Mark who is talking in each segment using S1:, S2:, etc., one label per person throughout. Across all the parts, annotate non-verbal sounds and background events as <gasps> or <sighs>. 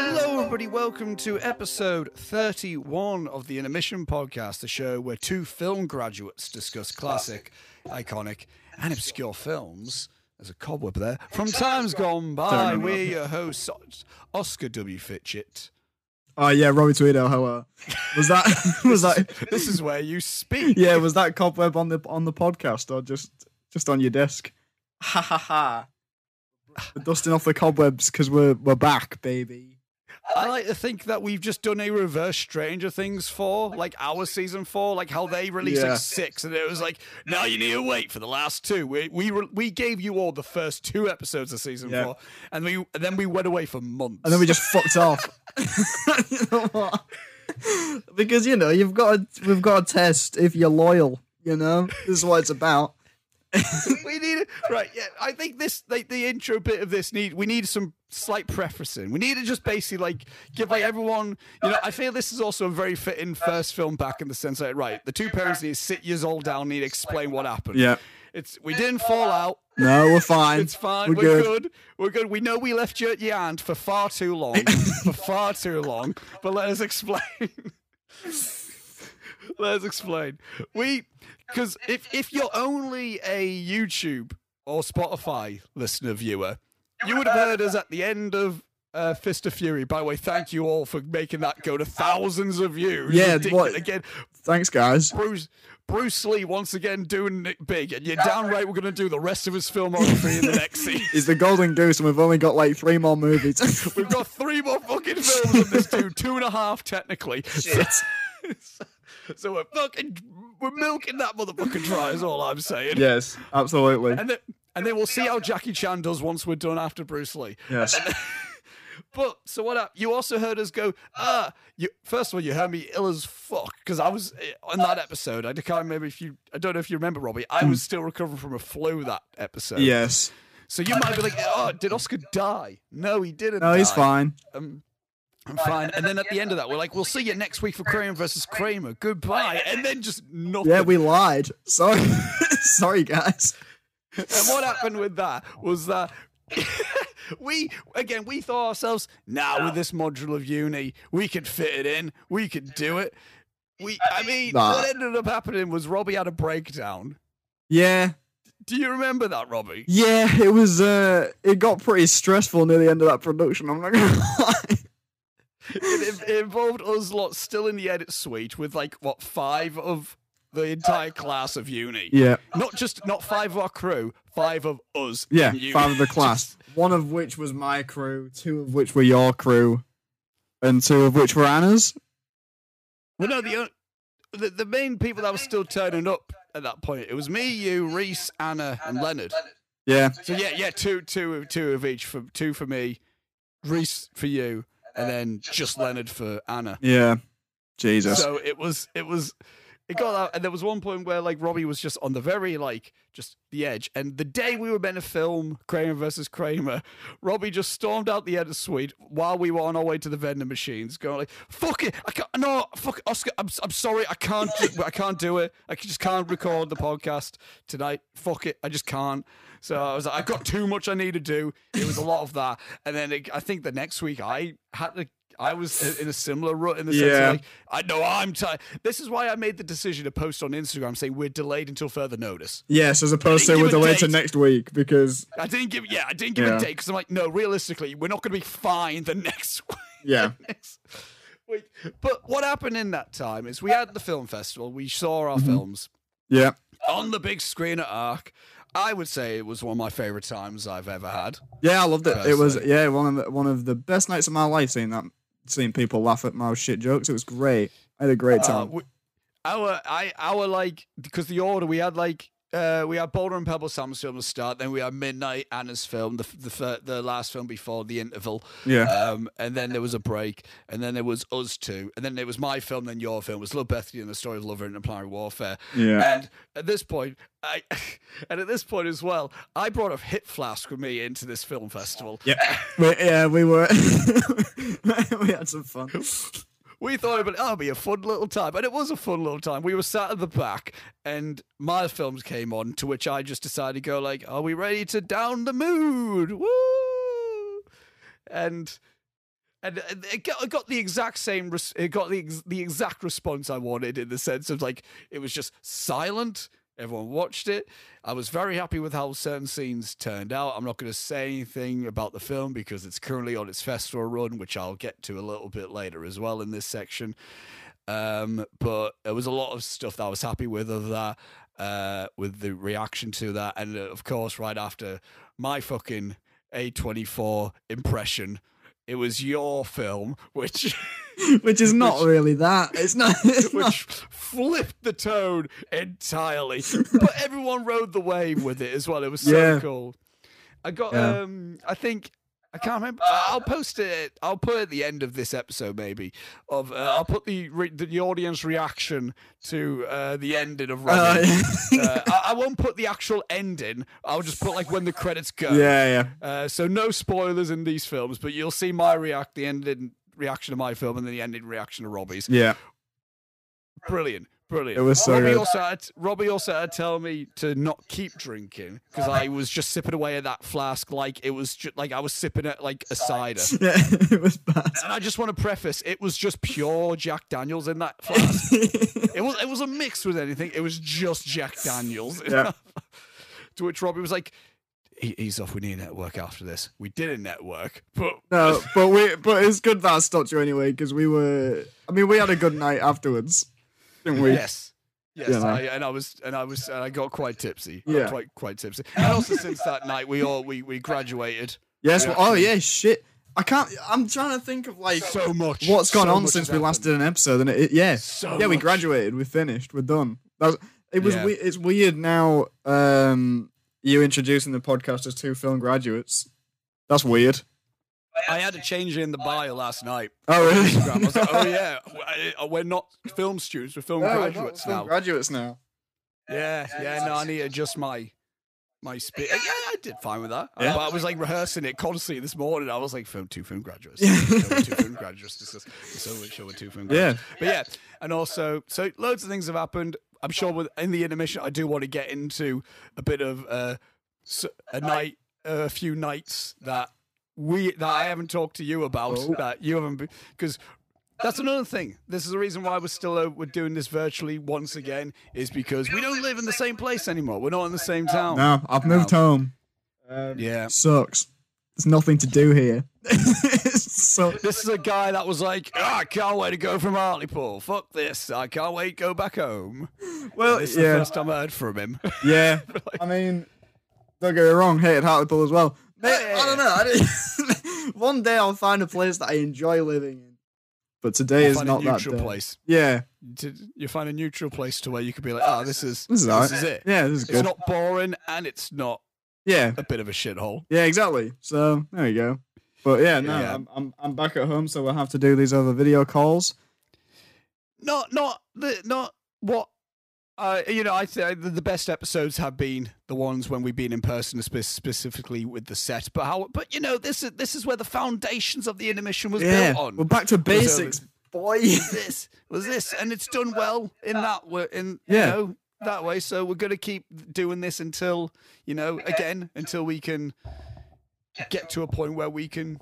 S1: everybody. Welcome to episode 31 of the Intermission Podcast, the show where two film graduates discuss classic, iconic, and obscure films. There's a cobweb there. From times gone by, we're your hosts, Oscar W. Fitchett.
S2: Oh yeah, Robbie Tweedo. How uh, was that? <laughs> was that?
S1: This is where you speak.
S2: Yeah, was that cobweb on the on the podcast or just just on your desk? Ha ha ha! We're dusting off the cobwebs because we're we're back, baby.
S1: I like to think that we've just done a reverse Stranger Things four, like our season four, like how they released
S2: Yeah.
S1: like six, and it was like, now you need to wait for the last two. We we re- we gave you all the first two episodes of season
S2: Yeah.
S1: four, and we and then we went away for months.
S2: And
S1: <laughs>
S2: then we just fucked off. <laughs> You know what? because you know you've got a, we've got a test if you're loyal. You know this is what it's about.
S1: we need right. Yeah, I think this like the intro bit of this need we need some slight prefacing. We need to just basically like give like everyone. You know, I feel this is also a very fitting first film back in the sense that right, the two parents need to sit years old down, need to explain what happened. it's we didn't fall out.
S2: No, we're fine.
S1: It's fine. We're, good. We're good. We know we left you at your aunt for far too long. for far too long. But let us explain. <laughs> let us explain. We, because if if you're only a YouTube or Spotify listener viewer, you would have heard us at the end of. Uh, Fist of Fury. By the way, thank you all for making that go to thousands of views.
S2: Yeah,
S1: Ridiculous.
S2: what-
S1: again,
S2: Thanks, guys.
S1: Bruce Bruce Lee once again doing it big, and you're damn right we're gonna do the rest of his filmography in the next season.
S2: He's the golden goose, and we've only got like three more movies. <laughs>
S1: We've got three more fucking films of this dude, two and a half technically. So, so we're fucking we're milking that motherfucker dry is all I'm saying.
S2: yes, absolutely.
S1: And then and then we'll see how Jackie Chan does once we're done after Bruce Lee.
S2: Yes.
S1: But so what up? You also heard us go. Ah, you, first of all, you heard me ill as fuck because I was eh, on that episode. I can't remember if you. I don't know if you remember, Robbie. I was still recovering from a flu that episode.
S2: Yes.
S1: So you might be like, oh, did Oscar die? No, he didn't.
S2: No, he's
S1: die.
S2: fine.
S1: Um, I'm fine. And then at the end of that, we're like, we'll see you next week for Kramer versus Kramer. Goodbye. And then just nothing.
S2: Yeah, we lied. Sorry, <laughs> sorry, guys.
S1: And what happened with that was that <laughs> we again we thought ourselves, now with this module of uni, we could fit it in, we could do it. We, I mean,
S2: Nah.
S1: what ended up happening was Robbie had a breakdown.
S2: Yeah,
S1: Do you remember that, Robbie?
S2: yeah. It was. Uh, it got pretty stressful near the end of that production. I'm not gonna <laughs> lie.
S1: It, it involved us lot still in the edit suite with like what five of the entire class of uni.
S2: Yeah,
S1: Not just not five of our crew, five of us.
S2: yeah.
S1: in uni. <laughs>
S2: Five of the class. One of which was my crew. Two of which were your crew, and two of which were Anna's.
S1: Well, no, the, the the main people that were still turning up at that point, it was me, you, Reese, Anna, and Leonard.
S2: Yeah,
S1: So yeah, yeah, two, two, of- two of each for two for me, Reese for you, and then just Leonard for Anna.
S2: yeah. Jesus.
S1: So it was, it was, it got out, and there was one point where like Robbie was just on the very like just the edge, and the day we were meant to film Kramer versus Kramer, Robbie just stormed out the edit suite while we were on our way to the vendor machines, going like, "Fuck it, I can't, no, fuck it, Oscar, I'm, I'm sorry, I can't, do, I can't do it, I just can't record the podcast tonight. Fuck it, I just can't." So I was like, "I've got too much I need to do." It was a lot of that, and then it, I think the next week I had to. I was in a similar rut in the sense
S2: Yeah.
S1: of like, I know I'm tired. This is why I made the decision to post on Instagram saying we're delayed until further notice.
S2: yes, as opposed to
S1: Give
S2: we're
S1: a
S2: delayed to
S1: date.
S2: next week because
S1: I didn't give yeah, I didn't give
S2: Yeah.
S1: a date because I'm like, no, realistically, we're not going to be fine the <laughs> next week.
S2: yeah,
S1: next week. But what happened in that time is we had the film festival. We saw
S2: Mm-hmm.
S1: our films
S2: <laughs> yeah.
S1: on the big screen at Arc. I would say it was one of my favorite times I've ever had.
S2: Yeah, I loved it. It was
S1: Personally.
S2: yeah one of the, one of the best nights of my life. Seeing that, seeing people laugh at my shit jokes, it was great. I had a great
S1: Uh,
S2: time.
S1: we, our I our like because the order we had like uh we had Boulder and Pebble Sam's film to start, then we had Midnight Anna's film, the f- the fir- the last film before the
S2: <laughs>
S1: interval.
S2: yeah,
S1: Um, and then there was a break, and then there was us two, and then it was my film, then your film. It was Love Bethany and the story of Lover and Planetary Warfare.
S2: yeah.
S1: And at this point, I <laughs> and at this point as well, I brought a hit flask with me into this film festival.
S2: Yep. We, yeah, we were. <laughs> we had some fun.
S1: We thought about oh, it'll be a fun little time, and it was a fun little time. We were sat at the back, and my films came on, to which I just decided to go like, "Are we ready to down the mood?" Woo! And and uh, it got, it got the exact same. Res- it got the ex- the exact response I wanted in the sense of like it was just silent. Everyone watched it. I was very happy with how certain scenes turned out. I'm not going to say anything about the film because it's currently on its festival run, which I'll get to a little bit later as well in this section. Um, but there was a lot of stuff that I was happy with of that, uh, with the reaction to that, and uh, of course, right after my fucking A24 impression, it was your film, <laughs> which
S2: Which is not
S1: Which-
S2: really that. It's not. It's not
S1: <laughs> which flipped the tone
S2: <laughs>
S1: entirely. But everyone rode the wave with it as well. It was so
S2: Yeah.
S1: cool. I got
S2: Yeah.
S1: um I think I can't remember. I- I'll post it. I'll put it at the end of this episode, maybe. Of uh, I'll put the re- the audience reaction to uh, the ending of
S2: uh, <laughs>
S1: Robin. Uh, I, I won't put the actual ending. I'll just put like when the credits go.
S2: <laughs> yeah,
S1: Uh, so no spoilers in these films, but you'll see my react the ending reaction to my film and then the ending reaction to Robbie's.
S2: yeah, yeah.
S1: Brilliant, brilliant.
S2: It was so
S1: Robbie
S2: good.
S1: also had, Robbie also had to tell me to not keep drinking because I was just sipping away at that flask like it was ju- like I was sipping at like a cider.
S2: Yeah, <laughs> it was bad.
S1: And I just want to preface, it was just pure Jack Daniels in that flask. it was it was a mix with anything. It was just Jack Daniels.
S2: Yeah.
S1: <laughs> to which Robbie was like, "E- "Ease off, we need a network after this." We did a network, but
S2: no, but we, but it's good that I stopped you anyway because we were. I mean, we had a good night afterwards, didn't we?
S1: Yes. Yes,
S2: You know?
S1: I, and I was, and I was, and I got quite tipsy. I got
S2: Yeah.
S1: quite quite tipsy. And also since that night, we all we we graduated
S2: Yes.
S1: Yeah.
S2: well- oh yeah. Shit. I can't. I'm trying to think of like
S1: so much.
S2: what's gone
S1: so
S2: on
S1: much
S2: since
S1: has
S2: we last
S1: happened.
S2: did an episode, and it, it yeah,
S1: So
S2: yeah, we
S1: much.
S2: graduated, we finished, we're done. That was, it was
S1: Yeah.
S2: we, it's weird now. Um, you introducing the podcast as two film graduates. That's weird.
S1: I had to change in the bio last night.
S2: Oh really?
S1: I
S2: <laughs>
S1: was like, oh yeah, w- I- we're not film students, we're film
S2: No, we're not
S1: graduates
S2: film
S1: now.
S2: Graduates now.
S1: yeah, yeah. No, I need to adjust my my speed. Yeah, I did fine with that.
S2: Yeah.
S1: But I was like rehearsing it constantly this morning. I was like, film two film
S2: <laughs>
S1: graduates.
S2: Yeah.
S1: So we're two film graduates. This is- So we're so we're two film graduates.
S2: Yeah.
S1: But yeah, and also, so loads of things have happened. I'm sure with, in the intermission, I do want to get into a bit of uh, s- a night, a few nights that we that I haven't talked to you about
S2: Oh.
S1: that you haven't because that's another thing. This is the reason why we're still uh, we're doing this virtually once again is because we don't live in the same place anymore. We're not in the same town.
S2: No, I've moved home. Um,
S1: Yeah.
S2: Sucks. There's nothing to do here. <laughs> so
S1: This is a guy that was like, "Ah, I can't wait to go from Hartlepool. Fuck this. I can't wait to go back home.
S2: well,
S1: This is the
S2: yeah,
S1: first time I heard from him. <laughs>
S2: yeah. I mean, don't get me wrong, hated Hartlepool as well. Mate, I don't know. I didn't- <laughs> One day I'll find a place that I enjoy living in, but today
S1: I'll
S2: is
S1: find
S2: not
S1: a
S2: that
S1: neutral
S2: day.
S1: place.
S2: Yeah,
S1: to, you find a neutral place to where you could be like, oh, this
S2: <laughs>
S1: is
S2: this
S1: this
S2: is alright.
S1: is it.
S2: Yeah, this is
S1: It's
S2: good.
S1: not boring and it's not
S2: yeah,
S1: a bit of a shithole.
S2: yeah, exactly. So there you go. But yeah, no,
S1: Yeah.
S2: I'm, I'm I'm back at home, so we'll have to do these other video calls.
S1: Not not the not what. Uh, you know, I say the the best episodes have been the ones when we've been in person, spe- specifically with the set. But how? But you know, this is this is where the foundations of the intermission was
S2: yeah,
S1: built on.
S2: we're back to
S1: over.
S2: basics, boy. <laughs>
S1: this was this, and it's done well in that way. In
S2: Yeah.
S1: you know that way, so we're gonna keep doing this until you know again until we can get to a point where we can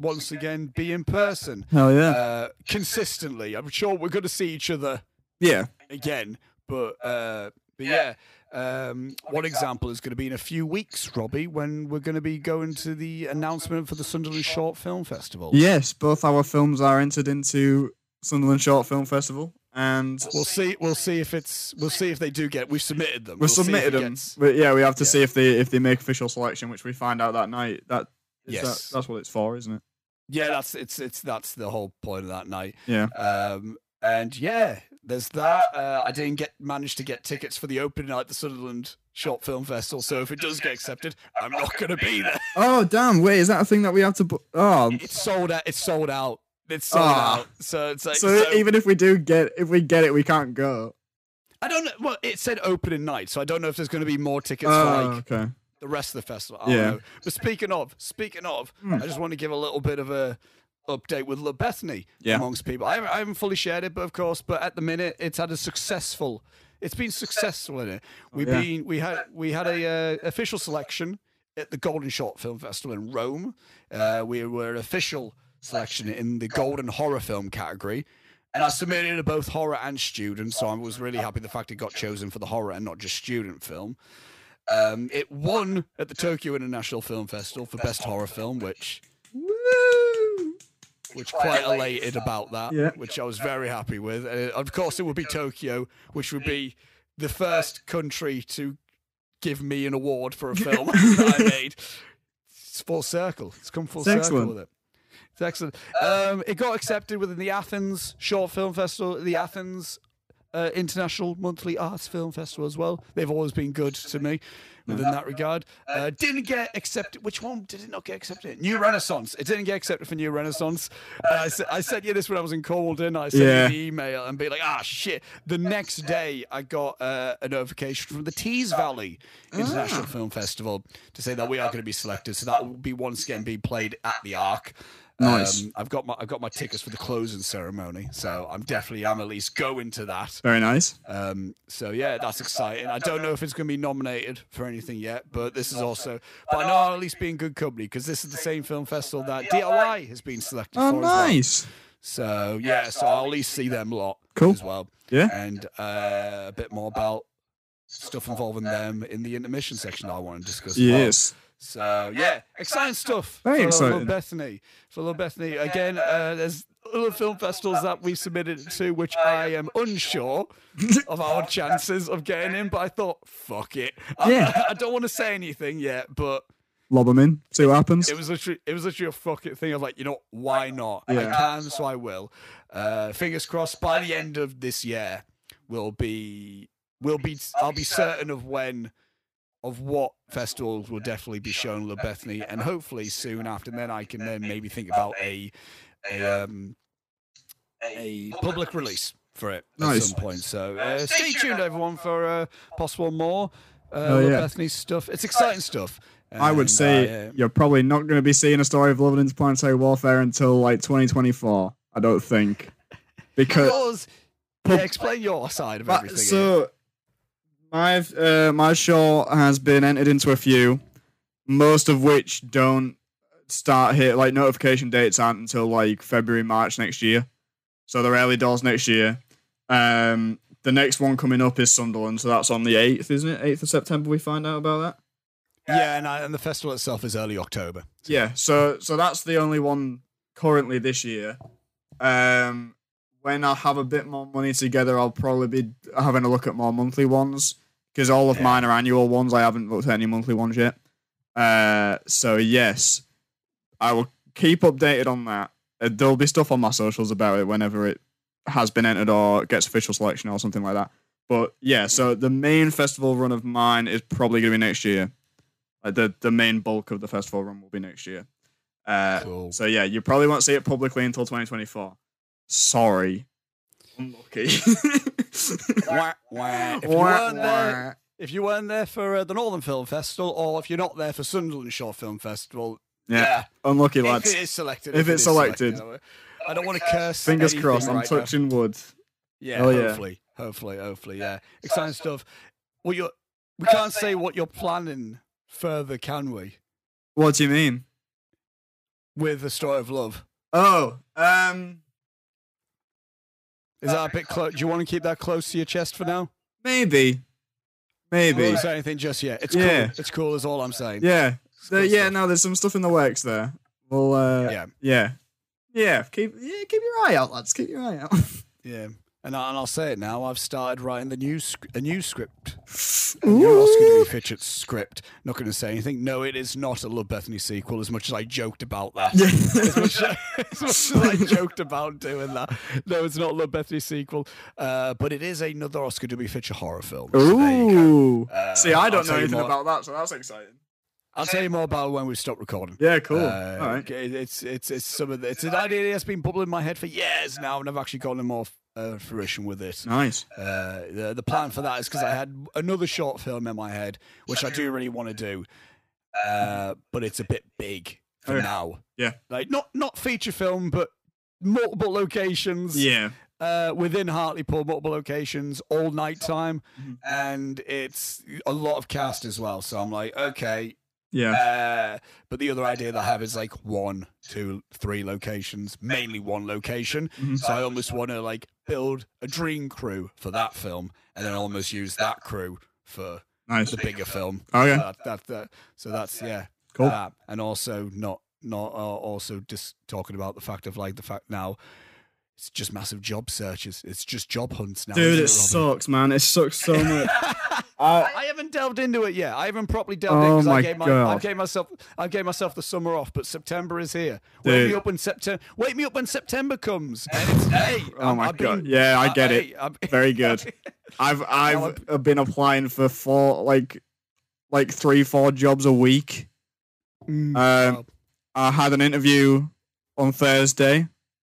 S1: once again be in person
S2: Hell yeah,
S1: uh, consistently. I'm sure we're gonna see each other
S2: yeah.
S1: again, but uh, but yeah. Um, one example is going to be in a few weeks, Robbie, when we're going to be going to the announcement for the Sunderland Short Film Festival.
S2: Yes, both our films are entered into Sunderland Short Film Festival, and
S1: We'll see. We'll see if it's. We'll see if they do get. We've submitted them.
S2: we
S1: We'll see if
S2: submitted
S1: it
S2: them.
S1: gets-
S2: But yeah, we have to
S1: Yeah.
S2: see if they if they make official selection, which we find out that night. That is that-
S1: Yes.
S2: that's what it's for, isn't it?
S1: yeah, that's it's it's that's the whole point of that night.
S2: Yeah.
S1: Um, and yeah, there's that. Uh, I didn't get manage to get tickets for the opening night at the Sunderland Short Film Festival. So if it does get accepted, I'm not going to be there.
S2: Oh damn! Wait, is that a thing that we have to? Bu- oh,
S1: It's sold out. It's sold out. It's sold
S2: Ah.
S1: out. So it's like
S2: so,
S1: so-
S2: even if we do get if we get it, we can't go.
S1: I don't know. Well, it said opening night, so I don't know if there's going to be more tickets for
S2: Oh,
S1: like
S2: okay.
S1: the rest of the festival. I don't
S2: Yeah.
S1: know. But speaking of, speaking of,
S2: Hmm.
S1: I just want to give a little bit of a update with La Bethany
S2: Yeah.
S1: amongst people. I haven't, I haven't fully shared it, but of course, but at the minute, it's had a successful. It's been successful in it. We've
S2: Oh, yeah.
S1: been we had we had a uh, official selection at the Golden Short Film Festival in Rome. Uh, we were official selection in the Golden Horror Film category. And I submitted to both horror and student, so I was really happy the fact it got chosen for the horror and not just student film. Um, it won at the Tokyo International Film Festival for Best Horror Film, which
S2: Woo!
S1: which quite elated about that,
S2: Yeah.
S1: which I was very happy with. And of course, it would be Tokyo, which would be the first country to give me an award
S2: <laughs>
S1: for a film that I made. It's full circle. It's come full
S2: It's
S1: circle
S2: excellent.
S1: with it. It's excellent. Um, it got accepted within the Athens Short Film Festival, the Athens uh, International Monthly Arts Film Festival as well. They've always been good to me within that regard. Uh-huh. Uh, didn't get accepted. Which one did it not get accepted? New Renaissance. It didn't get accepted for New Renaissance. And I, s- I sent you this when I was in Calden. I sent
S2: Yeah.
S1: you the email and be like, ah, shit. The next day, I got uh, a notification from the Tees Valley
S2: Ah.
S1: International Film Festival to say that we are going to be selected. So that will be once again being played at the Arc.
S2: Nice.
S1: Um, I've got my I've got my tickets for the closing ceremony, so I'm definitely am at least going to that.
S2: Very nice.
S1: Um, so yeah, that's exciting. I don't know if it's going to be nominated for anything yet, but this is also. But I know I'll at least be in good company because this is the same film festival that DIY has been selected
S2: Oh,
S1: for. as well.
S2: nice.
S1: So yeah, so I'll at least see them a lot
S2: Cool.
S1: as well,
S2: Yeah.
S1: and uh, a bit more about stuff involving them in the intermission section that I want to discuss. as well.
S2: Yes.
S1: So yeah, exciting stuff.
S2: Very
S1: for
S2: exciting.
S1: Little Bethany. For Little Bethany again. Uh, there's other film festivals that we submitted to, which I am unsure of our chances of getting in. But I thought, fuck it. I,
S2: Yeah.
S1: <laughs> I don't want to say anything yet, but
S2: <laughs> Lob them in. See what happens.
S1: it was literally it was literally a fuck it thing of like, you know, why not?
S2: Yeah.
S1: I can, so I will. Uh, fingers crossed. By the end of this year, will be will be I'll be certain of when of what festivals will definitely be shown in Bethany, and hopefully soon after then I can then maybe think about a a um a public release for it at
S2: Nice.
S1: some point. So uh, stay tuned everyone for uh, possible more uh,
S2: Oh, yeah.
S1: Bethany stuff. It's exciting stuff.
S2: I would
S1: and
S2: say
S1: I, uh,
S2: you're probably not going to be seeing a story of love and interplanetary warfare until like 2024. I don't think. Because
S1: yours.
S2: Pub-
S1: yeah, explain your side of
S2: But-
S1: everything. here.
S2: so my uh, my show has been entered into a few, most of which don't start here. Like notification dates aren't until like February March next year, so they're early doors next year. Um, the next one coming up is Sunderland, so that's on the eighth, isn't it? Eighth of September, we find out about that.
S1: yeah, and, I, and the festival itself is early October.
S2: Yeah, so so that's the only one currently this year. Um, when I have a bit more money together, I'll probably be having a look at more monthly ones because all of
S1: Yeah.
S2: mine are annual ones. I haven't looked at any monthly ones yet. Uh, so yes, I will keep updated on that. Uh, there'll be stuff on my socials about it whenever it has been entered or gets official selection or something like that. But yeah, so the main festival run of mine is probably going to be next year. Like the the main bulk of the festival run will be next year. Uh,
S1: Cool.
S2: so yeah, you probably won't see it publicly until 2024. Sorry. Unlucky.
S1: Wah, wah. If, you
S2: Wah,
S1: weren't there,
S2: wah.
S1: if you weren't there for uh, the Northern Film Festival, or if you're not there for Sunderland Short Film Festival,
S2: Yeah, unlucky lads.
S1: if it is selected,
S2: If
S1: it
S2: it's
S1: is I don't want to curse.
S2: Fingers
S1: anything
S2: crossed. I'm
S1: right now.
S2: touching wood.
S1: Yeah,
S2: Hell Oh, yeah.
S1: hopefully, hopefully, hopefully, yeah. Exciting stuff. Well, you we can't say what you're planning further, can we?
S2: What do you mean?
S1: With the story of love,
S2: Oh, um,
S1: is that a bit close? Do you want to keep that close to your chest for now?
S2: maybe,
S1: I
S2: maybe.
S1: won't say anything just yet. It's
S2: Yeah.
S1: cool. It's cool. Is all I'm saying.
S2: Yeah,
S1: It's
S2: there,
S1: cool
S2: yeah.
S1: stuff.
S2: No, there's some stuff in the works there. Well, uh, yeah,
S1: yeah,
S2: yeah, Keep, yeah, keep your eye out, lads. Keep your
S1: <laughs>
S2: eye out.
S1: yeah. And, I, and I'll say it now. I've started writing the new sc- a new script. A new Oscar to
S2: Ooh.
S1: be featured script. Not going to say anything. No, it is not a Love Bethany sequel. As much as I joked about that. as
S2: <laughs> Yeah.
S1: much as much as I joked about doing that. No, it's not Love Bethany sequel, uh, but it is another Oscar to be feature horror film. So there you go.
S2: Ooh.
S1: Uh,
S2: See, I
S1: I'll
S2: don't
S1: tell you
S2: know anything
S1: more-
S2: about that, so that's exciting.
S1: I'll tell you more about it when we stop recording.
S2: Yeah, cool.
S1: Uh,
S2: All right.
S1: okay, It's it's it's some of the, it's an idea that's been bubbling in my head for years now, and I've actually gotten more uh, fruition with it.
S2: Nice.
S1: Uh, the, the plan for that is because I had another short film in my head, which I do really want to do, uh, but it's a bit big for
S2: Okay.
S1: now.
S2: Yeah.
S1: like not not feature film, but multiple locations
S2: Yeah.
S1: uh, within Hartlepool, multiple locations all night time,
S2: Mhm.
S1: and it's a lot of cast as well. So I'm like, okay,
S2: Yeah.
S1: Uh, but the other idea that I have is like one, two, three locations, mainly one location.
S2: Mhm.
S1: So I almost want to like build a dream crew for that film, and then almost use that crew for
S2: Nice.
S1: the bigger film.
S2: Okay.
S1: Uh, that, that, so that's yeah,
S2: Cool.
S1: Uh, and also not not uh, also just talking about the fact of like the fact now. It's just massive job searches. It's just job hunts now.
S2: Dude,
S1: isn't
S2: it
S1: Robbie?
S2: sucks, man. It sucks so much. <laughs> I,
S1: <laughs> I haven't delved into it yet. I haven't properly delved in
S2: Oh
S1: because I
S2: my
S1: gave my, I
S2: God.
S1: gave myself I gave myself the summer off, but September is here. Wake me
S2: Dude.
S1: up when September wake me up when September
S2: <laughs>
S1: comes. And it's hey,
S2: oh
S1: I'm-
S2: my
S1: I've
S2: god.
S1: been-
S2: Yeah, I get it.
S1: hey, I'm-
S2: Very <laughs>
S1: <laughs>
S2: good. I've I've uh, been applying for four like like three four jobs a week.
S1: Mm,
S2: Um, I had an interview on Thursday,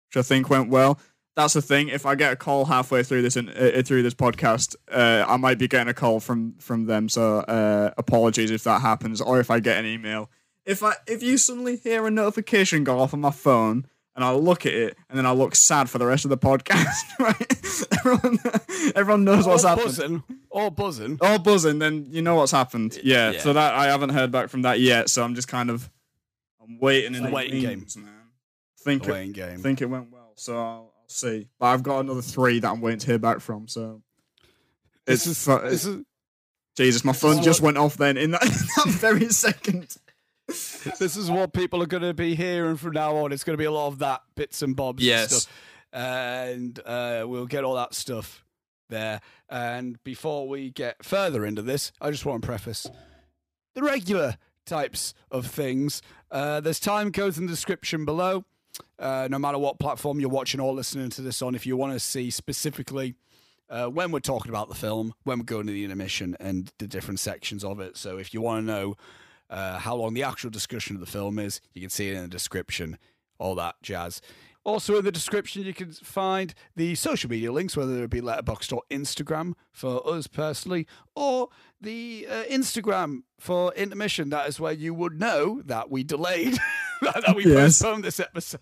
S2: which I think went well. That's the thing. If I get a call halfway through this in, uh, through this podcast, uh, I might be getting a call from from them. So uh, apologies if that happens, or if I get an email. If I if you suddenly hear a notification go off on my phone and I look at it and then I look sad for the rest of the podcast, <laughs> right? everyone, everyone knows what's
S1: all
S2: happened.
S1: buzzing. All buzzing.
S2: All buzzing, then you know what's happened. Yeah.
S1: yeah.
S2: So that I haven't heard back from that yet. So I'm just kind of I'm waiting in
S1: It's a
S2: the
S1: waiting game.
S2: wings, man. Think it,
S1: Playing game.
S2: think it went well. So I'll, I'll see. But I've got another three that I'm waiting to hear back from. So
S1: This
S2: it's
S1: is-
S2: fu-
S1: this is
S2: Jesus, my phone
S1: is
S2: just went off then in that, <laughs> in that very second.
S1: this is what people are going to be hearing from now on. It's going to be a lot of that bits and bobs. And,
S2: Yes.
S1: stuff. and uh, we'll get all that stuff there. And before we get further into this, I just want to preface the regular types of things. Uh, there's time codes in the description below. Uh, no matter what platform you're watching or listening to this on, if you want to see specifically uh, when we're talking about the film, when we're going to the intermission and the different sections of it. So if you want to know uh, how long the actual discussion of the film is, you can see it in the description, all that jazz. Also in the description, you can find the social media links, whether it be Letterboxd or Instagram for us personally, or the uh, Instagram for intermission. That is where you would know that we delayed, <laughs> that we
S2: Yes.
S1: postponed this episode,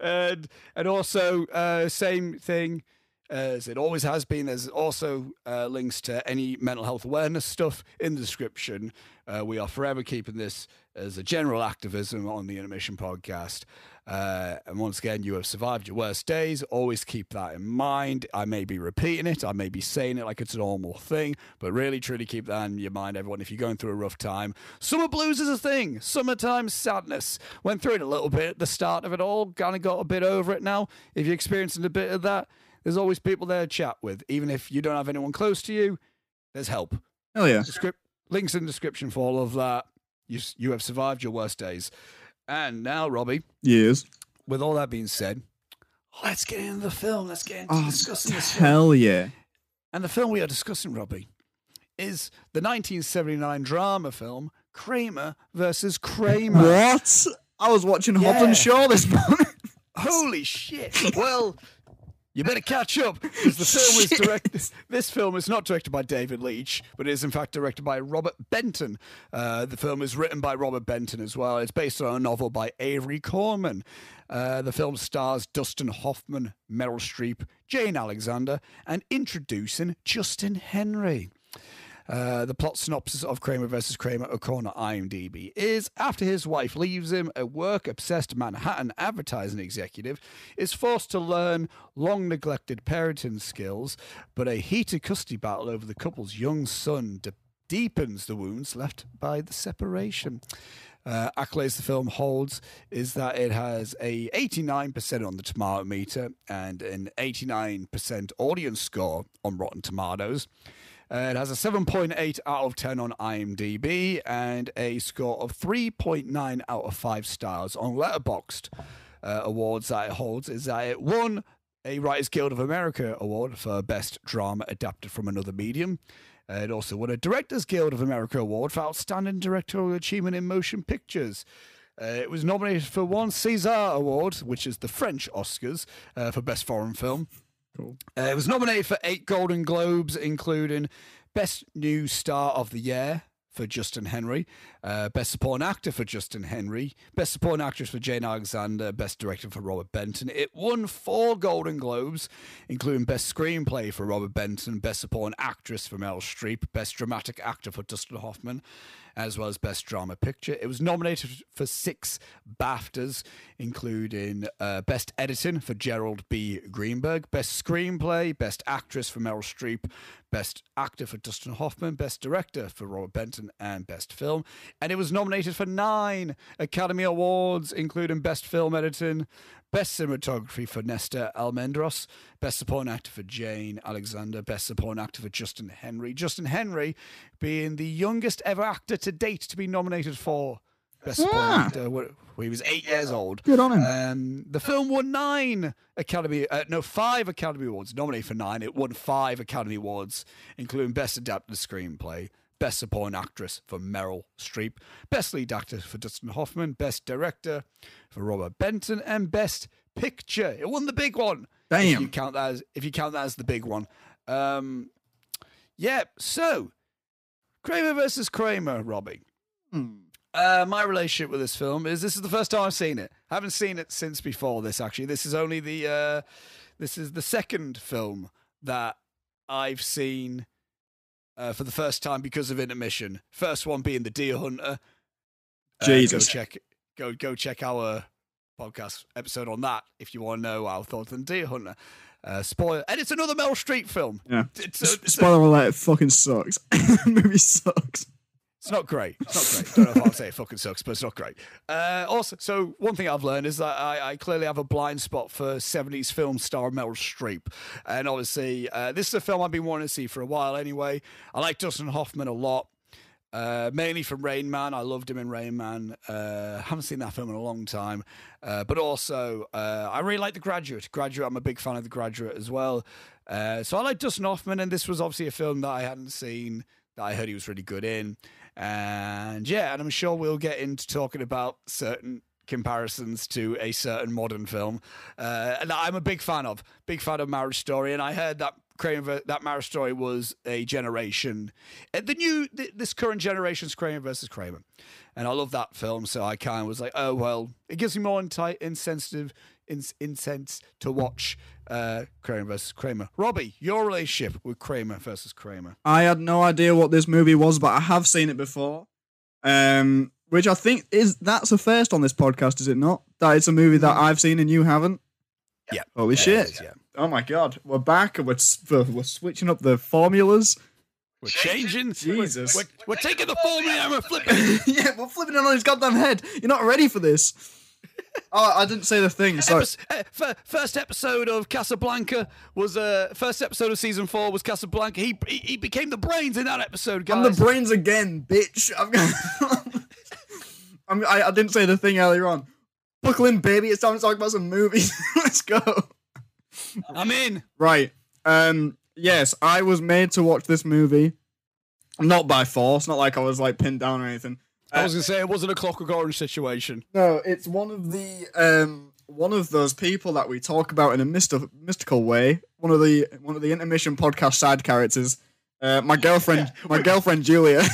S1: and and also uh, same thing as it always has been. There's also uh, links to any mental health awareness stuff in the description. Uh, we are forever keeping this as a general activism on the Intermission podcast. Uh, and once again, you have survived your worst days. Always keep that in mind. I may be repeating it, I may be saying it like it's a normal thing, but really, truly keep that in your mind, everyone. If you're going through a rough time, summer blues is a thing. Summertime sadness. Went through it a little bit at the start of it all, kind of got a bit over it now. If you're experiencing a bit of that, there's always people there to chat with. Even if you don't have anyone close to you, there's help.
S2: Hell yeah.
S1: Descrip- links in the description for all of that. You, s- you have survived your worst days. And now, Robbie,
S2: Years.
S1: with all that being said, let's get into the film. Let's get into
S2: Oh,
S1: discussing this film.
S2: Hell yeah.
S1: And the film we are discussing, Robbie, is the 1979 drama film Kramer versus Kramer.
S2: What? I was watching Hobbs
S1: Yeah.
S2: and Shaw this <laughs> morning.
S1: Holy shit! Well, you better catch up because the film is
S2: Shit.
S1: directed. This film is not directed by David Leitch, but it is in fact directed by Robert Benton. Uh, the film is written by Robert Benton as well. It's based on a novel by Avery Corman. Uh, the film stars Dustin Hoffman, Meryl Streep, Jane Alexander, and introducing Justin Henry. Uh, the plot synopsis of Kramer versus Kramer, according to IMDb, is after his wife leaves him, a work obsessed Manhattan advertising executive is forced to learn long neglected parenting skills, but a heated custody battle over the couple's young son de- deepens the wounds left by the separation. Uh, accolades the film holds is that it has a 89% on the tomato meter and an 89% audience score on Rotten Tomatoes. Uh, it has a 7.8 out of 10 on IMDb and a score of 3.9 out of 5 stars on Letterboxd. Uh, awards that it holds is that it won a Writers Guild of America award for Best Drama Adapted from Another Medium. Uh, it also won a Directors Guild of America award for Outstanding Directorial Achievement in Motion Pictures. Uh, it was nominated for one César Award, which is the French Oscars, uh, for Best Foreign Film. Uh, it was nominated for eight Golden Globes, including Best New Star of the Year for Justin Henry, Uh, best supporting actor for Justin Henry, best supporting actress for Jane Alexander, best director for Robert Benton. It won four Golden Globes, including best screenplay for Robert Benton, best supporting actress for Meryl Streep, best dramatic actor for Dustin Hoffman, as well as best drama picture. It was nominated for six BAFTAs, including uh, best editing for Gerald B. Greenberg, best screenplay, best actress for Meryl Streep, Best Actor for Dustin Hoffman, Best Director for Robert Benton, and Best Film. And it was nominated for nine Academy Awards, including Best Film Editing, Best Cinematography for Nesta Almendros, Best Supporting Actor for Jane Alexander, Best Supporting Actor for Justin Henry. Justin Henry being the youngest ever actor to date to be nominated for Best Supporting
S2: Yeah.
S1: Actor when when he was eight years old.
S2: Good on him.
S1: Um, the film won nine Academy, uh, no, five Academy Awards. Nominated for nine, it won five Academy Awards, including Best Adapted Screenplay, Best Supporting Actress for Meryl Streep, Best Lead Actor for Dustin Hoffman, Best Director for Robert Benton, and Best Picture. It won the big one. If you
S2: Damn.
S1: count that as if you count that as the big one. Um, yeah. So, Kramer versus Kramer, Robbie.
S2: Hmm.
S1: Uh, my relationship with this film is this is the first time I've seen it. I haven't seen it since before this. Actually, this is only the uh, this is the second film that I've seen uh, for the first time because of intermission. First one being the Deer Hunter. Uh,
S2: Jesus.
S1: go check go go check our podcast episode on that if you want to know our thoughts on Deer Hunter. Uh, spoiler, and it's another Mel Street film.
S2: Yeah.
S1: It's,
S2: S-
S1: it's,
S2: Spoiler alert, it fucking sucks. <laughs> movie sucks.
S1: it's not great. It's not great. Don't know if I'll say it fucking sucks, but it's not great. Uh, also, so one thing I've learned is that I, I clearly have a blind spot for 70s film star Meryl Streep. And obviously, uh, this is a film I've been wanting to see for a while anyway. I like Dustin Hoffman a lot. Uh, mainly from Rain Man. I loved him in Rain Man. Uh, haven't seen that film in a long time. Uh, but also, uh, I really like The Graduate. Graduate, I'm a big fan of The Graduate as well. Uh, so I like Dustin Hoffman, and this was obviously a film that I hadn't seen that I heard he was really good in. And yeah, and I'm sure we'll get into talking about certain comparisons to a certain modern film uh, and that I'm a big fan of. Big fan of Marriage Story, and I heard that Crane ver- that Marriage Story was a generation, uh, the new th- this current generation's Kramer versus Kramer, and I love that film. So I kind of was like, oh well, it gives me more inti- insensitive ins- incense to watch uh, Kramer versus Kramer. Robbie, your relationship with Kramer versus Kramer.
S2: I had no idea what this movie was, but I have seen it before. Um, which I think is that's a first on this podcast, is it not? That it's a movie that I've seen and you haven't.
S1: Mm. Yeah.
S2: Holy shit.
S1: yeah.
S2: Oh my god, we're back and we're s- we're, we're switching up the formulas.
S1: <laughs> We're changing.
S2: Jesus.
S1: We're, we're taking the formula and we're flipping. it.
S2: yeah, we're flipping it on his goddamn head. You're not ready
S1: <laughs>
S2: for this. Oh, I didn't say the thing. <laughs> Sorry.
S1: Epis- eh, fir- first episode of Casablanca was uh, first episode of season four was Casablanca. He he, he became the brains in that episode, guys.
S2: I'm the brains again, bitch. I'm gonna. <laughs> I'm, I, I didn't say the thing earlier on. Buckle in, baby. It's time to talk about some movies. <laughs> Let's go.
S1: I'm in.
S2: Right. Um. Yes, I was made to watch this movie. Not by force. Not like I was like pinned down or anything.
S1: I was gonna say it wasn't a Clockwork Orange situation.
S2: No, it's one of the um one of those people that we talk about in a myster mystical way. One of the one of the intermission podcast side characters. Uh, my
S1: <laughs>
S2: girlfriend, my girlfriend Julia. <laughs>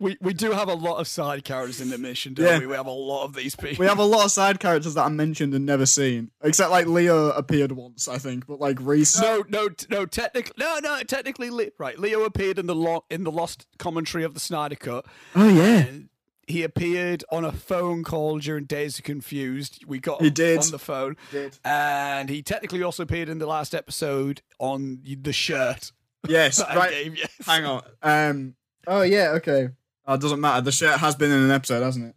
S1: We we do have a lot of side characters in the mission, don't
S2: Yeah.
S1: we? We have a lot of these people.
S2: we have a lot of side characters that I mentioned and never seen, except like Leo appeared once, I think, but like Reese.
S1: <laughs> no, no, t- no. Technically, no, no. Technically, Le- right. Leo appeared in the lo- in the lost commentary of the Snyder Cut.
S2: Oh yeah,
S1: <laughs> He appeared on a phone call during Days of Confused. We got
S2: He
S1: him
S2: did.
S1: on the phone.
S2: did.
S1: And he technically also appeared in the last episode on the shirt <laughs>
S2: yes,
S1: that I
S2: right.
S1: gave you.
S2: Hang on. <laughs> Um. Oh yeah. Okay. Oh, it doesn't matter. The shirt has been in an episode, hasn't it?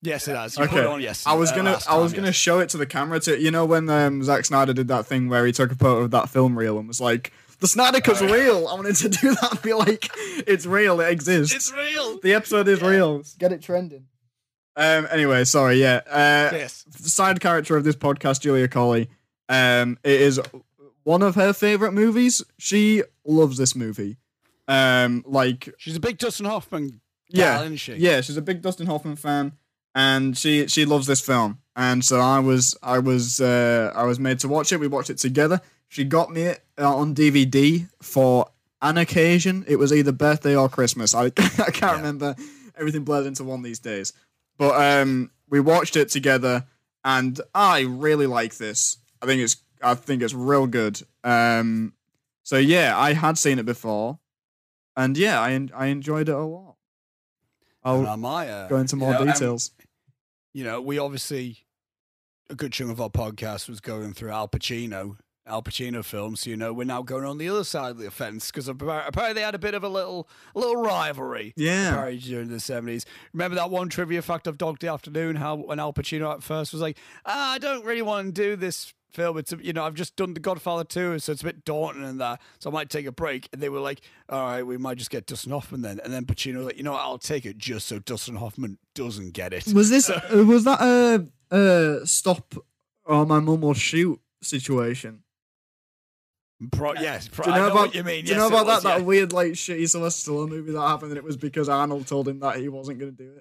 S1: Yes, it has. You
S2: Okay.
S1: put it on yes.
S2: I was
S1: uh,
S2: gonna,
S1: last
S2: I was
S1: time,
S2: gonna
S1: yes.
S2: show it to the camera to, you know, when um, Zack Snyder did that thing where he took a photo of that film reel and was like, "The Snyder Cut's
S1: Oh, yeah.
S2: real." I wanted to do that and be like, "It's real. It exists."
S1: It's real.
S2: the episode is
S1: Yeah.
S2: real. Get it trending. Um. Anyway, sorry. Yeah. Uh,
S1: Yes.
S2: the side character of this podcast, Julia Colley. Um, it is one of her favorite movies. She loves this movie. Um, like
S1: She's a big Dustin Hoffman.
S2: yeah,
S1: gal, isn't she?
S2: yeah, she's a big Dustin Hoffman fan, and she she loves this film. And so I was I was uh, I was made to watch it. We watched it together. She got me it uh, on <laughs> DVD for an occasion. It was either birthday or Christmas. I I can't remember. everything blurs into one these days. But um, we watched it together, and I really like this. I think it's I think it's real good. Um, so yeah, I had seen it before, and yeah, I en- I enjoyed it a lot. I'll
S1: And I'm, uh,
S2: go into
S1: you
S2: more
S1: know, um,
S2: details.
S1: you know, we obviously a good chunk of our podcast was going through Al Pacino, Al Pacino films. So you know, we're now going on the other side of the fence because apparently they had a bit of a little, a little rivalry.
S2: yeah,
S1: Apparently during the seventies. Remember that one trivia fact of Dog Day Afternoon? How when Al Pacino at first was like, ah, "I don't really want to do this." Film, it's you know I've just done The Godfather 2 so it's a bit daunting and that, so I might take a break. And they were like, "All right, we might just get Dustin Hoffman then." And then Pacino was like, "You know, what, I'll take it just so Dustin Hoffman doesn't get it." <laughs>
S2: was this uh, was that a uh, stop or my mum will shoot situation?
S1: Pro- yes, pro-
S2: Do you know,
S1: I know
S2: about,
S1: what you mean.
S2: Do
S1: Yes,
S2: you know
S1: it
S2: about
S1: was,
S2: that? That
S1: yeah.
S2: weird, like, shitty Sylvester Stallone movie that happened, and it was because Arnold told him that he wasn't going to do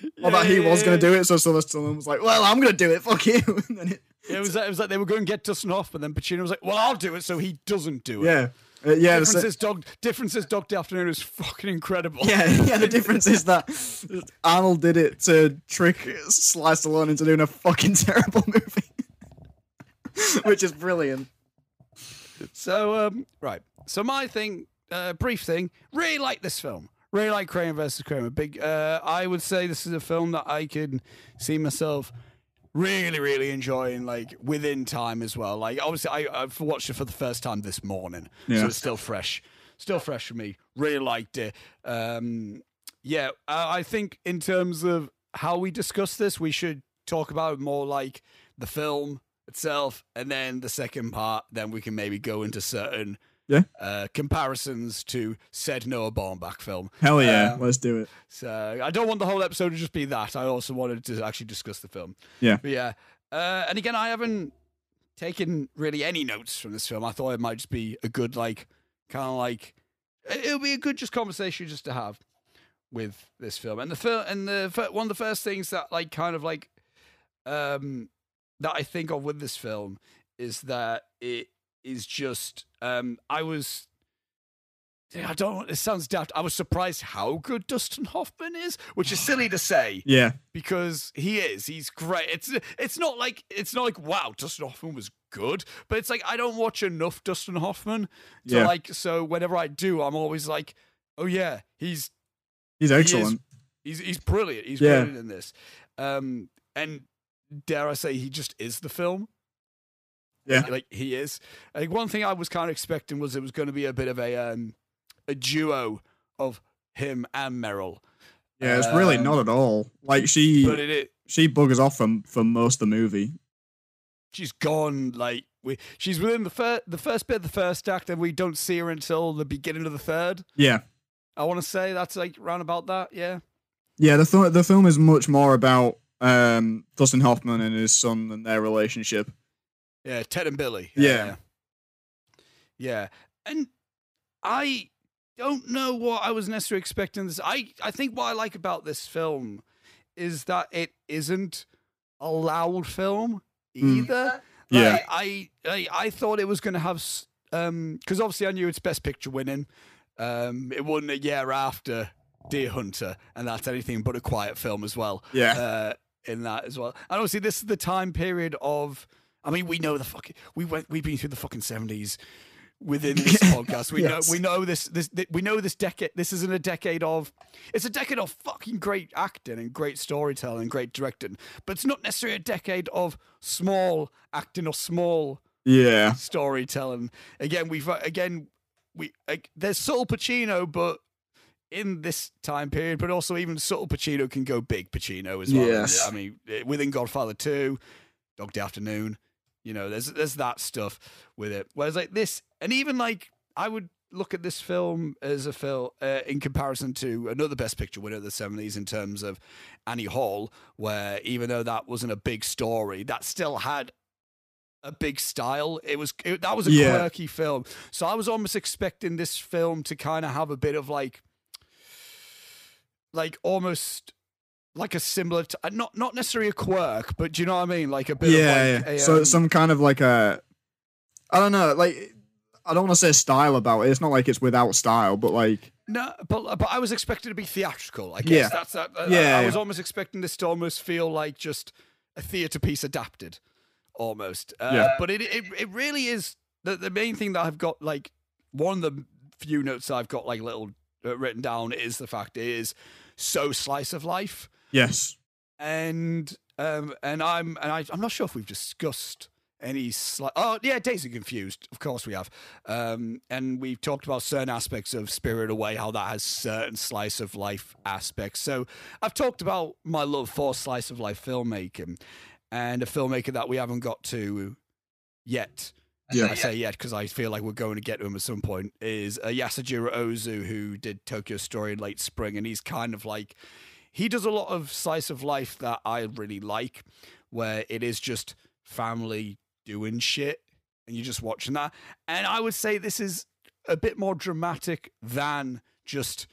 S2: it, or that he was going to do it. So Sylvester Stallone was like, "Well, I'm going to do it. Fuck you." <laughs> and then it,
S1: It was, it was like they were going to get Dustin Hoffman, then Pacino was like, "Well, I'll do it," so he doesn't do it.
S2: yeah, Uh, yeah, the,
S1: Difference
S2: sa-
S1: is dog. Difference is dog. The afternoon is fucking incredible.
S2: <laughs> yeah, yeah. The difference is that Arnold did it to trick Sly Stallone into doing a fucking terrible movie, <laughs> which is brilliant.
S1: So um, right. So my thing, uh, brief thing. Really like this film. Really like Kramer versus Kramer. Big. Uh, I would say this is a film that I can see myself really, really enjoying. Like within time as well. Like obviously, I, I've watched it for the first time this morning,
S2: Yeah.
S1: so it's still fresh. Still fresh for me. Really liked it. Um, yeah, I, I think in terms of how we discuss this, we should talk about it more like the film itself, and then the second part. Then we can maybe go into certain
S2: Yeah.
S1: uh, comparisons to said Noah Baumbach film.
S2: Hell
S1: yeah, Um,
S2: let's do it.
S1: So I don't want the whole episode to just be that. I also wanted to actually discuss the film.
S2: Yeah.
S1: But yeah. Uh, and again, I haven't taken really any notes from this film. I thought it might just be a good, like, kind of like it- it'll be a good just conversation just to have with this film. And the film and the fir- one of the first things that like kind of like um that I think of with this film is that it is just um I was I don't. It sounds daft. I was surprised how good Dustin Hoffman is, which is silly to say
S2: Yeah,
S1: because he is. He's great. It's it's not like it's not like wow, Dustin Hoffman was good, but it's like I don't watch enough Dustin Hoffman to
S2: Yeah.
S1: like. So whenever I do, I'm always like, oh yeah, he's
S2: he's
S1: is- he's he's brilliant. He's
S2: Yeah.
S1: brilliant in this. Um, and dare I say, he just is the film.
S2: Yeah.
S1: like, like, he is. Like one thing I was kind of expecting was it was going to be a bit of a um, a duo of him and Meryl,
S2: Yeah, it's really
S1: Um,
S2: not at all. Like she
S1: but it, it
S2: she buggers off for for most of the movie.
S1: she's gone. Like we, she's within the first the first bit of the first act, and we don't see her until the beginning of the third.
S2: Yeah,
S1: I want to say that's like round about that. Yeah,
S2: yeah. The th- the film is much more about um Dustin Hoffman and his son and their relationship.
S1: Yeah, Ted and Billy.
S2: Yeah.
S1: Yeah. And I don't know what I was necessarily expecting this. I, I think what I like about this film is that it isn't a loud film
S2: Mm.
S1: either.
S2: Yeah.
S1: Like, I, I I thought it was going to have s- um cuz obviously I knew it's best picture winning. Um it won a year after Deer Hunter and that's anything but a quiet film as well
S2: Yeah,
S1: uh, in that as well. And obviously, this is the time period of. I mean, we know the fucking. We went. We've been through the fucking seventies within
S2: <laughs>
S1: this podcast. We
S2: Yes.
S1: know. We know this. This. thi- we know this decade. This isn't a decade of. It's a decade of fucking great acting and great storytelling and great directing, but it's not necessarily a decade of small acting or small
S2: yeah,
S1: storytelling. Again, we've uh, again we like, there's subtle Pacino, but in this time period, but also even subtle Pacino can go big Pacino as well.
S2: Yes.
S1: I mean, eh, within Godfather Two, Dog Day Afternoon, you know, there's there's that stuff with it. Whereas like this, and even like I would look at this film as a film uh, in comparison to another Best Picture winner of the seventies in terms of Annie Hall, where even though that wasn't a big story, that still had a big style. It was it, that was a
S2: Yeah.
S1: quirky film. So I was almost expecting this film to kind of have a bit of like, like almost like a similar, t- uh, not not necessarily a quirk, but do you know what I mean? Like a um, bit.
S2: yeah.
S1: of
S2: yeah.
S1: like a,
S2: so
S1: um,
S2: some kind of like a, I don't know. Like I don't want to say style about it. It's not like it's without style, but like
S1: No, but but I was expecting to be theatrical. I guess
S2: Yeah.
S1: that's that. I-
S2: Yeah,
S1: I was
S2: yeah.
S1: almost expecting this to almost feel like just a theatre piece adapted, almost. Uh,
S2: Yeah.
S1: But it it it really is the the main thing that I've got like one of the few notes I've got like little uh, written down is the fact it is so slice of life
S2: yes,
S1: and um and I'm and I, I'm not sure if we've discussed any sli- oh yeah Days are confused of course we have um and we've talked about certain aspects of Spirit Away how that has certain slice of life aspects so I've talked about my love for slice of life filmmaking and a filmmaker that we haven't got to yet
S2: Yeah.
S1: I say yet because I feel like we're going to get to him at some point is uh, Yasujiro Ozu who did Tokyo Story in late spring and he's kind of like he does a lot of slice of life that I really like, where it is just family doing shit and you're just watching that. And I would say this is a bit more dramatic than just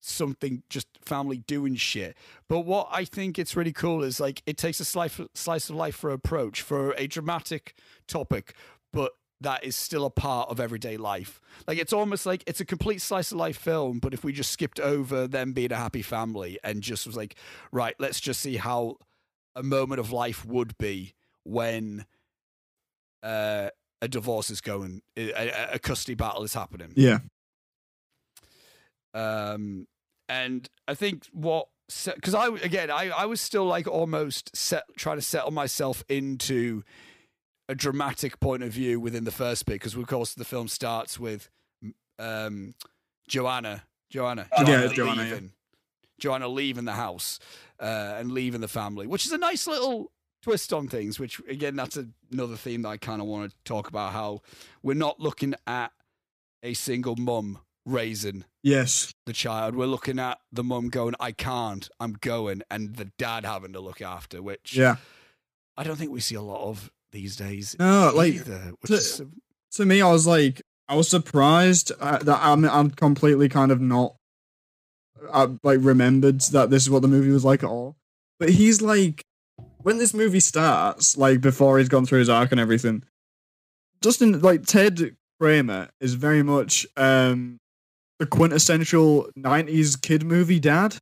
S1: something just family doing shit. But what I think it's really cool is like it takes a slice slice of life for approach for a dramatic topic, but that is still a part of everyday life. Like it's almost like it's a complete slice of life film, but if we just skipped over them being a happy family and just was like, right, let's just see how a moment of life would be when uh, a divorce is going, a- a, a custody battle is happening.
S2: yeah,
S1: Um, and I think what because I again I, I was still like almost set, trying to settle myself into a dramatic point of view within the first bit because of course the film starts with um, Joanna Joanna
S2: Oh, Yeah, it's Joanna, yeah.
S1: leaving, Joanna leaving the house uh, and leaving the family which is a nice little twist on things which again that's another theme that I kind of want to talk about how we're not looking at a single mum raising
S2: yes,
S1: the child. We're looking at the mum going, I can't, I'm going, and the dad having to look after, which
S2: yeah.
S1: I don't think we see a lot of these days.
S2: No, like
S1: either, which
S2: to-
S1: is,
S2: to me, I was like, I was surprised uh, that I'm, I'm completely kind of not, I, like, remembered that this is what the movie was like at all. But he's like, when this movie starts, like, before he's gone through his arc and everything, Justin, like, Ted Kramer is very much um, the quintessential 90s kid movie dad.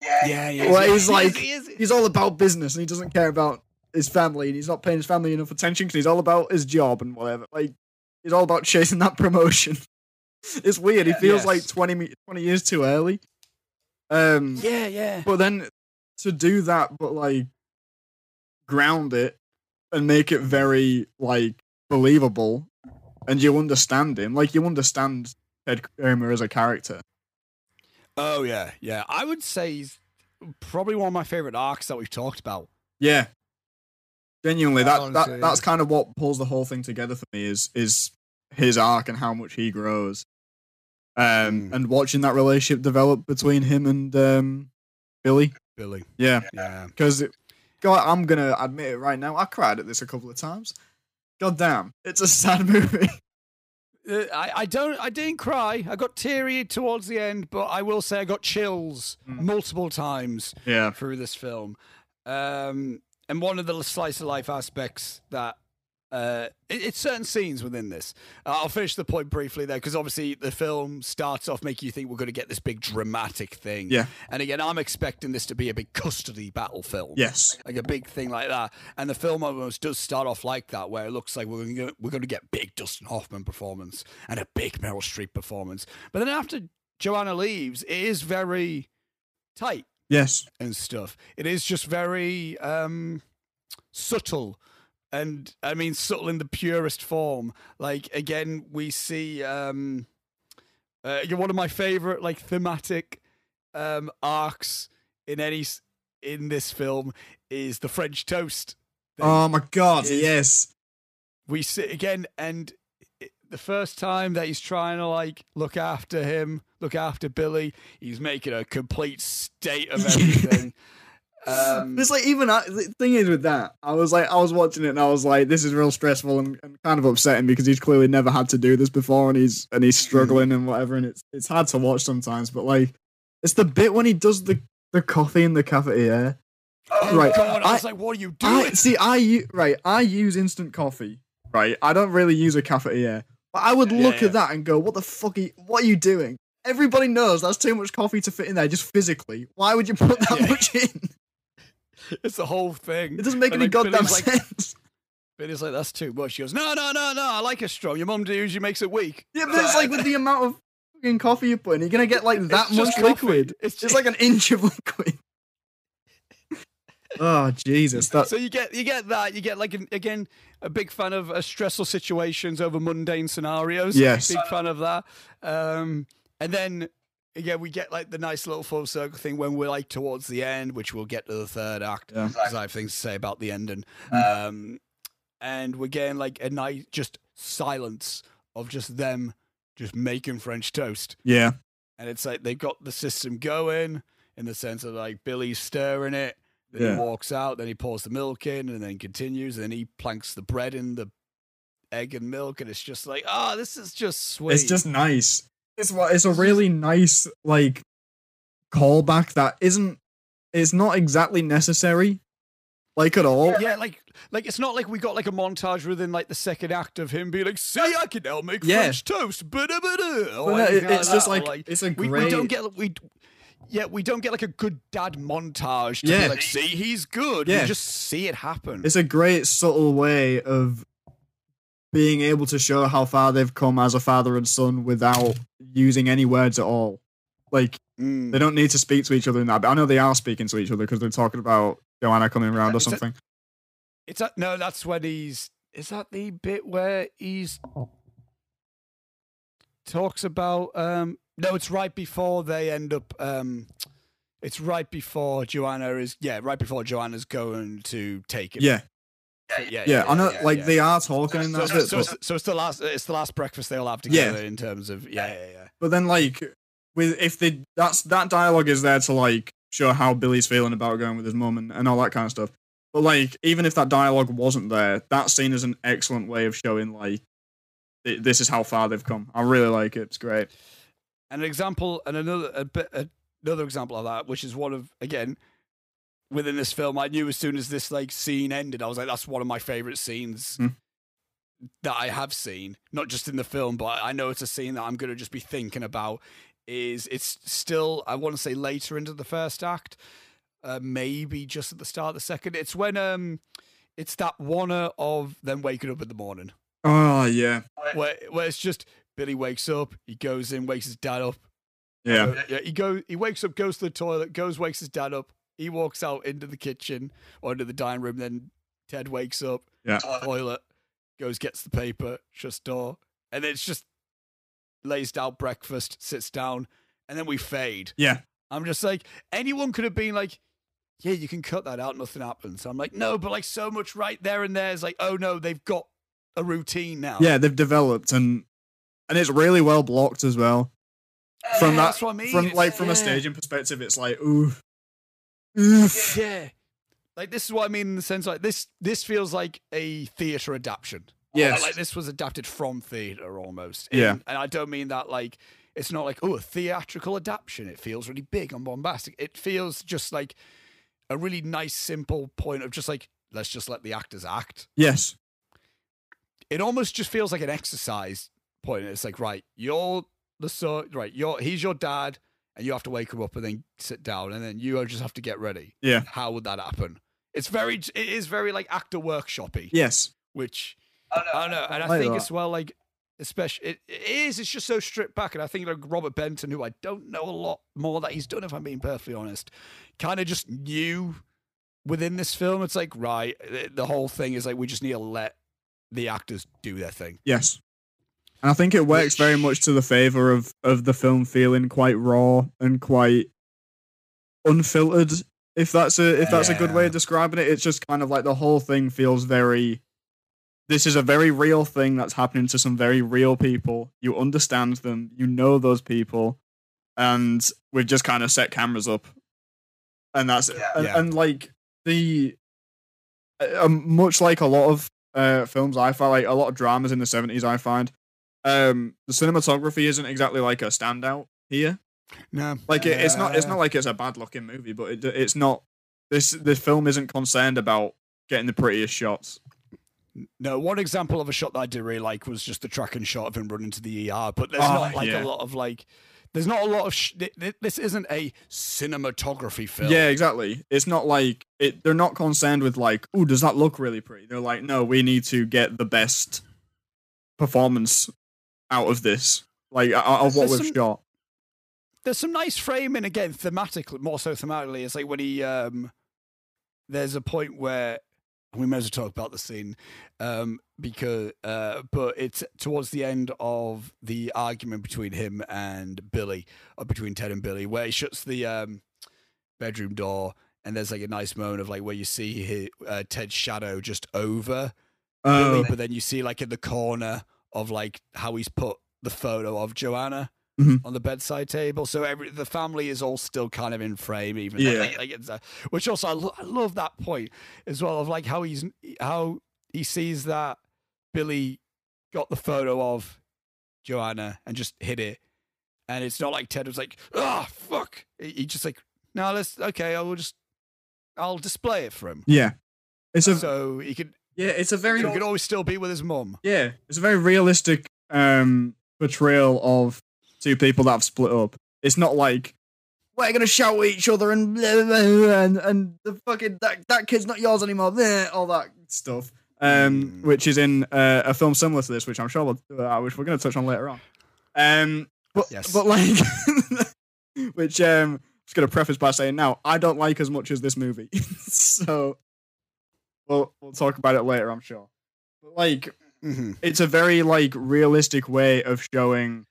S1: yeah, yeah.
S2: Well, he's
S1: He is,
S2: like-
S1: he is-
S2: He's all about business and he doesn't care about his family and he's not paying his family enough attention because he's all about his job and whatever. Like, he's all about chasing that <laughs> promotion. it's weird. He feels
S1: Yes.
S2: like 20, me- 20 years too early. Um,
S1: yeah, yeah.
S2: But then to do that, but like ground it and make it very like believable and you understand him. Like, you understand Ted Kramer as a character.
S1: Oh, yeah, yeah. I would say he's probably one of my favorite arcs that we've talked about.
S2: Yeah. Genuinely, that,
S3: Honestly,
S2: that
S3: yeah.
S2: that's kind of what pulls the whole thing together for me is is his arc and how much he grows. Um
S1: Mm.
S2: and watching that relationship develop between him and um Billy.
S1: Billy,
S2: Yeah.
S1: yeah,
S2: Because God, I'm gonna admit it right now, I cried at this a couple of times. God damn, it's a <laughs> sad movie.
S1: Uh, I, I don't, I didn't cry. I got teary towards the end, but I will say I got chills
S2: Mm.
S1: multiple times
S2: Yeah.
S1: through this film. Um, and one of the slice of life aspects that uh, it, it's certain scenes within this. Uh, I'll finish the point briefly there because obviously the film starts off making you think we're going to get this big dramatic thing.
S2: Yeah.
S1: And again, I'm expecting this to be a big custody battle film
S2: Yes.
S1: like a big thing like that. And the film almost does start off like that, where it looks like we're gonna, we're going to get big Dustin Hoffman performance and a big Meryl Streep performance. But then after Joanna leaves, it is very tight
S2: Yes.
S1: and stuff. It is just very um, subtle. And I mean, subtle in the purest form. Like, again, we see um, uh, you're one of my favorite, like, thematic um, arcs in any s- in this film is the French toast. thing
S2: Oh my god,
S1: Yes.
S2: yes.
S1: we sit again and it- the first time that he's trying to like look after him look after billy he's making a complete state of everything um
S2: it's like even I, the thing is with that, I was like, I was watching it and I was like, this is real stressful and, and kind of upsetting because he's clearly never had to do this before and he's and
S1: Hmm.
S2: he's struggling and whatever and it's it's hard to watch sometimes. But like, it's the bit when he does the the coffee in the cafetiere.
S1: oh
S2: right,
S1: god i,
S2: I-
S1: was like what are you doing <laughs>
S2: I see. I u- right. I use instant coffee. Right. I don't really use a cafetiere, But I would
S1: Yeah,
S2: look
S1: yeah.
S2: at that and go, "What the fuck? Are you, what are you doing?" Everybody knows that's too much coffee to fit in there, just physically. Why would you put
S1: <laughs>
S2: that
S1: Yeah.
S2: much in?
S1: It's the whole thing.
S2: It doesn't make
S1: And,
S2: any
S1: like,
S2: goddamn
S1: Billy's like-
S2: sense.
S1: Billy's like, that's too much. She goes, no, no, no, no. I like it strong. Your mum usually makes it weak.
S2: Yeah, but it's like with the amount of fucking coffee you put in, you're gonna get like that
S1: It's just
S2: much liquid.
S1: coffee. It's
S2: It's
S1: just like
S2: like <laughs> an inch of liquid. <laughs> oh Jesus! That
S1: so you get you get that you get like an, again a big fan of uh, stressful situations over mundane scenarios.
S2: Yes.
S1: big fan of that. Um, and then again we get like the nice little full circle thing when we're like towards the end, which we'll get to the third act
S2: Yeah.
S1: because I have things to say about the ending. Um, and we're getting like a nice just silence of just them just making French toast.
S2: yeah.
S1: and it's like they've got the system going in the sense of like Billy's stirring it, then
S2: Yeah.
S1: he walks out, then he pours the milk in, and then continues, and then he planks the bread in the egg and milk, and it's just like, oh, this is just sweet.
S2: It's just nice. It's what it's a really nice like callback that isn't. It's not exactly necessary, like at all.
S1: yeah, like like it's not like we got like a montage within like the second act of him being like, see, I can now make
S2: Yeah.
S1: French toast, ba-da-ba-da," or
S2: But no, it-
S1: anything
S2: it's just
S1: that, or,
S2: like, it's a
S1: we,
S2: great.
S1: we don't get we. Yeah, we don't get like a good dad montage to
S2: Yeah.
S1: be like, see, he's good.
S2: Yeah.
S1: We just see it happen.
S2: it's a great subtle way of being able to show how far they've come as a father and son without using any words at all. Like
S1: Mm.
S2: they don't need to speak to each other in that. But I know they are speaking to each other because they're talking about Joanna coming around or
S1: Is that-
S2: something.
S1: It's that no, that's when he's is that the bit where he's talks about um no, it's right before they end up um it's right before Joanna is yeah, right before Joanna's going to take it.
S2: Yeah,
S1: yeah, yeah.
S2: yeah. I know. like
S1: yeah.
S2: they are talking in
S1: so,
S2: that
S1: so,
S2: bit.
S1: so
S2: but-
S1: it's, so it's the last it's the last breakfast they'll have
S2: Yeah.
S1: together in terms of yeah, yeah, yeah.
S2: But then like with if they that's that dialogue is there to like show how Billy's feeling about going with his mum and, and all that kind of stuff. But like even if that dialogue wasn't there, that scene is an excellent way of showing like th- this is how far they've come. I really like it. It's great.
S1: an example and another a bit, another example of that which is one of again within this film i knew as soon as this like scene ended i was like that's one of my favorite scenes
S2: Hmm.
S1: that i have seen not just in the film but i know it's a scene that i'm going to just be thinking about is it's still i want to say later into the first act uh, maybe just at the start of the second it's when um it's that one uh, of them waking up in the morning
S2: Oh yeah.
S1: where, where it's just billy wakes up he goes in wakes his dad up
S2: Yeah.
S1: uh, yeah, he goes. He wakes up, goes to the toilet, goes, wakes his dad up. He walks out into the kitchen or into the dining room. Then Ted wakes up.
S2: Yeah.
S1: Toilet goes, gets the paper, shuts door, and then it's just lays down breakfast, sits down, and then we fade.
S2: Yeah.
S1: I'm just like anyone could have been like, yeah, you can cut that out, nothing happens. I'm like, no, but like so much right there and there is like, oh no, they've got a routine now.
S2: Yeah, they've developed and and it's really well blocked as well. From
S1: Yeah,
S2: that
S1: that's what I mean.
S2: from
S1: It's-
S2: like from
S1: yeah.
S2: a staging perspective, it's like ooh. Oof.
S1: Yeah. Like this is what I mean in the sense like this this feels like a theatre adaptation.
S2: Yes.
S1: Like this was adapted from theatre almost.
S2: Yeah.
S1: And, and I don't mean that like it's not like, oh, a theatrical adaptation. It feels really big and bombastic. It feels just like a really nice, simple point of just like, let's just let the actors act.
S2: Yes.
S1: It almost just feels like an exercise point. It's like, right, you're the so right, you're he's your dad, and you have to wake him up and then sit down, and then you just have to get ready
S2: Yeah.
S1: how would that happen? It's very, it is very like actor workshoppy,
S2: Yes.
S1: which I don't know, and I
S2: like
S1: think
S2: that.
S1: as well like, especially it, it is, it's just so stripped back, and I think like Robert Benton, who I don't know a lot more that he's done, if I'm being perfectly honest, kind of just knew within this film. It's like right, the- the whole thing is like we just need to let the actors do their thing.
S2: Yes. And I think it works very much to the favor of of the film feeling quite raw and quite unfiltered. If that's a if that's a good way
S1: Yeah.
S2: of describing it, it's just kind of like the whole thing feels very. This is a very real thing that's happening to some very real people. You understand them, you know those people, and we've just kind of set cameras up, and that's it. And,
S1: Yeah.
S2: and like the, uh, um, much like a lot of uh, films I find like a lot of dramas in the seventies I find. Um, the cinematography isn't exactly like a standout here.
S1: No,
S2: Like it, it's not it's not like it's a bad looking movie, but it, it's not this this film isn't concerned about getting the prettiest shots.
S1: No, one example of a shot that I did really like was just the track and shot of him running to the ER. But there's
S2: Oh,
S1: not like a
S2: yeah.
S1: lot of like, there's not a lot of. Sh- th- th- this isn't a cinematography film.
S2: Yeah, exactly. It's not like it, they're not concerned with like, oh, does that look really pretty? They're like, no, we need to get the best performance out of this, like o- o- of what
S1: There's
S2: we've
S1: some-
S2: shot.
S1: there's some nice framing again thematically more so thematically it's like when he um there's a point where we may as well talk about the scene um because uh but it's towards the end of the argument between him and billy or between ted and billy where he shuts the um bedroom door and there's like a nice moment of like where you see his, uh, ted's shadow just over Billy,
S2: Oh,
S1: but then you see like in the corner of like how he's put the photo of Joanna
S2: Mhm.
S1: on the bedside table. So every the family is all still kind of in frame, even though,
S2: Yeah.
S1: like, like, it's, uh, which also I, lo- I love that point as well of like how he's how he sees that Billy got the photo of Joanna and just hid it, and it's not like Ted was like ah fuck. He he just like no, let's okay, I will just I'll display it for him.
S2: yeah. It's a
S1: So he could,
S2: yeah, it's a
S1: so
S2: very
S1: he could always still be with his mum.
S2: yeah, it's a very realistic um portrayal of two people that have split up. It's not like we're gonna shout at each other and blah, blah, blah, and and the fucking that that kid's not yours anymore. bleh, all that stuff. Um,
S1: Mm.
S2: which is in uh, a film similar to this, which I'm sure we'll, uh, which we're gonna touch on later on. Um, but
S1: Yes.
S2: but like, <laughs> which um, I'm just gonna preface by saying now I don't like as much as this movie, <laughs> so we'll we'll talk about it later. I'm sure. But like,
S1: Mm-hmm.
S2: it's a very like realistic way of showing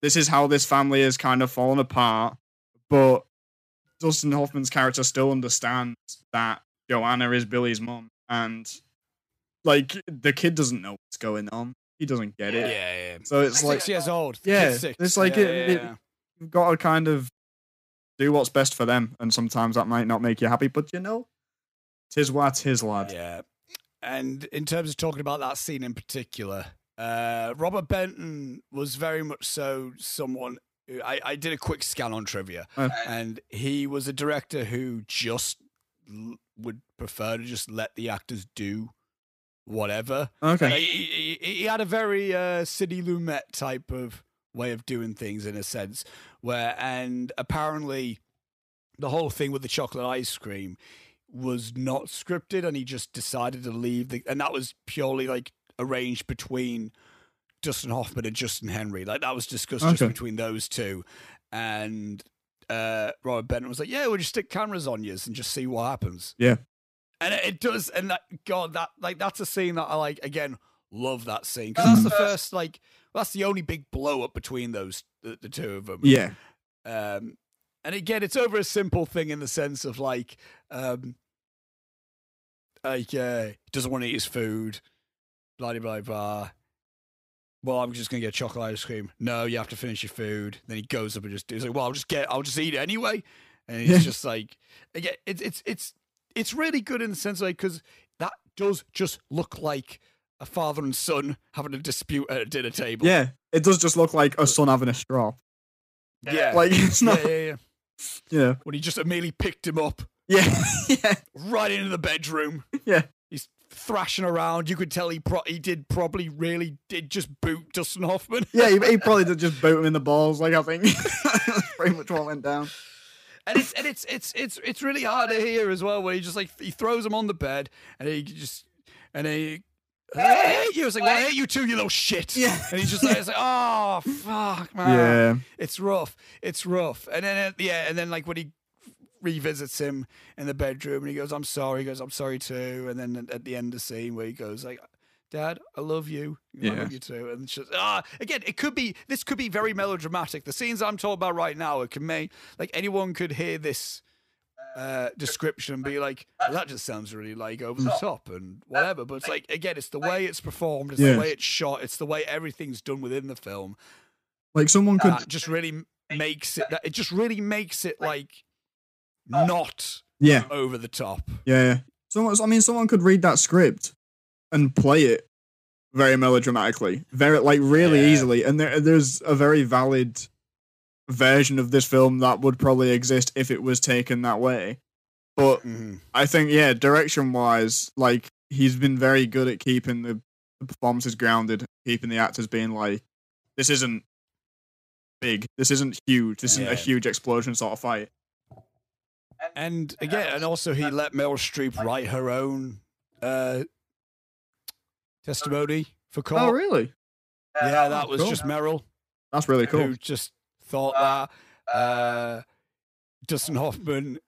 S2: this is how this family is kind of fallen apart, but Dustin Hoffman's character still understands that Joanna is Billy's mom, and like the kid doesn't know what's going on. He doesn't get it.
S1: yeah.
S2: So it's like
S1: six years old.
S2: Yeah,
S1: kid's six.
S2: it's like
S1: yeah,
S2: it- it-
S1: yeah,
S2: you've got to kind of do what's best for them, and sometimes that might not make you happy, but you know, tis what tis,
S1: yeah.
S2: lad.
S1: Yeah. And in terms of talking about that scene in particular, uh, Robert Benton was very much so someone. Who, I, I did a quick scan on trivia,
S2: Oh.
S1: and he was a director who just l- would prefer to just let the actors do whatever. Like,
S2: Okay.
S1: he, he, he had a very uh, Sidney Lumet type of way of doing things in a sense, where and apparently the whole thing with the chocolate ice cream was not scripted, and he just decided to leave the, and that was purely like arranged between Dustin Hoffman and Justin Henry, like that was discussed just
S2: Okay.
S1: between those two, and uh, Robert Bennett was like, "Yeah, we'll just stick cameras on you and just see what happens."
S2: Yeah.
S1: and it, it does. And that God, that like that's a scene that I like. Again, love that scene because that's the first like that's the only big blow up between those the, the two of them.
S2: Yeah.
S1: Um, and again, it's over a simple thing in the sense of like, um, like uh, doesn't want to eat his food, blah de blah blah. Well, I'm just gonna get chocolate ice cream. No, you have to finish your food. Then he goes up and just he's like, well, I'll just get, I'll just eat it anyway. And
S2: Yeah.
S1: it's just like, again, it's it's it's it's really good in the sense like because that does just look like a father and son having a dispute at a dinner table.
S2: Yeah. It does just look like a son having a straw.
S1: yeah,
S2: Like it's
S1: yeah,
S2: not,
S1: yeah, yeah.
S2: you know.
S1: When he just immediately picked him up
S2: Yeah, yeah,
S1: right into the bedroom.
S2: <laughs> Yeah.
S1: He's thrashing around. You could tell he pro- he did probably really did just boot Dustin Hoffman.
S2: yeah. He, he probably did just boot him in the balls. Like I think <laughs> that's pretty much what went down.
S1: And it's and it's it's it's it's really hard to hear as well when he just like he throws him on the bed and he just and he I hate you. It's like, well, I hate you too, you little shit.
S2: Yeah.
S1: And he's just like, it's like, oh
S2: <laughs>
S1: fuck, man.
S2: <laughs> Yeah,
S1: It's rough. It's rough. And then at the end, and then like when he revisits him in the bedroom and he goes, I'm sorry. He goes, I'm sorry too. And then at- at the end of the scene where he goes like, Dad, I love you. I
S2: Yeah.
S1: love you too. And she's ah again, it could be this could be very melodramatic. The scenes I'm talking about right now, it can make like anyone could hear this uh description and be like, well, that just sounds really like over the top and whatever. But it's like again, it's the way it's performed, it's
S2: Yeah.
S1: the way it's shot, it's the way everything's done within the film
S2: like someone could.
S1: that just really m- makes it that it just really makes it like not
S2: yeah,
S1: over the top
S2: yeah. Someone, I mean, someone could read that script and play it very melodramatically, very like really
S1: Yeah.
S2: easily. And there, there's a very valid version of this film that would probably exist Mm-hmm. if it was taken that way. But I think, yeah, direction wise, like he's been very good at keeping the, the performances grounded, keeping the actors being like, this isn't big, this isn't huge, this isn't
S3: Yeah.
S2: a huge explosion sort of fight.
S1: And again, and also he let Meryl Streep write her own uh, testimony for court.
S2: Oh, really?
S1: Yeah, that was
S2: Cool.
S1: just Meryl
S2: That's really cool.
S1: who just thought that. Uh, Dustin Hoffman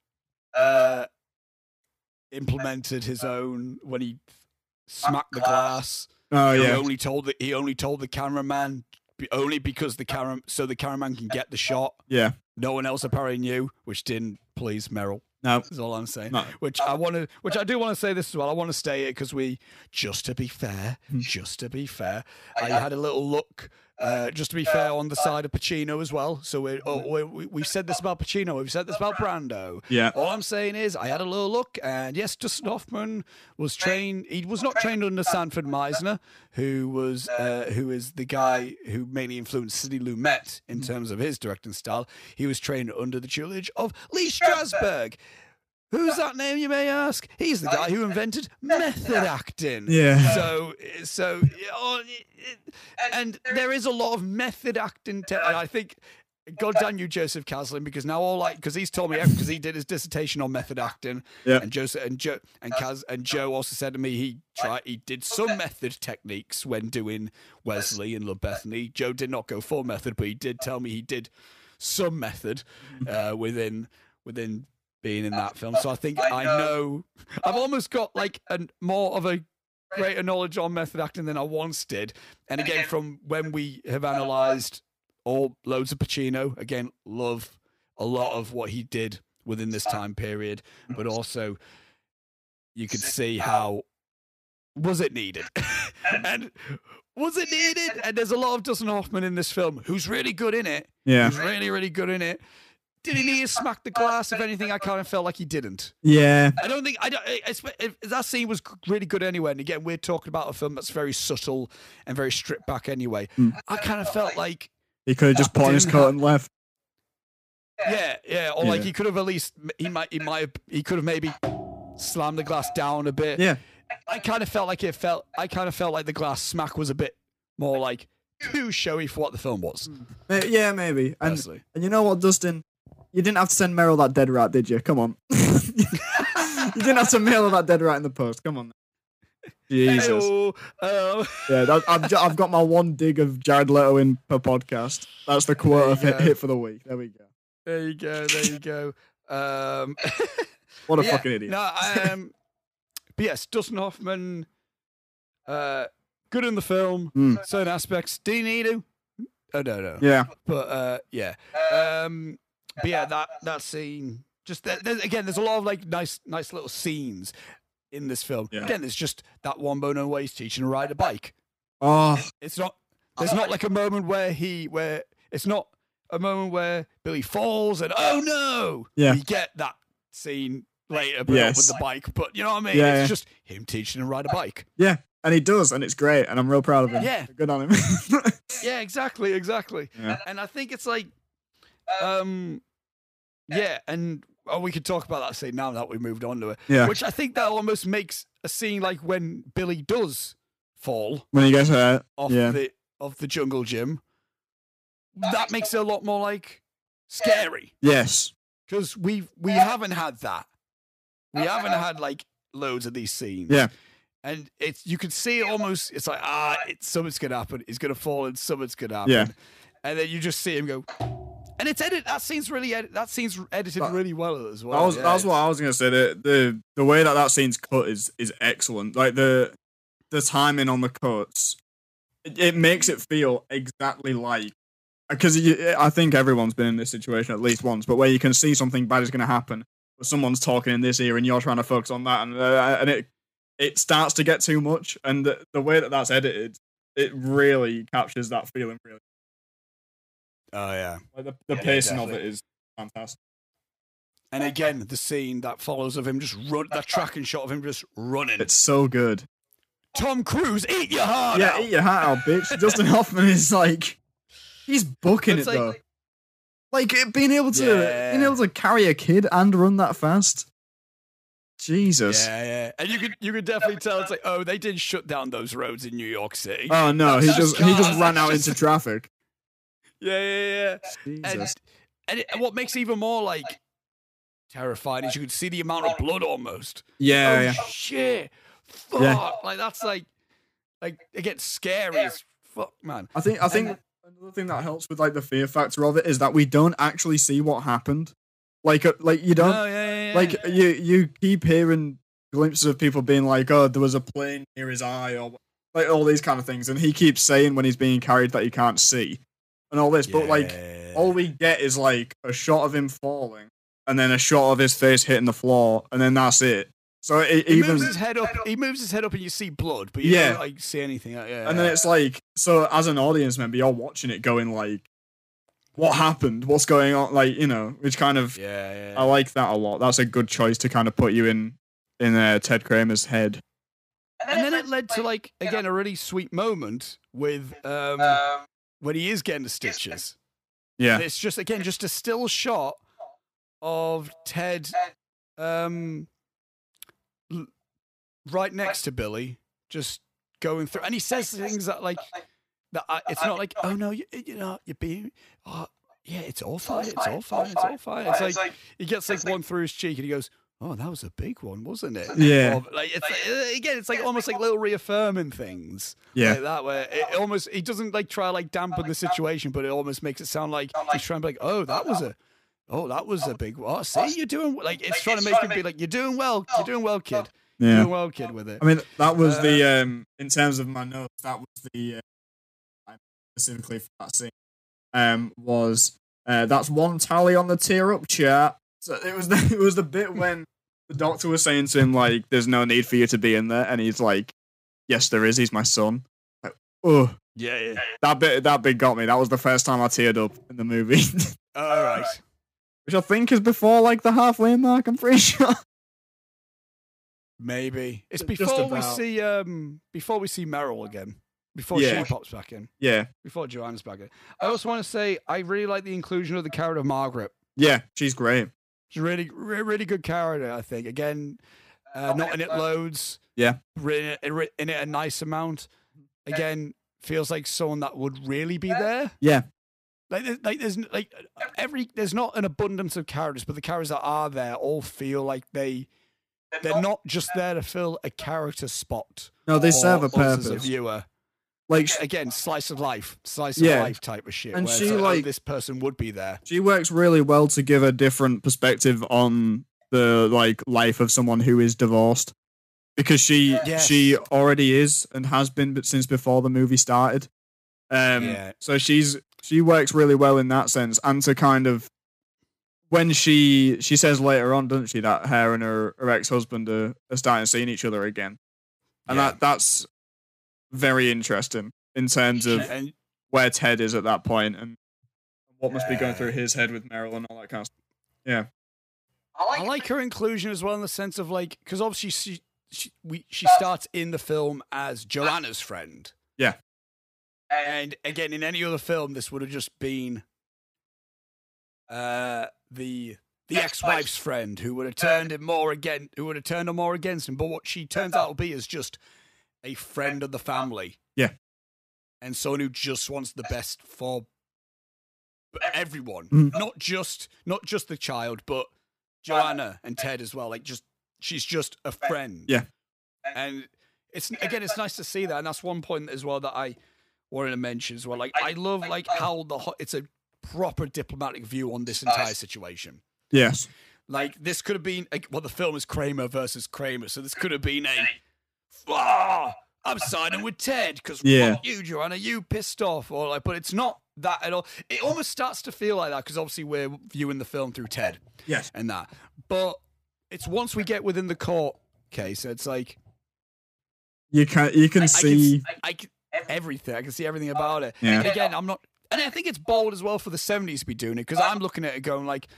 S1: uh, implemented his own when he smacked the
S2: Uh,
S1: glass.
S2: Oh
S1: he
S2: yeah,
S1: only told the he only told the cameraman be- only because the camera so the cameraman can get the shot.
S2: yeah.
S1: No one else apparently knew, which didn't please Meryl.
S2: No,
S1: Is all I'm saying.
S2: no.
S1: Which I want to, which I do want to say this as well. I want to stay it because we, just to be fair,
S2: Hmm.
S1: just to be fair, I had a little look. Uh, just to be fair, on the side of Pacino as well. So we, oh, we, we we've said this about Pacino. We've said this about Brando.
S2: Yeah,
S1: All I'm saying is, I had a little look, and yes, Dustin Hoffman was trained. He was not trained under Sanford Meisner, who was uh, who is the guy who mainly influenced Sidney Lumet in terms of his directing style. He was trained under the tutelage of Lee Strasberg. Who's that name, you may ask? He's the <laughs> guy who invented method acting.
S2: Yeah.
S1: So, so, oh, it- it- and there is a lot of method acting. Te- and I think God damn you, Joseph Caslin, because now all like because he's told me because he did his dissertation on method acting,
S2: Yeah.
S1: and Joseph and Joe and Kaz and Joe also said to me he tried he did some method techniques when doing Wesley and Love Bethany. Joe did not go full method, but he did tell me he did some method
S2: Mm-hmm.
S1: uh, within within being in that film. So I think Uh, I know I've almost got like a more of a greater knowledge on method acting than I once did. And again, from when we have analysed all loads of Pacino, again, love a lot of what he did within this time period, but also you could see how was it needed <laughs> and was it needed and there's a lot of dustin hoffman in this film who's really good in it
S2: yeah,
S1: He's really, really good in it. Did he need to smack the glass? If anything, I kind of felt like he didn't.
S2: yeah.
S1: I don't think I don't. I, I, if that scene was really good anyway. And again, we're talking about a film that's very subtle and very stripped back anyway.
S2: Hmm.
S1: I kind of felt like,
S2: He could have just put on his
S1: Didn't
S2: coat
S1: have-
S2: and left.
S1: yeah, yeah, or like
S2: Yeah.
S1: he could have at least he might he might have he could have maybe slammed the glass down a bit.
S2: Yeah,
S1: I kind of felt like it felt. I kind of felt like the glass smack was a bit more like too showy for what the film was.
S2: May- yeah, maybe. And
S1: Personally,
S2: and you know what, Dustin, you didn't have to send Meryl that dead rat, did you? Come on. <laughs> you didn't have to mail her that dead rat in the post. Come on. Jesus.
S1: Hey-oh, um,
S2: Yeah, that, I've, ju- I've got my one dig of Jared Leto in per podcast. That's the quote of
S1: There you
S2: hit,
S1: go.
S2: hit for the week. There we go.
S1: <laughs> there you go. There you go. Um,
S2: What a
S1: Yeah,
S2: fucking idiot.
S1: No,
S2: <laughs>
S1: I, um, but yes, Dustin Hoffman, uh, good in the film,
S2: Hmm.
S1: certain aspects. Do you need him? Oh no, no. <laughs>
S2: Yeah,
S1: But uh, yeah, um, but yeah, that that scene. Just there, there's, again, there's a lot of like nice, nice little scenes in this film.
S2: Yeah.
S1: Again, there's just that one moment where he's teaching to ride a bike.
S2: Oh,
S1: It's not. There's not like a moment where he where it's not a moment where Billy falls and oh no.
S2: Yeah.
S1: We get that scene later, but not
S2: Yes.
S1: with the bike. But you know what I mean?
S2: Yeah, yeah.
S1: It's just him teaching him to ride a bike.
S2: yeah. And he does, and it's great, and I'm real proud of him.
S1: Yeah.
S2: Good on him. <laughs>
S1: Yeah, exactly, exactly.
S2: Yeah.
S1: And I think it's like, um, yeah, and oh, we could talk about that scene now that we moved on to it.
S2: yeah.
S1: Which I think that almost makes a scene like when Billy does fall.
S2: When he gets hurt.
S1: off
S2: Yeah.
S1: the of the jungle gym. That makes it a lot more like scary
S2: Yes.
S1: because we we haven't had that. We haven't had like loads of these scenes.
S2: Yeah.
S1: and it's you can see it almost. It's like ah, it's something's gonna happen. He's gonna fall and something's gonna happen.
S2: Yeah.
S1: and then you just see him go. And it's edit. That scene's really edit. That scene's edited
S2: That-
S1: really well as well.
S2: That was
S1: yeah,
S2: that's
S1: it's-
S2: what I was gonna say. The, the the way that that scene's cut is is excellent. Like the the timing on the cuts, it, it makes it feel exactly like because I think everyone's been in this situation at least once, but where you can see something bad is gonna happen, but someone's talking in this ear and you're trying to focus on that, and uh, and it it starts to get too much, and the, the way that that's edited, it really captures that feeling. Really,
S1: Oh yeah.
S2: like the, the
S3: Yeah,
S2: pacing of
S3: exactly.
S2: it is fantastic.
S1: And again, the scene that follows of him just run that tracking shot of him just running.
S2: It's so good.
S1: Tom Cruise, eat your heart
S2: yeah,
S1: out.
S2: eat your hat out,
S1: <laughs>
S2: bitch. Justin Hoffman is like, he's booking it
S1: It's like-
S2: though. Like it- being able to,
S1: Yeah.
S2: being able to carry a kid and run that fast. Jesus.
S1: Yeah, yeah. And you could you could definitely tell it's like, oh, they did shut down those roads in New York City.
S2: Oh no, he
S1: That's
S2: just he just
S1: <laughs> God,
S2: ran
S1: that's
S2: out
S1: just-
S2: into traffic.
S1: Yeah, yeah, yeah. And, <laughs>
S2: Jesus.
S1: and, it, and what makes it even more like terrifying is you could see the amount of blood almost.
S2: Yeah,
S1: oh
S2: yeah.
S1: shit! Fuck!
S2: Yeah.
S1: Like that's like like it gets scary as fuck, man.
S2: I think I think another thing that helps with like the fear factor of it is that we don't actually see what happened. Like uh, like you don't
S1: No, yeah, yeah, yeah.
S2: like you you keep hearing glimpses of people being like, oh, there was a plane near his eye, or like all these kind of things, and he keeps saying when he's being carried that he can't see, and all this, but like
S1: Yeah.
S2: all we get is like a shot of him falling, and then a shot of his face hitting the floor, and then that's it. So it
S1: he
S2: even
S1: moves his head up. He moves his head up, and you see blood, but you
S2: Yeah.
S1: don't like see anything. Yeah, yeah,
S2: and then
S1: yeah.
S2: it's like so as an audience member, you're watching it going like, what happened? What's going on? Like you know, which kind of
S1: yeah, yeah,
S2: I like that a lot. That's a good choice to kind of put you in in uh, Ted Kramer's head.
S1: and then it led to like again a really sweet moment with um
S3: um,
S1: when he is getting the stitches.
S2: Yeah,
S1: And it's just again just a still shot of Ted um l- right next to Billy just going through and he says things that like that I, it's not like oh no you, you know you're being oh, yeah it's all fine it's all fine it's all fine it's like he gets like one through his cheek and he goes oh that was a big one wasn't it
S2: yeah,
S1: Of- like it's uh, again it's like almost like little reaffirming things
S2: yeah,
S1: like that way. It almost he doesn't like try like dampen the situation, but it almost makes it sound like he's trying to be like, oh, that was a, oh, that was a big. Oh, see, you're doing like it's trying to make him be like, you're doing well, you're doing well, kid, you're
S2: yeah.
S1: doing well, kid, with it.
S2: I mean, that was the um in terms of my notes. That was the uh, I- specifically for that scene. Um, was uh, that's one tally on the tear up chart. So it was <laughs> the, it was the bit when the doctor was saying to him like, "There's no need for you to be in there," and he's like, "Yes, there is. He's my son." Like, oh,
S1: Yeah, yeah.
S2: that bit that bit got me. That was the first time I teared up in the movie. <laughs>
S1: All right.
S2: Which I think is before like the halfway mark, I'm pretty <laughs> sure.
S1: Maybe it's
S2: Just
S1: before we
S2: about.
S1: see um before we see Meryl again, before
S2: Yeah.
S1: she pops back in,
S2: Yeah.
S1: before Joanne's back in. I also want to say I really like the inclusion of the character of Margaret.
S2: Yeah, she's great.
S1: She's really, re- really good character. I think again, uh, not in it loads.
S2: Yeah.
S1: written it- writ- in it a nice amount. Again, feels like someone that would really be there.
S2: Yeah.
S1: like there's, like there's n- like every there's not an abundance of characters, but the characters that are there all feel like they they're not just there to fill a character spot.
S2: No, they
S1: or
S2: serve a
S1: us as a
S2: purpose.
S1: viewer.
S2: Like sh-
S1: Again, slice of life, slice
S2: Yeah.
S1: of life type of shit.
S2: And
S1: where
S2: she,
S1: it's oh,
S2: like-
S1: this person would be there.
S2: she works really well to give a different perspective on the like life of someone who is divorced because she
S1: Yes.
S2: she already is and has been but since before the movie started um
S1: Yeah.
S2: so she's she works really well in that sense and to kind of when she she says later on doesn't she that her and her, her ex-husband are, are starting seeing each other again and
S1: Yeah.
S2: that that's very interesting in terms of
S1: And
S2: where Ted is at that point and what must be going
S1: Yeah.
S2: through his head with Meryl and all that kind of stuff.
S1: I like her inclusion as well in the sense of like because obviously she she we she starts in the film as Joanna's friend.
S2: Yeah.
S1: And again, in any other film, this would have just been uh the the ex-wife's friend who would have turned him more again who would have turned her more against him. But what she turns out to be is just a friend of the family.
S2: Yeah.
S1: And someone who just wants the best for everyone.
S2: Mm.
S1: Not just not just the child, but Joanna and Ted as well. Like just she's just a friend.
S2: Yeah.
S1: And it's again, it's nice to see that, and that's one point as well that I wanted to mention as well. Like I love like how the ho- it's a proper diplomatic view on this entire situation.
S2: Yes.
S1: Like this could have been like, well, the film is Kramer versus Kramer, so this could have been <laughs> a. "Ah, I'm signing with Ted because
S2: Yeah.
S1: fuck you, Joanna, you pissed off, or like, but it's not that at all. It almost starts to feel like that because obviously we're viewing the film through Ted
S2: Yes.
S1: and that. But it's once we get within the court case, it's like
S2: You can you can
S1: I, I can,
S2: see
S1: s- I can- everything. I can see everything about it.
S2: Yeah.
S1: And again, I'm not, and I think it's bold as well for the '70s to be doing it because I'm looking at it going like,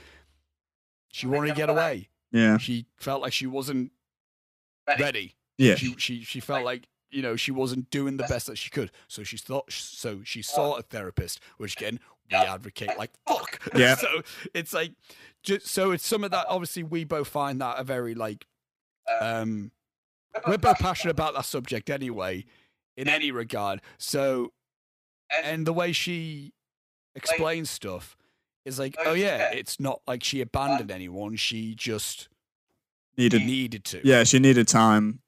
S1: she wanted to get away.
S2: Yeah.
S1: She felt like she wasn't
S3: Ready.
S1: ready.
S2: Yeah.
S1: She she she felt like you know she wasn't doing the best that she could. So she thought so she saw a therapist, which again we advocate like fuck. <laughs>
S2: Yeah.
S1: so it's like just so it's some of that. Obviously, we both find that a very like Um, we're both passionate about that subject anyway, in any regard. So, and the way she explains stuff is like, oh yeah, it's not like she abandoned anyone. She just
S2: Needed.
S1: needed to.
S2: Yeah, she needed time.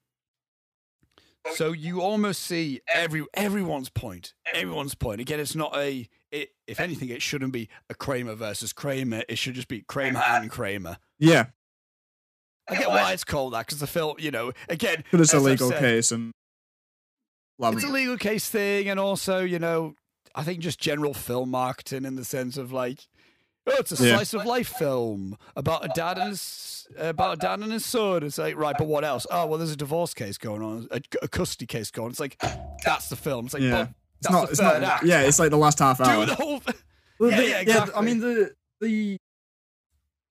S1: So you almost see every everyone's point, everyone's point. Again, it's not a. It, if anything, it shouldn't be a Kramer versus Kramer. It should just be Kramer and Kramer.
S2: Yeah,
S1: I get why it's called that because the film, you know, again,
S2: but it's a
S1: as I've
S2: legal
S1: said,
S2: case and. blah,
S1: It's a
S2: blah,
S1: legal case thing, and also, you know, I think just general film marketing in the sense of like, oh, it's a
S2: Yeah.
S1: slice of life film about a dad and his about a dad and his son. It's like, right, but what else? Oh, well, there's a divorce case going on, a, a custody case going. on. It's like that's the film. It's like,
S2: Yeah.
S1: well,
S2: It's
S1: that's
S2: not.
S1: the
S2: It's
S1: third
S2: not.
S1: act.
S2: Yeah, it's like the last half hour.
S1: Do the whole. Thing.
S2: Well,
S1: Yeah,
S2: the-
S1: yeah,
S2: I
S1: exactly.
S2: mean the the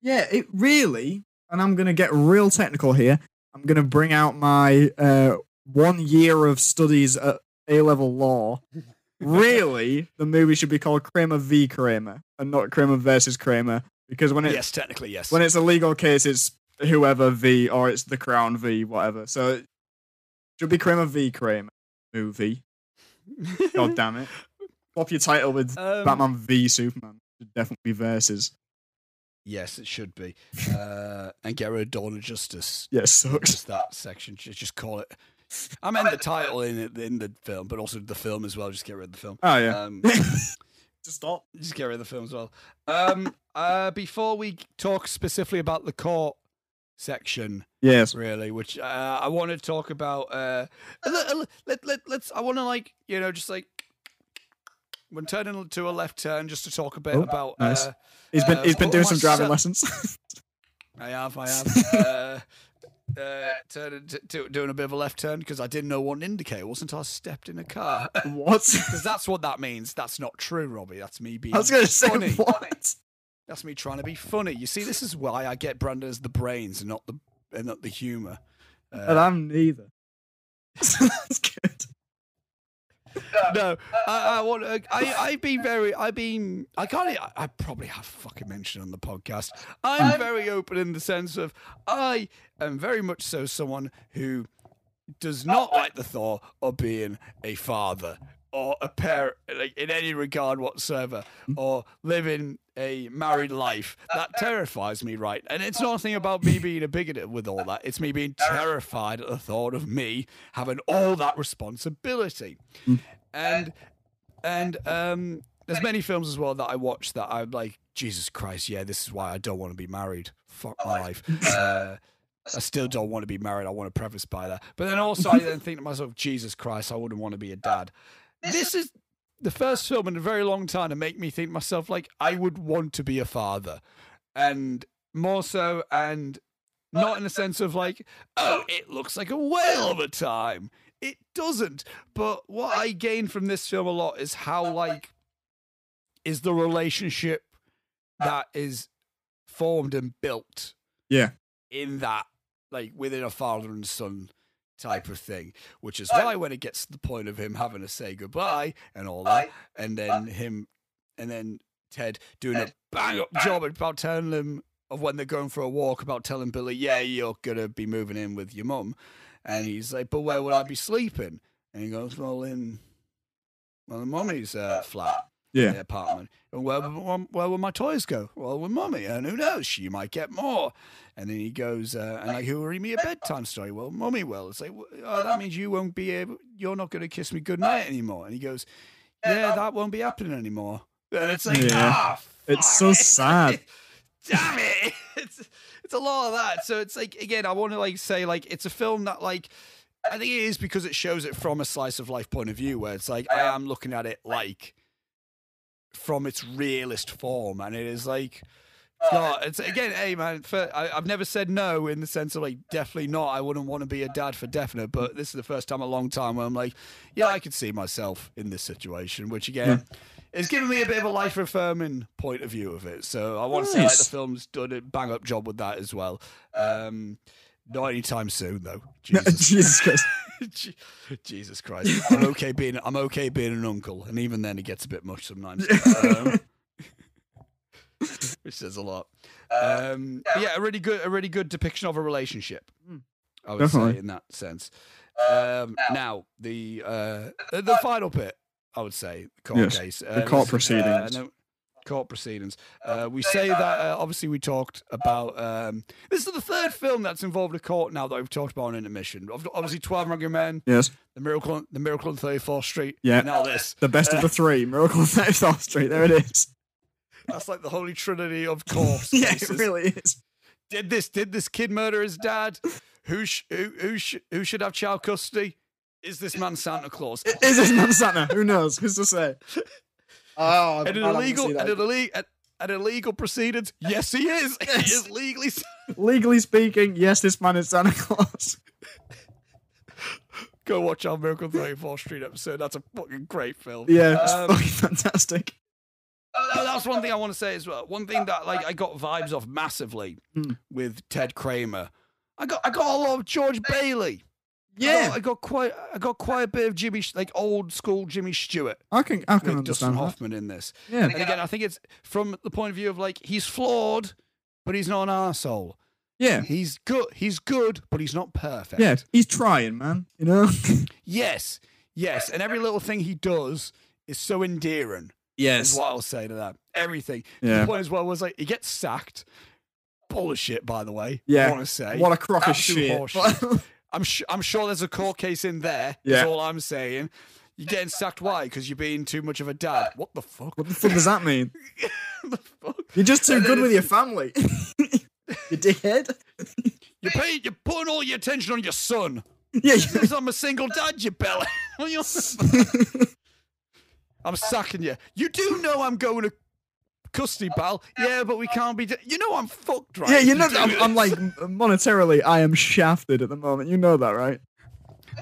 S2: yeah, it really, and I'm gonna get real technical here. I'm gonna bring out my uh, one year of studies at A level law.
S1: <laughs>
S2: really, the movie should be called Kramer v Kramer and not Kramer versus Kramer because when it
S1: Yes, technically, yes.
S2: when it's a legal case, it's whoever v or it's the Crown v whatever. So it should be Kramer v Kramer
S1: <laughs>
S2: movie. God damn it! Swap your title with
S1: Um,
S2: Batman v Superman should definitely be versus.
S1: Yes, it should be. Uh, and get rid of Dawn of Justice.
S2: Yeah, it sucks.
S1: Just that section. Just, just call it. I meant the title in it, in the film, but also the film as well. Just get rid of the film.
S2: <laughs> Oh <laughs> yeah.
S1: Um,
S2: Just stop.
S1: just get rid of the film as well. Um, uh, before we talk specifically about the court section,
S2: Yes.
S1: really, which uh, I want to talk about. Uh, a li- a li- let, let, let's. I want to like you know just like when turning to a left turn, just to talk a bit
S2: Oh,
S1: about.
S2: nice.
S1: Uh,
S2: He's been
S1: Uh,
S2: he's been
S1: what
S2: doing
S1: am
S2: some
S1: I
S2: driving
S1: sa-
S2: lessons. <laughs>
S1: I have, I have. uh, uh, turn, t- t- doing a bit of a left turn because I didn't know what an indicator was until I stepped in a
S2: <laughs>
S1: car.
S2: what?
S1: Because that's what that means. That's not true, Robbie. That's me being
S2: I was gonna say
S1: funny.
S2: what?
S1: That's me trying to be funny. You see, this is why I get branded as the brains and not the and not the humor. Uh,
S2: and I'm neither. <laughs> That's good.
S1: <laughs> No, I, I want. uh, I I've been very. I've been. I can't. e, I, I probably have fucking mentioned on the podcast. I'm very open in the sense of I am very much so someone who does not like the thought of being a father or a parent like, in any regard whatsoever <laughs> or living a married life that terrifies me right and it's nothing about me being a bigot with all that it's me being terrified at the thought of me having all that responsibility and and um there's many films as well that I watch that I'm like Jesus Christ yeah this is why I don't want to be married fuck my life uh I still don't want to be married. I want to preface by that. But then also, I then think to myself, Jesus Christ, I wouldn't want to be a dad. This is the first film in a very long time to make me think to myself, like, I would want to be a father. And more so, and not in the sense of like, oh, it looks like a whale of a time. It doesn't. But what I gain from this film a lot is how, like, is the relationship that is formed and built
S2: Yeah.
S1: in that, like within a father and son type of thing, which is why when it gets to the point of him having to say goodbye and all that, and then him, and then Ted doing a bang up job about telling him of when they're going for a walk about telling Billy, yeah, you're gonna be moving in with your mum, and he's like, but where would I be sleeping? And he goes, well, in well, in mummy's uh, flat
S2: Yeah.
S1: the apartment. And where, where, where will my toys go? Well, with mummy. And who knows? She might get more. And then he goes, uh, and like, who will read me a bedtime story? Well, mummy will. It's like, "Wh- oh, that means you won't be able, you're not going to kiss me goodnight anymore. And he goes, yeah, uh, that won't be happening anymore. And it's like,
S2: Yeah.
S1: ah,
S2: It's
S1: fuck
S2: so
S1: it."
S2: sad.
S1: <laughs> Damn it! <laughs> It's it's a lot of that. So it's like again, I want to like say like it's a film that like I think it is because it shows it from a slice of life point of view, where it's like I am looking at it like from its realist form, and it is like. God, it's again, hey man. For, I, I've never said no in the sense of like definitely not. I wouldn't want to be a dad for definite, but this is the first time in a long time where I'm like, yeah, I could see myself in this situation. Which again, it's given me a bit of a life affirming point of view of it. So I want to say like the
S2: Nice.
S1: film's done a bang up job with that as well. Um, not anytime soon though. Jesus
S2: <laughs> Jesus Christ.
S1: <laughs> Je- Jesus Christ. I'm okay being I'm okay being an uncle, and even then it gets a bit much
S2: <laughs>
S1: sometimes. Um, which says a lot. Um, but yeah, a really good a really good depiction of a relationship. I would say
S2: Definitely.
S1: in that sense. Um, now the uh, the- the final bit, I would say, the court
S2: Yes,
S1: case,
S2: the court
S1: this is, uh,
S2: proceedings.
S1: and then- court proceedings. Uh, we say that uh, obviously we talked about um, this is the third film that's involved a court now that we've talked about on intermission. Ob- Obviously, Twelve Angry Men,
S2: Yes.
S1: The Miracle, on- The Miracle on Thirty Fourth Street.
S2: Yeah.
S1: and now this.
S2: The best of the three, Miracle on 34th Street. There
S1: <laughs>
S2: it is.
S1: That's like the holy trinity of court.
S2: <laughs> yeah, it
S1: cases.
S2: really is.
S1: did this did this kid murder his dad who sh- who who, sh- who should have child custody is this man santa claus
S2: Is this not Santa? Who knows? Who's to say? Oh,
S1: and an illegal and an illegal and illegal proceedings yes he
S2: <laughs>
S1: is he is legally s-
S2: Legally speaking, yes, this man is Santa Claus.
S1: go watch our miracle on 34th street episode that's a fucking great film
S2: Yeah, it's
S1: Um,
S2: <laughs> fucking fantastic.
S1: No, that's one thing I want to say as well. One thing that like I got vibes off massively
S2: Hmm.
S1: with Ted Kramer. I got I got a lot of George Bailey. I
S2: Yeah.
S1: got, I got quite I got quite a bit of Jimmy Sh- like old school Jimmy Stewart
S2: I can, I can
S1: with Dustin
S2: understand that.
S1: Hoffman in this.
S2: Yeah,
S1: And again, I think it's from the point of view of like he's flawed, but he's not an asshole.
S2: yeah,
S1: He's good. He's good, but he's not perfect.
S2: yeah. He's trying, man. You know.
S1: Yes. Yes. And every little thing he does is so endearing. Is
S2: Yes.
S1: what I'll say to that. Everything. The
S2: Yeah.
S1: point as well was like he gets sacked. Bullshit, by the way.
S2: Yeah.
S1: I want to say.
S2: What a crock of
S1: Absolute
S2: shit.
S1: horseshit. I'm su- I'm sure there's a court case in there.
S2: Yeah.
S1: That's all I'm saying. You're getting sacked. Why? Because you're being too much of a dad. What the fuck? <laughs>
S2: what the fuck does that mean?
S1: the fuck?
S2: You're just too
S1: And then
S2: good with your <laughs> family. you dickhead.
S1: You're, paying, you're putting all your attention on your son.
S2: Yeah. you-
S1: Because I'm a single dad, you belly. <laughs> What
S2: <laughs>
S1: are you on about? I'm sacking you. You do know I'm going to custody, pal. Yeah, but we can't be. d you know I'm fucked, right?
S2: Yeah, you
S1: if
S2: know,
S1: do
S2: I'm, I'm
S1: this.
S2: like monetarily, I am shafted at the moment. You know that, right?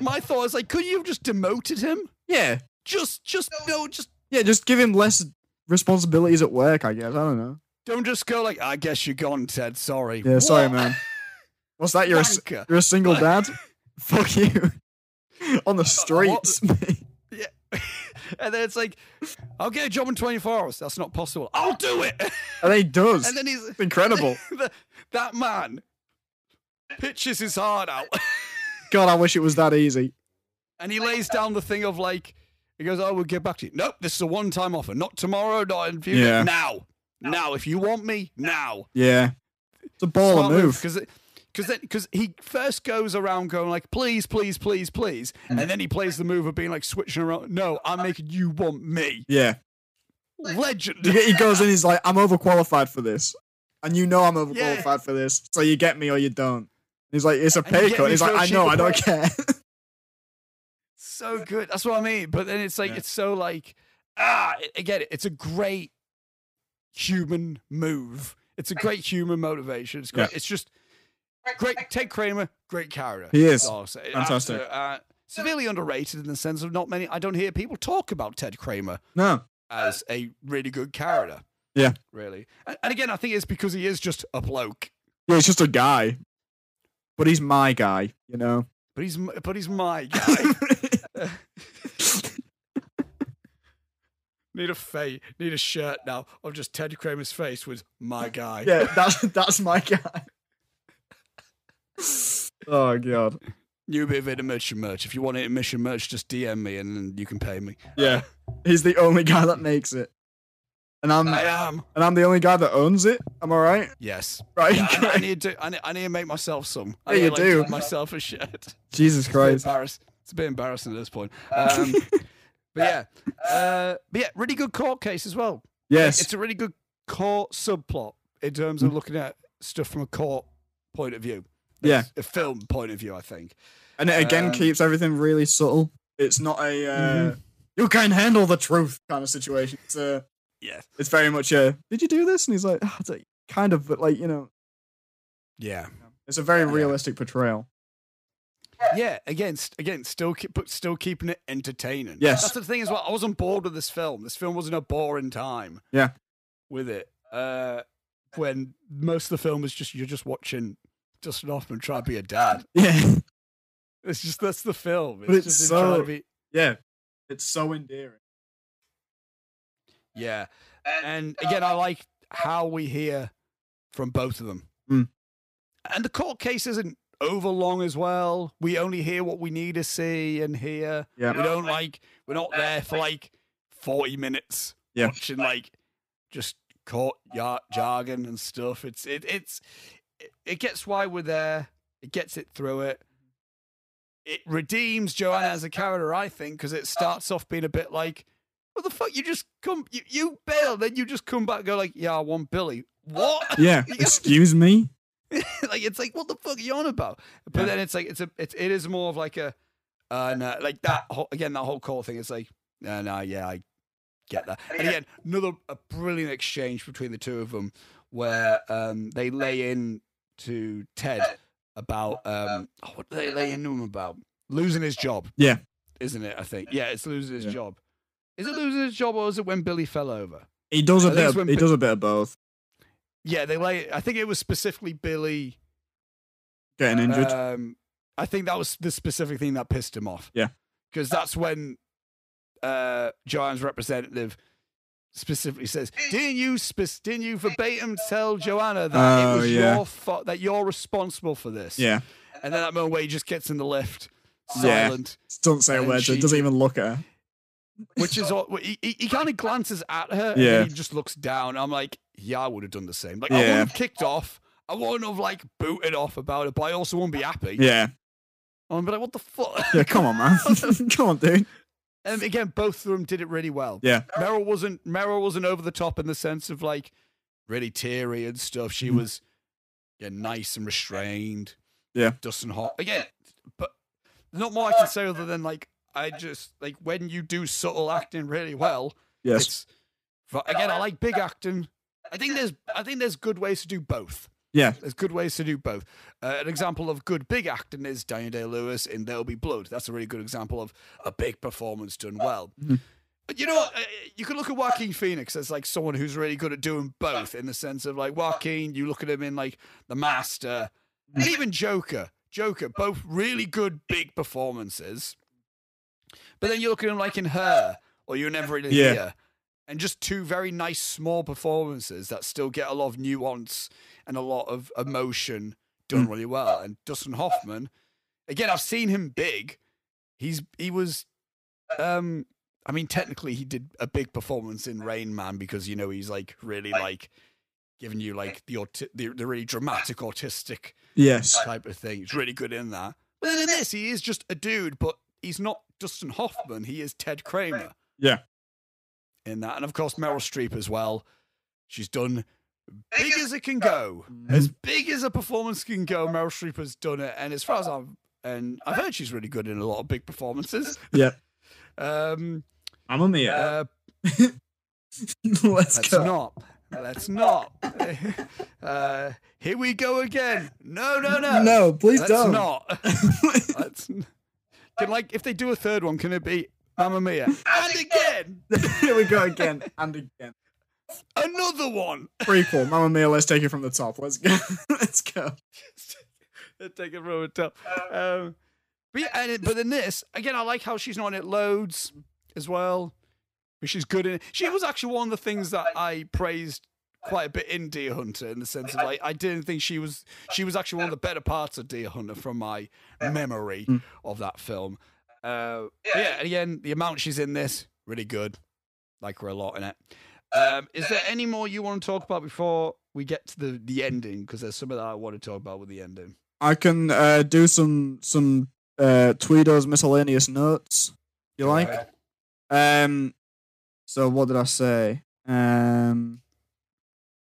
S1: My thought is like, couldn't you have just demoted him?
S2: Yeah,
S1: Just, just no, just
S2: yeah. Just give him less responsibilities at work, I guess. I don't know.
S1: don't just go like, I guess you're gone, Ted. Sorry.
S2: Yeah, sorry,
S1: What?
S2: man. What's that? You're a, s-
S1: Wanker.
S2: you're
S1: <laughs>
S2: a single dad. Fuck you. <laughs> On the streets. <laughs>
S1: And then it's like, I'll get a job in 24 hours. That's not possible. I'll do it.
S2: and he does.
S1: And then he's
S2: It's <laughs> incredible.
S1: <laughs> the, that man pitches his heart out.
S2: God, I wish it was that easy.
S1: And he lays down the thing of like, he goes, "Oh, we'll get back to you." Nope, this is a one-time offer. Not tomorrow. Not in future.
S2: Yeah.
S1: Now, now, if you want me, now.
S2: Yeah, it's a baller move.
S1: because because because he first goes around going like, "Please, please, please, please,"
S2: Mm.
S1: and then he plays the move of being like switching around. No, I'm making you want me.
S2: Yeah,
S1: Legend.
S2: You get- he goes in. He's like, I'm overqualified for this, and you know I'm overqualified
S1: Yeah.
S2: for this. So you get me or you don't. He's like, it's a
S1: And you
S2: pay
S1: get
S2: cut.
S1: me
S2: He's like,
S1: for a
S2: I know, I don't
S1: cheaper
S2: care.
S1: so good. That's what I mean. But then it's like
S2: Yeah.
S1: it's so like ah I- I get it. It's a great human move. It's a great human motivation. It's great. It's just great. Ted Kramer, great character.
S2: He
S1: That's
S2: is.
S1: all I'll say.
S2: Fantastic.
S1: Absolute, uh, severely underrated in the sense of not many. I don't hear people talk about Ted Kramer
S2: <laughs> no,
S1: as a really good character.
S2: Yeah.
S1: really. And, and again, I think it's because he is just a bloke.
S2: yeah, he's just a guy, but he's my guy.
S1: <laughs>
S2: You know.
S1: But he's m- but he's
S2: <laughs>
S1: my guy. need a face. Need a shirt now of just Ted Kramer's face with
S2: <laughs>
S1: my guy.
S2: yeah, that's that's my guy. <laughs> Oh god.
S1: New bit of intermission merch. If you want intermission merch, just DM me and then you can pay me.
S2: Yeah, he's the only guy that makes it, and I'm
S1: I
S2: and
S1: am.
S2: I'm the only guy that owns it. I'm all right. <laughs>
S1: Yes.
S2: Right.
S1: Yeah, I, I
S2: great.
S1: need to. I need, I need to make myself some. I
S2: Yeah,
S1: need
S2: you
S1: to,
S2: do.
S1: Like, get myself a shirt.
S2: <laughs> Jesus
S1: It's
S2: Christ.
S1: a, bit embarrass- it's a bit embarrassing at this
S2: <laughs>
S1: point. Um, but yeah, uh, but yeah, really good court case as well.
S2: Yes. Mm.
S1: It's a really good court subplot in terms of looking at stuff from a court point of view.
S2: Yeah.
S1: a film point of view, I think.
S2: And it again
S1: Um,
S2: keeps everything really subtle. It's not a uh, you can handle the truth kind of situation. It's uh,
S1: Yeah,
S2: it's very much a did you do this? And he's like, "Ah, it's like, kind of, but like you know,
S1: yeah,
S2: it's a very
S1: Yeah.
S2: realistic portrayal.
S1: yeah. Again, st- again, still, keep, but still keeping it entertaining.
S2: Yes.
S1: that's the thing as well. I wasn't bored with this film. This film wasn't a boring time.
S2: Yeah.
S1: with it. Uh, when most of the film is just you're just watching Dustin Hoffman try to be a dad.
S2: <laughs> Yeah,
S1: It's just that's the film.
S2: But it's
S1: just him trying
S2: so-
S1: to be,
S2: yeah, it's so endearing.
S1: yeah. And again, I like how we hear from both of them.
S2: Mm.
S1: And the court case isn't overlong as well. We only hear what we need to see and hear.
S2: Yeah.
S1: We don't like we're not there for like forty minutes
S2: Yeah.
S1: watching like just court yard jargon and stuff. It's it it's it, it gets why we're there. It gets it through it. It redeems Joanna as a character, I think, because it starts off being a bit like, "What the fuck? You just come, you, you bail, then you just come back and go like, yeah, I want Billy. What?
S2: <laughs> Yeah. Excuse me.
S1: <laughs> like it's like what the fuck are you on about? But
S2: Yeah.
S1: then it's like it's a it's, it is more of like a uh no, like that whole, again that whole call thing. It's like no no yeah I get that. And again another a brilliant exchange between the two of them where um they lay in to Ted about um oh, what do they lay into him about losing his job.
S2: Yeah.
S1: isn't it? I think yeah it's losing his
S2: Yeah.
S1: job. Is it losing his job or is it when Billy fell over?
S2: He does a
S1: I think it's
S2: bit. Of,
S1: when
S2: he
S1: Bi-
S2: does a bit of both.
S1: Yeah, they lay. I think it was specifically Billy
S2: Getting injured.
S1: Um, I think that was the specific thing that pissed him off.
S2: Yeah.
S1: Because that's when uh, Joanne's representative specifically says, "Didn't you spec- didn't you verbatim tell Joanna that
S2: Oh,
S1: it was
S2: yeah.
S1: your fault that you're responsible for this?"
S2: yeah.
S1: And then that moment where he just gets in the lift,
S2: Yeah.
S1: silent,
S2: Don't say a
S1: and
S2: word. so
S1: she-
S2: it doesn't even look at her.
S1: which is all, he, he, he kind of glances at her and
S2: Yeah.
S1: then he just looks down. I'm like, yeah, I would have done the same. Like I
S2: Yeah.
S1: would have kicked off. I wouldn't have like booted off about it, but I also wouldn't be happy.
S2: Yeah.
S1: I'm like, what the <laughs> fuck?
S2: Yeah. Come on, <laughs> man. come on, dude.
S1: And again, both of them did it really well.
S2: Yeah.
S1: Meryl wasn't Meryl wasn't over the top in the sense of like really teary and stuff. She
S2: Mhm.
S1: was yeah, nice and restrained.
S2: Yeah.
S1: Dustin Hot again, but not more I can say other than like I just like when you do subtle acting really well.
S2: Yes.
S1: It's but again I like big acting. I think there's I think there's good ways to do both.
S2: Yeah.
S1: There's good ways to do both. Uh, an example of good big acting is Daniel Day Lewis in There'll Be Blood. That's a really good example of a big performance done well.
S2: Mhm.
S1: But you know what? Uh, You could look at Joaquin Phoenix as like someone who's really good at doing both in the sense of like Joaquin, you look at him in like The Master, and even Joker. Joker, both really good big performances. But then you look at him like in Her or You Never Really
S2: Yeah.
S1: Here. And just two very nice small performances that still get a lot of nuance and a lot of emotion done really well. And Dustin Hoffman, again, I've seen him big. He's he was, um, I mean, technically he did a big performance in Rain Man because you know he's like really like giving you like the aut- the, the really dramatic autistic
S2: Yes.
S1: type of thing. He's really good in that. But then in this, he is just a dude, but he's not Dustin Hoffman. He is Ted Kramer.
S2: Yeah.
S1: In that, and of course Meryl Streep as well. She's done big as Mm-hmm. Uh-huh. it can go, as big as a performance can go. Meryl Streep has done it, and as far as I'm, and I've heard she's really good in a lot of big <laughs> performances.
S2: Yeah.
S1: Um,
S2: I'm on the air.
S1: uh,
S2: <laughs> Let's
S1: Let's
S2: go.
S1: not. Let's not. <laughs> uh, here we go again. No, no, no.
S2: No, please
S1: Let's
S2: don't. <laughs>
S1: not. Let's n- can, like if they do a third one, can it be Mamma Mia? And again,
S2: Here we go again and again.
S1: another one.
S2: Prequel, Mamma Mia. Let's take it from the top. Let's go. <laughs> let's go.
S1: Let's Take it from the top. Um, but, yeah, and it, but then this again, I like how she's not in it loads as well. But she's good in it. She was actually one of the things that I praised quite a bit in Deer Hunter in the sense of like I didn't think she was she was actually one of the better parts of Deer Hunter from my memory
S2: Mm.
S1: of that film. Uh, but yeah, and again, the amount she's in this really good. Like her a lot in it. Um, is there any more you want to talk about before we get to the the ending? Because there's some of that I want to talk about with the ending.
S2: I can uh, do some some uh, Tweedo's miscellaneous notes. You like? Um. So what did I say? Um.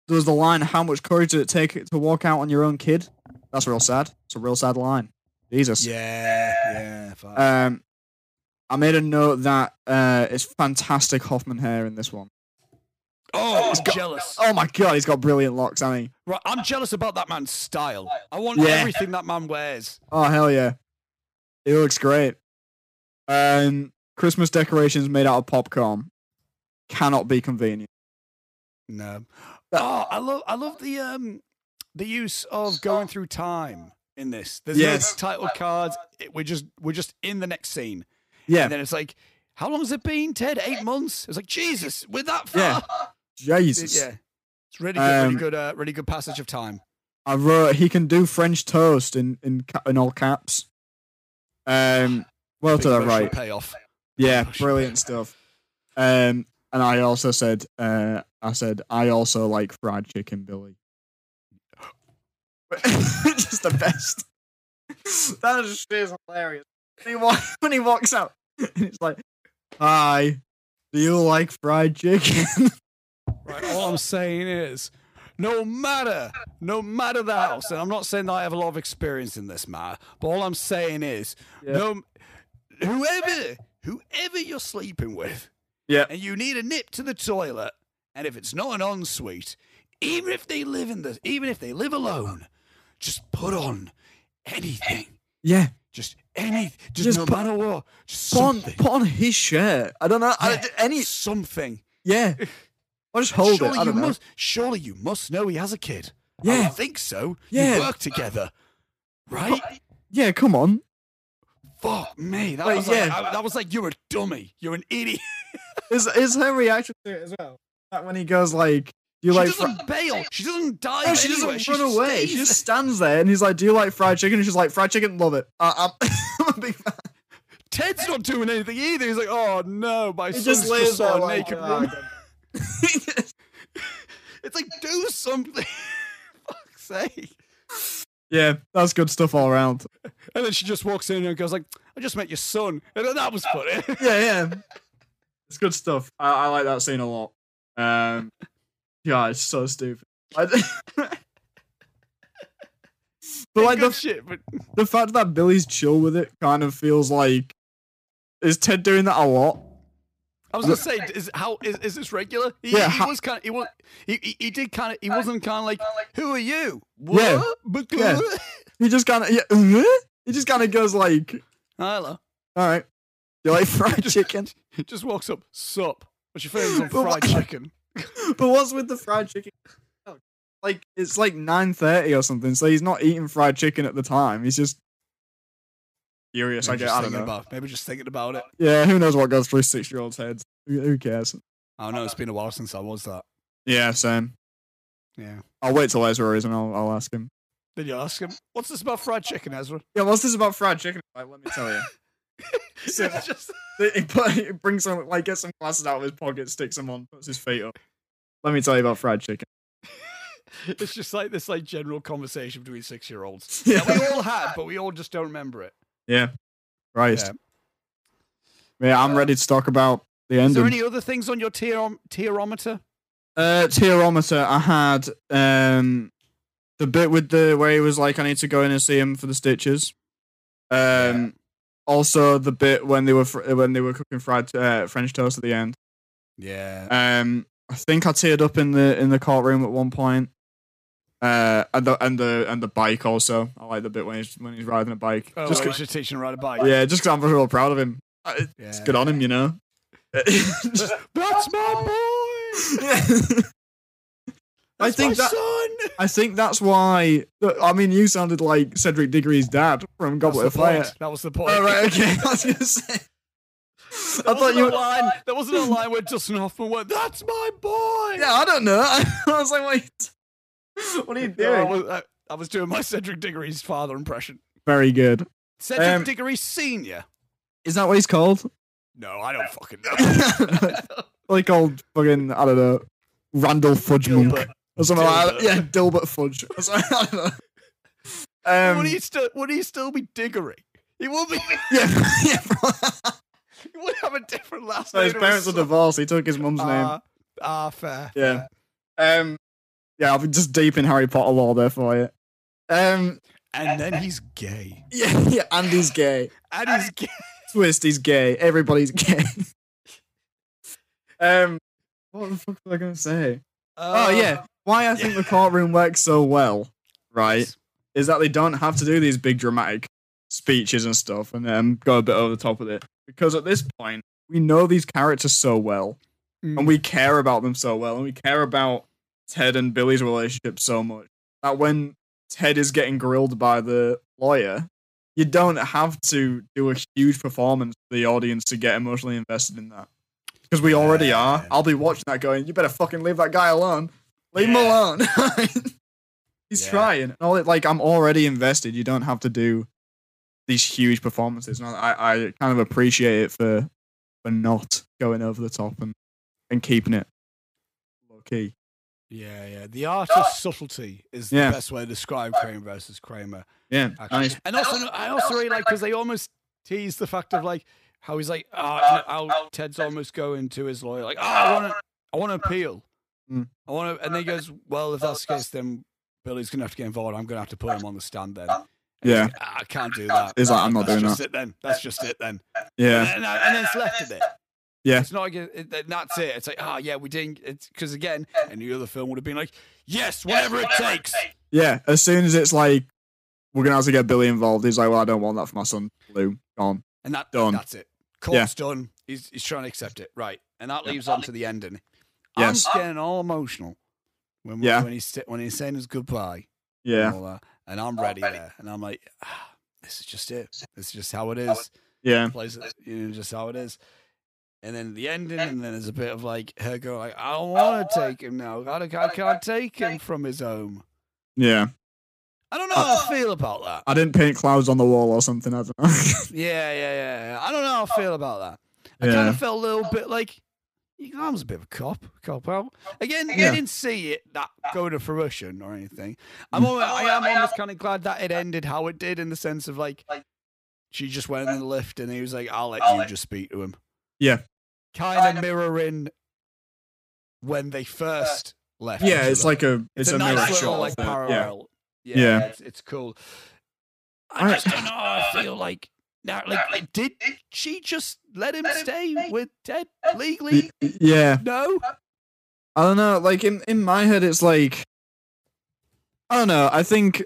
S2: There was the line, "How much courage did it take to walk out on your own kid?" That's real sad. It's a real sad line. Jesus.
S1: Yeah, yeah. fuck.
S2: Um. I made a note that uh, it's fantastic Hoffman hair in this one.
S1: oh, I'm
S2: got-
S1: jealous.
S2: Oh my god, he's got brilliant locks, hasn't he?
S1: Right, I'm jealous about that man's style. I want
S2: Yeah.
S1: everything that man wears.
S2: Oh hell yeah, he looks great. Um, Christmas decorations made out of popcorn cannot be convenient.
S1: No. Oh, I love, I love the um, the use of going through time in this. There's
S2: Yes.
S1: no title cards. It- we're just, we're just in the next scene,
S2: Yeah,
S1: and then it's like, how long has it been, Ted? Eight months. It's like Jesus, we're that far.
S2: Yeah. Jesus.
S1: yeah. It's really good, really
S2: Um,
S1: good, uh, really good passage of time.
S2: I wrote he can do French toast in in ca- in all caps. Um, well
S1: Big
S2: to the
S1: commercial
S2: right,
S1: Payoff.
S2: yeah,
S1: push.
S2: brilliant stuff. Um, and I also said, uh, I said I also like fried chicken, Billy. <laughs> Just the best. <laughs> That is, is hilarious. When he, wa- <laughs> when he walks out, and it's like, "Hi, do you like fried chicken?" <laughs>
S1: Right, all I'm saying is, no matter, no matter the house, and I'm not saying that I have a lot of experience in this matter, but all I'm saying is,
S2: Yeah.
S1: no, whoever, whoever you're sleeping with,
S2: Yeah.
S1: and you need a nip to the toilet, and if it's not an ensuite, even if they live in the, even if they live alone, just put on anything,
S2: yeah,
S1: just any, just,
S2: Just
S1: no
S2: put-
S1: matter what, just
S2: put on,
S1: something,
S2: put on his shirt. I don't know. I,
S1: Yeah.
S2: any,
S1: something.
S2: yeah. I'll just hold
S1: surely
S2: it. I
S1: you
S2: don't know.
S1: must, surely you must know he has a kid. I
S2: Yeah,
S1: would think so.
S2: Yeah.
S1: You work together, right?
S2: yeah. Come on.
S1: Fuck me. That
S2: Well,
S1: was like,
S2: yeah.
S1: I- that was like you're a dummy. You're an idiot.
S2: Is is her reaction to it as well? Like when he goes like, "Do you
S1: she
S2: like?" fri-
S1: doesn't bail. She doesn't die.
S2: no, she
S1: anywhere.
S2: doesn't run away.
S1: stays
S2: She just stands there, and he's like, "Do you like fried chicken?" And she's like, "Fried chicken, love it." Uh, I'm, <laughs> I'm a big fan.
S1: there. Ted's not doing anything either. He's like, oh no, my
S2: He
S1: son's
S2: just
S1: just,
S2: lays
S1: saw
S2: there
S1: a
S2: like,
S1: naked
S2: "Oh,
S1: woman."
S2: God." <laughs>
S1: It's like do something. <laughs> Fuck's sake.
S2: yeah, that's good stuff all around.
S1: And then she just walks in and goes like, I just met your son. And then that was funny.
S2: Yeah, yeah, it's good stuff. I, I like that scene a lot. Um, yeah, it's so stupid. <laughs> I d- but like
S1: Good
S2: the
S1: shit, but
S2: the fact that Billy's chill with it kind of feels like is Ted doing that a lot?
S1: I was gonna say, is how is, is this regular? He,
S2: Yeah,
S1: he
S2: ho-
S1: was kind of he was he, he, he did kind of he wasn't kind of like who are you?
S2: Yeah.
S1: What? But-
S2: Yeah. He just kind of yeah, uh, he just kind of goes like,
S1: Hello.
S2: "All right, you <laughs> like fried chicken?"
S1: He just walks up. Sup? What's your favourite
S2: But
S1: fried
S2: what- <laughs>
S1: chicken?
S2: but what's with the fried chicken? Like it's like nine thirty or something, so he's not eating fried chicken at the time. He's just furious. I
S1: Maybe
S2: guess.
S1: just
S2: I don't
S1: thinking
S2: know.
S1: about. Maybe just thinking about it.
S2: yeah, who knows what goes through six year olds' heads? Who, who cares?
S1: I don't know. It's been a while since I was that.
S2: Yeah, same.
S1: Yeah.
S2: I'll wait till Ezra is and I'll, I'll ask him.
S1: Then you ask him, "What's this about fried chicken, Ezra?" <laughs>
S2: Yeah, what's this about fried chicken? Like, let me tell you. So-
S1: It's just-
S2: He- he, put, <laughs> he brings some like gets some glasses out of his pocket, sticks them on, puts his feet up. Let me tell you about fried chicken. <laughs>
S1: it's just like this, like general conversation between six-year-olds
S2: Yeah,
S1: that we all had, but we all just don't remember it.
S2: Christ. Yeah. I'm ready to talk about the
S1: Uh, Is there
S2: ending.
S1: any other things on your tier- tierometer?
S2: uh, tierometer. I had um the bit with the where he was like, I need to go in and see him for the stitches. Um, also the bit when they were fr- when they were cooking fried uh, French toast at the end.
S1: Yeah.
S2: Um, I think I teared up in the in the courtroom at one point. Uh, and the and the and the bike also. I like the bit when he's when he's riding a bike.
S1: Oh,
S2: Just
S1: well,
S2: 'cause-
S1: we should teach him to ride a bike.
S2: yeah, just 'cause I'm real proud of him. I-
S1: Yeah.
S2: It's good on him, you know. <laughs>
S1: That's my boy.
S2: I
S1: That's
S2: think
S1: my
S2: that
S1: son.
S2: I think that's why. I mean, you sounded like Cedric Diggory's dad from Goblet
S1: That's
S2: of
S1: the
S2: Fire.
S1: point. That was the point.
S2: Oh right, okay. <laughs> I was gonna say.
S1: There
S2: I thought
S1: wasn't
S2: you.
S1: a line. There wasn't a line where Dustin Hoffman went, "That's my boy."
S2: Yeah, I don't know. <laughs> I was like, wait, what are you
S1: No, I
S2: doing?
S1: was, I, I was doing my Cedric Diggory's father impression.
S2: Very good.
S1: Cedric
S2: Um,
S1: Diggory Senior.
S2: Is that what he's called? <laughs>
S1: No, I don't fucking know.
S2: like old fucking I don't know, Randall Fudge Monk
S1: Dilbert.
S2: or something like that.
S1: Dilbert.
S2: Yeah, Dilbert <laughs> Fudge. Or something, I don't know.
S1: would
S2: Um,
S1: he still? Would he still be Diggory? He would be. <laughs>
S2: yeah, <laughs> yeah. bro.
S1: He would have a different last
S2: so
S1: name.
S2: his
S1: to
S2: parents are
S1: son.
S2: divorced. He took his mum's
S1: Ah, ah, fair.
S2: Yeah. name. Um, yeah, I'll be just deep in Harry Potter lore there for you. Um,
S1: And then he's gay.
S2: yeah, <laughs> yeah, and he's gay.
S1: And he's gay.
S2: Twist, he's gay. Everybody's <laughs> gay. um, what the fuck was I gonna say?
S1: Uh,
S2: oh yeah, why I think the courtroom works so well, right? is that they don't have to do these big dramatic speeches and stuff and um, go a bit over the top with it. Because at this point, we know these characters so well
S1: Mm.
S2: and we care about them so well and we care about Ted and Billy's relationship so much that when Ted is getting grilled by the lawyer, you don't have to do a huge performance for the audience to get emotionally invested in that. Because we already are.
S1: Yeah.
S2: I'll be watching that going, you better fucking leave that guy alone. <laughs> Leave him
S1: Yeah.
S2: alone. He's
S1: Yeah.
S2: trying. And all it, like I'm already invested. You don't have to do these huge performances. And I, I kind of appreciate it for for not going over the top and and keeping it low key.
S3: Yeah, yeah. The artist's subtlety is
S2: Yeah.
S3: the best way to describe Kramer versus Kramer.
S2: Yeah,
S3: Actually,
S2: nice.
S1: And also, I also really like because they almost tease the fact of like how he's like, oh, no, how Ted's almost going to his lawyer, like, oh, I want to, I want to appeal.
S2: Mm.
S1: I want to, and then he goes, well, if that's the case, then Billy's gonna have to get involved. I'm gonna have to put him on the stand then. And he's
S2: Yeah.
S1: like, "Ah, I can't do that.
S2: He's like, "I'm not
S1: that's
S2: doing
S1: just It then that's just it then.
S2: Yeah,
S1: And, then- and then it's left at it.
S2: Yeah.
S1: It's not like it, it- that- that's it. It's like, oh yeah, we didn't. It's because again, any other film would have been like, yes, whatever, it takes.
S2: yeah. As soon as it's like we're gonna have to get Billy involved, he's like, "Well, I don't want that for my son." Lou gone.
S1: And that
S2: Done.
S1: that's it. Court's done. He's he's trying to accept it. Right. And that leaves on to the ending.
S2: Yes.
S1: I'm getting all emotional when
S2: Yeah.
S1: when he's when he's saying his goodbye. And,
S2: Yeah,
S1: all that, and I'm ready there. And I'm like, ah, this is just it. This is just how it is.
S2: yeah,
S1: Plays it, you know, just how it is. And then the ending, and then there's a bit of like her going like, I don't want to take him now. I, don't- I can't take him from his home.
S2: yeah.
S1: I don't know how I feel about that.
S2: I didn't paint clouds on the wall or something. I don't know. <laughs>
S1: Yeah, yeah, yeah. I don't know how I feel about that. I
S2: Yeah.
S1: kind of felt a little bit like your arm's a bit of a cop, cop out. Again, you
S2: Yeah.
S1: didn't see it that go to fruition or anything.
S2: Mm.
S1: I'm almost, I am almost kind of glad that it ended how it did in the sense of like she just went in the lift and he was like, "I'll let you just speak to him."
S2: Yeah.
S1: kind of mirroring when they first left. each
S2: yeah, it's
S1: other.
S2: like a it's,
S1: it's
S2: a,
S1: a nice
S2: mirror
S1: little
S2: shot.
S1: like
S2: of it, yeah.
S1: parallel. Yeah,
S2: Yeah.
S1: It's, it's cool. I
S2: Alright.
S1: just don't know. how I feel like now, like, like, did she just let him stay with Ted legally?
S2: yeah.
S1: No.
S2: I don't know. Like in in my head, it's like I don't know. I think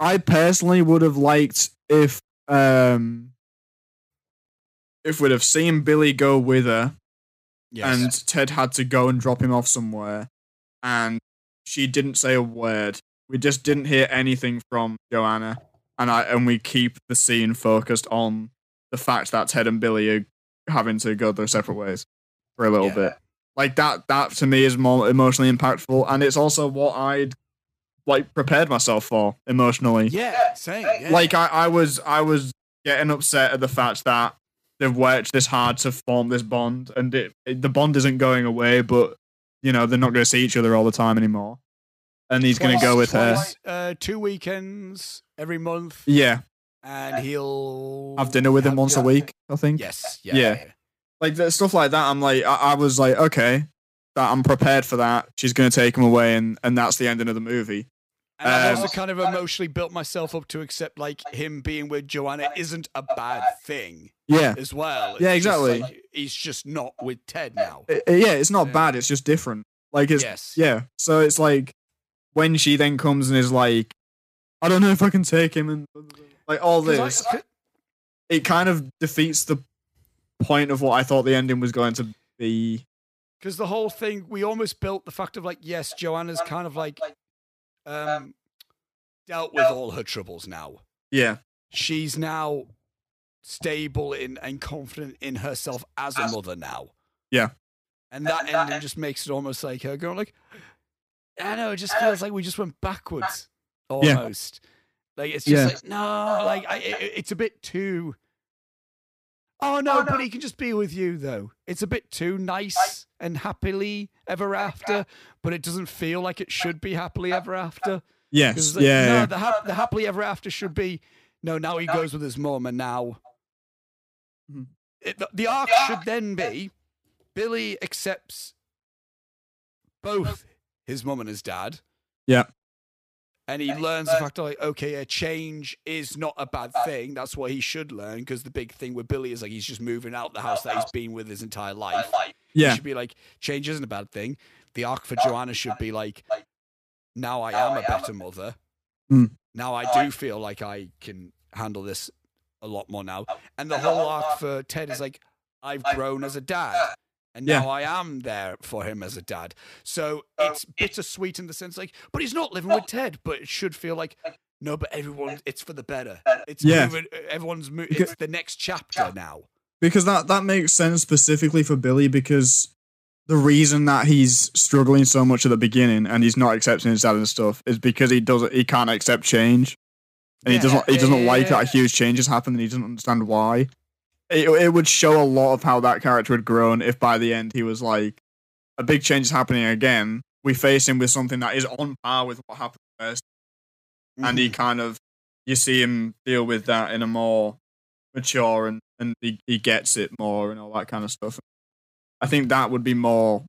S2: I personally would have liked if um if we'd have seen Billy go with her, and Ted had to go and drop him off somewhere, and she didn't say a word. We just didn't hear anything from Joanna, and I and we keep the scene focused on the fact that Ted and Billy are having to go their separate ways for a little
S1: Yeah.
S2: bit. Like that, that to me is more emotionally impactful, and it's also what I'd like prepared myself for emotionally
S1: yeah, same. Yeah.
S2: like I, I was I was getting upset at the fact that they've worked this hard to form this bond and it, it- the bond isn't going away but you know they're not going to see each other all the time anymore and he's going to go with her
S1: Twice, Uh, two weekends every month,
S2: yeah
S1: and he'll
S2: have dinner with him
S1: have
S2: once a
S1: dinner.
S2: week I think
S1: Yes. Yeah.
S2: Yeah. like there's stuff like that I'm like I, I was like okay that I'm prepared for that she's going to take him away and and that's the ending of the movie
S1: And I've
S2: Um,
S1: also kind of emotionally built myself up to accept like him being with Joanna isn't a bad thing
S2: yeah
S1: as well.
S2: Yeah,
S1: It's just,
S2: exactly.
S1: like, he's just not with Ted now.
S2: I- I- yeah it's not
S1: Yeah.
S2: bad it's just different like it's
S1: yes.
S2: Yeah. So it's like when she then comes and is like, I don't know if I can take him and like all
S1: 'Cause I-
S2: this,
S1: 'cause-
S2: it kind of defeats the point of what I thought the ending was going to be.
S1: because the whole thing we almost built the fact of like yes joanna's kind of like um dealt with all her troubles now
S2: Yeah.
S1: she's now stable in and confident in herself as a mother now
S2: Yeah.
S1: and that ending just makes it almost like her going like i know it just feels like we just went backwards
S2: Yeah.
S1: almost like it's just
S2: Yeah.
S1: like no like I, it, it- it's a bit too Oh no, but he can just be with you though. It's a bit too nice and happily ever after, but it doesn't feel like it should be happily ever after. 'Cause
S2: Yes.
S1: it's like,
S2: yeah.
S1: no,
S2: yeah.
S1: The, hap- the happily ever after should be no. Now he goes with his mum, and now
S2: Mhm.
S1: it, the, the arc should then be Billy accepts both his mum and his dad.
S2: Yeah.
S1: And he learns the fact like, okay, a change is not a bad thing. That's what he should learn because the big thing with Billy is like he's just moving out the house that he's been with his entire life. It
S2: yeah.
S1: should be like change isn't a bad thing. The arc for Joanna should be like now I am a better mother.
S2: Mm.
S1: Now I do feel like I can handle this a lot more now. And the whole arc for Ted is like I've grown as a dad. And
S2: Yeah.
S1: now I am there for him as a dad. So it's bittersweet in the sense like, but he's not living with Ted, but it should feel like no, but everyone, it's for the better. It's
S2: Yeah.
S1: moving, everyone's mo-
S2: Because-
S1: It's the next chapter now.
S2: Because that, that makes sense specifically for Billy because the reason that he's struggling so much at the beginning and he's not accepting his dad and stuff is because he doesn't he can't accept change. And
S3: Yeah,
S2: he doesn't he
S3: yeah,
S2: doesn't
S3: yeah,
S2: like
S3: yeah.
S2: that huge changes happen and he doesn't understand why. It, it would show a lot of how that character had grown if by the end he was like a big change is happening again. We face him with something that is on par with what happened first and
S3: Mm-hmm.
S2: he kind of you see him deal with that in a more mature and and he, he gets it more and all that kind of stuff i think that would be more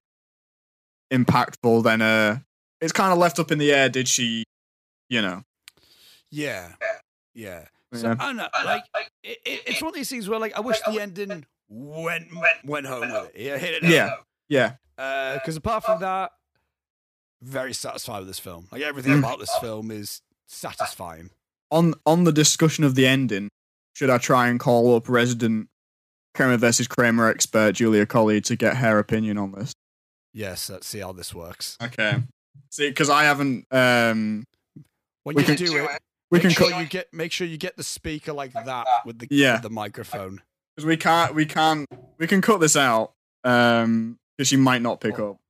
S2: impactful than uh it's kind of left up in the air did she you know
S1: Yeah. Yeah. So
S2: yeah.
S1: I don't know, like
S3: like it, it, it's one of these things where like I wish the ending went went home with it. Yeah, hit it.
S2: Yeah. yeah
S1: because Uh, apart from that, very satisfied with this film. Like everything
S2: Mm.
S1: about this film is satisfying.
S2: on on the discussion of the ending should i try and call up resident kramer versus kramer expert julia colley to get her opinion on this
S1: Yes, let's see how this works.
S2: okay see because i haven't um
S1: When
S2: We
S1: you
S2: can-
S1: do it,
S2: we can
S1: make
S2: co-
S1: sure you get make sure you get the speaker like that with the
S2: Yeah.
S1: with the microphone.
S2: because we can't we can't we can cut this out um because she might not pick up i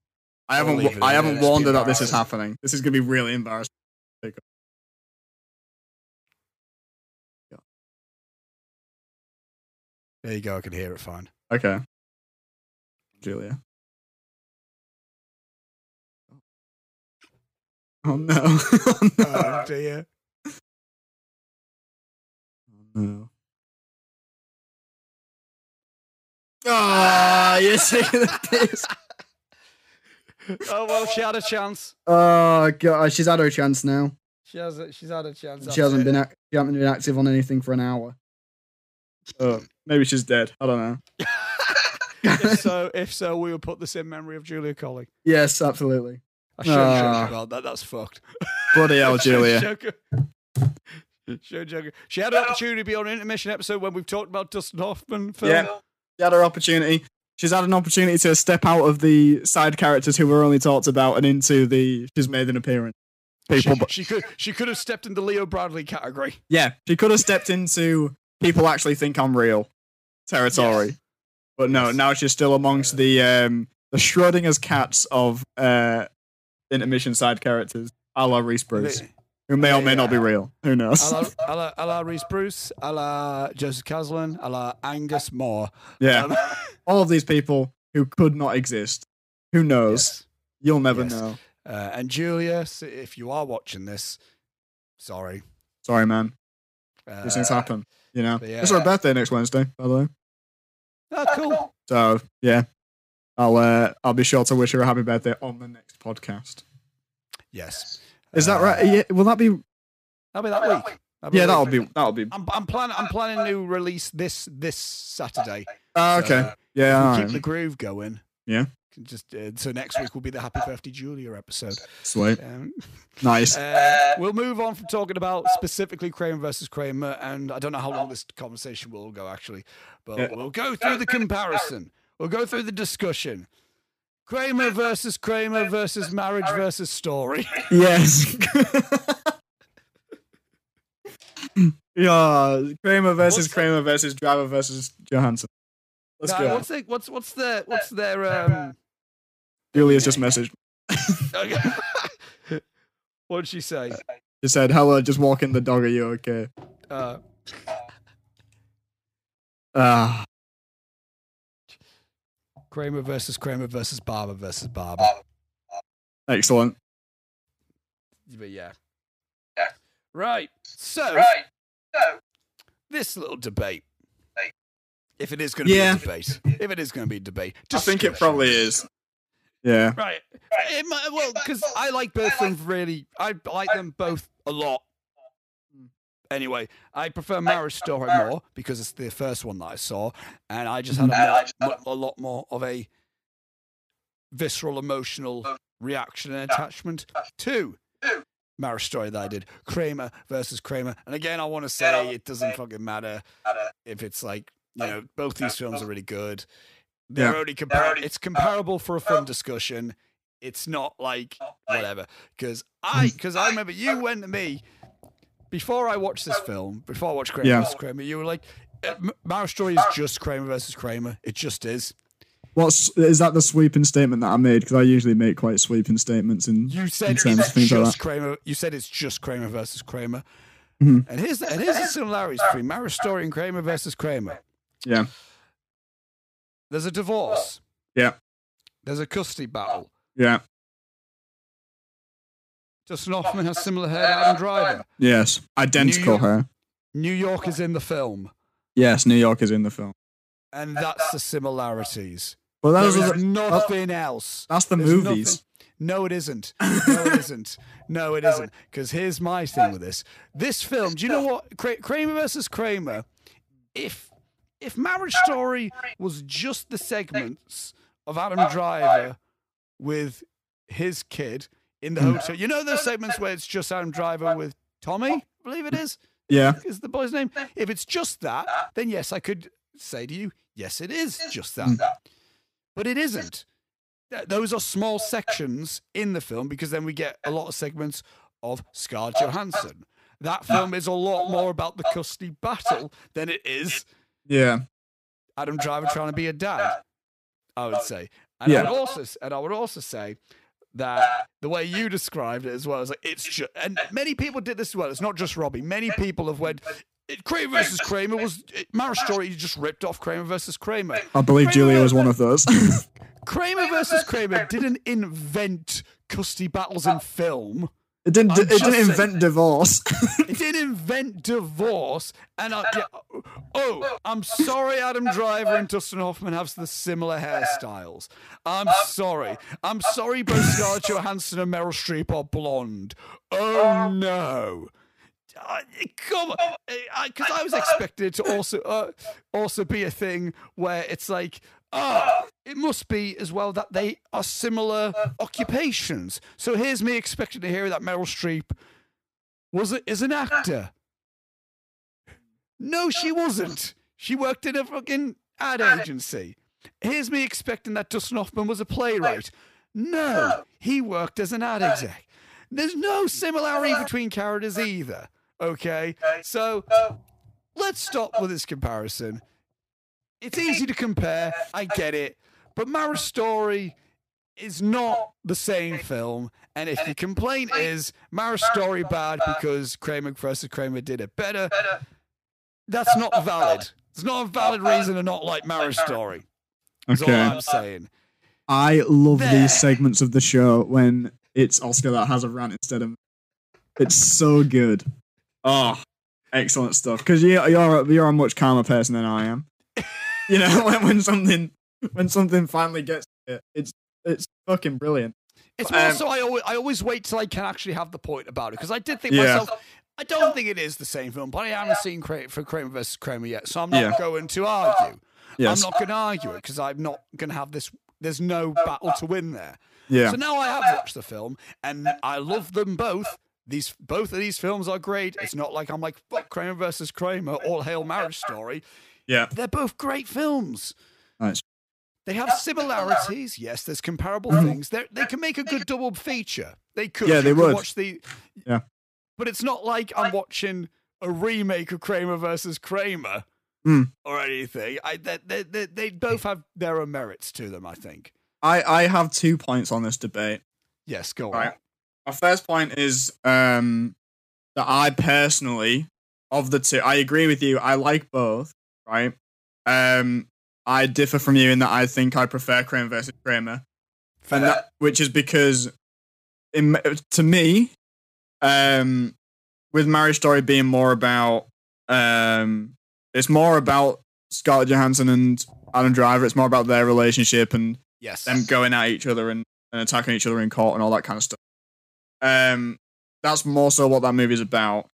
S1: I'll
S2: haven't
S1: leave it
S2: i
S1: in
S2: haven't
S1: there, it's
S2: warned her that
S1: embarrassing.
S2: this is happening this is gonna be really embarrassing to pick up.
S1: There you go. I can hear it
S2: <laughs>
S1: fine.
S2: okay julia oh no <laughs> oh no,
S1: Oh dear.
S2: Oh, no. Ah, <laughs> you're taking the piss.
S1: Oh well, she had a chance.
S4: Oh god, she's had her chance now.
S1: She has. A, she's had a chance.
S4: she hasn't been ac- she hasn't been active on anything for an hour.
S2: Oh, maybe she's dead. I don't know. <laughs>
S1: if so, if so, we will put this in memory of Julia Colley.
S4: Yes, absolutely.
S1: I showed
S4: Ah.
S1: Joker about that. That's fucked.
S2: Bloody <laughs>
S1: <laughs>
S2: hell, Julia.
S1: Joker. Show Joker. She had an opportunity to be on an intermission episode when we've talked about Dustin Hoffman film.
S2: Yeah. She had her opportunity. She's had an opportunity to step out of the side characters who were only talked about and into the she's made an appearance. People,
S1: She, she could she could have stepped in the Leo Bradley category.
S2: yeah, she could have stepped into people actually think I'm real territory,
S1: Yes.
S2: but no,
S1: Yes.
S2: now she's still amongst the um the Schrodinger's cats of uh intermission side characters, a la Reese Bruce, who may or may not be real. Who
S1: A
S2: knows?
S1: la, a la, a la Reese Bruce, a la Joseph Caslin, a la Angus Moore.
S2: <laughs> yeah,
S1: Um, <laughs>
S2: all of these people who could not exist. Who knows?
S1: yes.
S2: You'll never
S1: Yes.
S2: know.
S1: Uh, and Julius, if you are watching this, sorry.
S2: Sorry, man.
S1: Uh,
S2: These things happen, you know.
S1: but yeah.
S2: It's our birthday next Wednesday, by the way.
S1: oh, cool.
S2: So yeah, I'll uh, I'll be sure to wish her a happy birthday on the next podcast.
S1: Yes.
S2: Is that
S1: Uh,
S2: right? Yeah, will that be?
S1: That'll be that week. That'll
S2: Yeah,
S1: that
S2: that'll
S1: week.
S2: be that'll be.
S1: I'm, I'm planning. I'm planning to release this this Saturday.
S2: Oh, okay.
S1: So
S2: Yeah.
S1: we'll
S2: all
S1: keep the
S2: right.
S1: groove going.
S2: Yeah.
S1: Can Just uh, so next week will be the Happy Birthday Julia
S2: <laughs>
S1: episode.
S2: Sweet.
S1: Um,
S2: <laughs> Nice.
S1: uh, we'll move on from talking about specifically Kramer versus Kramer, and I don't know how long this conversation will go actually, but
S2: Yeah.
S1: we'll go through the comparison. We'll go through the discussion. Kramer versus Kramer versus marriage versus story.
S2: Yes. yeah. Kramer versus
S1: What's-
S2: Kramer versus Driver versus Johansson.
S1: <laughs>
S2: Let's
S1: Now,
S2: go.
S1: What's the, what's what's their what's their um?
S2: Julia's just messaged.
S1: <laughs> what did um, she say?
S2: She said, "Hello, just walking the dog. Are you okay?"
S1: Uh,
S2: Ah.
S1: Kramer versus Kramer versus Barber versus Barber.
S2: excellent.
S1: But yeah. Right. So, this little debate. If it is going to
S2: Yeah.
S1: be a debate, if it is going to be a debate, discussion.
S2: is. Yeah.
S1: <laughs> Right. It might, well, because I like both of them really. I like them both a lot. Anyway, I prefer Marriage Story more because it's the first one that I saw, and I just had a, mo- mo- a lot more of a visceral, emotional reaction and attachment Uh, to Marriage Story that I did. Kramer versus Kramer, and again, I want to say it doesn't fucking matter if it's like you know both these films are really good. They're
S2: Yeah.
S1: only compar- It's comparable for a fun discussion. It's not like whatever because I because I remember you went to me before I watched this film before I watched Kramer
S2: Yeah.
S1: versus Kramer. You were like, uh, M- Marriage Story is just Kramer versus Kramer. It just is.
S2: What's is that the sweeping statement that I made? Because I usually make quite sweeping statements in
S1: You
S2: in
S1: said
S2: terms of
S1: it's
S2: things like
S1: just
S2: that.
S1: Kramer. You said it's just Kramer versus Kramer.
S2: Mhm.
S1: And here's the, and here's the similarities between Marriage Story and Kramer versus Kramer.
S2: Yeah.
S1: There's a divorce.
S2: Yeah.
S1: There's a custody battle.
S2: Yeah.
S1: Dustin Hoffman has similar hair to Adam Driver.
S2: Yes. Identical
S1: New-
S2: hair.
S1: New York is in the film,
S2: Yes. New York is in the film.
S1: and that's the similarities.
S2: But
S1: There
S2: those are
S1: is
S2: the,
S1: nothing else.
S2: that's the
S1: There's
S2: movies.
S1: nothing- No, it isn't. No, it isn't. No, it isn't. Because here's my thing with this. This film. Do you know what? Kra- Kramer versus Kramer. If if Marriage Story was just the segments of Adam Driver with his kid in the hotel, you know those segments where it's just Adam Driver with Tommy. I believe it is
S2: Yeah.
S1: is the boy's name. If it's just that, then yes, I could say to you, yes, it is just that. But it isn't. Th- Those are small sections in the film because then we get a lot of segments of Scarlett Johansson. That film is a lot more about the custody battle than it is
S2: Yeah.
S1: Adam Driver trying to be a dad. I would say, and I
S2: Yeah.
S1: would also, s- and I would also say that the way you described it as well is like it's just, and many people did this as well. It's not just Robbie. Many people have went. It, Kramer versus Kramer was it, Marriage Story. You just ripped off Kramer versus Kramer.
S2: I believe Julia was one of
S1: <laughs>
S2: those.
S1: Kramer versus Kramer didn't invent custody battles in film.
S2: It didn't.
S1: I'm
S2: It didn't
S1: just
S2: invent divorce.
S1: <laughs> It did invent divorce. And I, yeah, oh, I'm sorry, Adam Driver and Dustin Hoffman have the similar hairstyles. I'm sorry. I'm sorry, both Scarlett Johansson and Meryl Streep are blonde. Oh no. I- Come on, because I, was expecting it to also uh, also be a thing where it's like, ah, it must be as well that they are similar occupations. So here's me expecting to hear that Meryl Streep was a, is an actor. No, she wasn't. She worked in a fucking ad agency. Here's me expecting that Dustin Hoffman was a playwright. No, he worked as an ad exec. There's no similarity between characters either. Okay, so let's stop with this comparison. It's easy to compare, I get it, but Marriage Story is not the same film. And if your complaint is Marriage Story bad because Kramer versus Kramer did it better, that's not valid. It's not a valid reason to not like Marriage Story. That's all
S2: okay.
S1: I'm saying.
S2: I love
S1: There.
S2: these segments of the show when it's Oscar that has a rant instead of. It's so good. Oh, excellent stuff. Because you, you're a- you're a much calmer person than I am. you know <laughs> when, when something when something finally gets it, it's it's fucking brilliant.
S1: It's
S2: Um,
S1: more so I always, I always wait till I can actually have the point about it because I did think
S2: Yeah.
S1: myself. I don't think it is the same film, but I haven't seen Kramer for Kramer versus Kramer yet, so I'm not
S2: Yeah.
S1: going to argue.
S2: Yes.
S1: I'm not going to argue it because I'm not going to have this. There's no battle to win there.
S2: yeah.
S1: So now I have watched the film, and I love them both. These both of these films are great. It's not like I'm like fuck Kramer versus Kramer, All Hail Marriage Story.
S2: yeah.
S1: They're both great films.
S2: Nice.
S1: They have similarities. Yes, there's comparable things. They they can make a good double feature. They could.
S2: Mm-hmm. Yeah, they
S1: You could
S2: would.
S1: Watch the.
S2: Yeah.
S1: But it's not like I'm watching a remake of Kramer versus Kramer
S2: Hmm.
S1: or anything. I they, they, they, they both have their own merits to them. I think.
S2: I I have two points on this debate.
S1: Yes, go on.
S2: Right. My first point is um, that I personally, of the two, I agree with you. I like both, right? Um, I differ from you in that I think I prefer Kramer versus Kramer, and that, which is because, in, to me, um, with Marriage Story being more about, um, it's more about Scarlett Johansson and Adam Driver. It's more about their relationship and
S1: Yes.
S2: them going at each other and, and attacking each other in court and all that kind of stuff. Um, that's more so what that movie's about.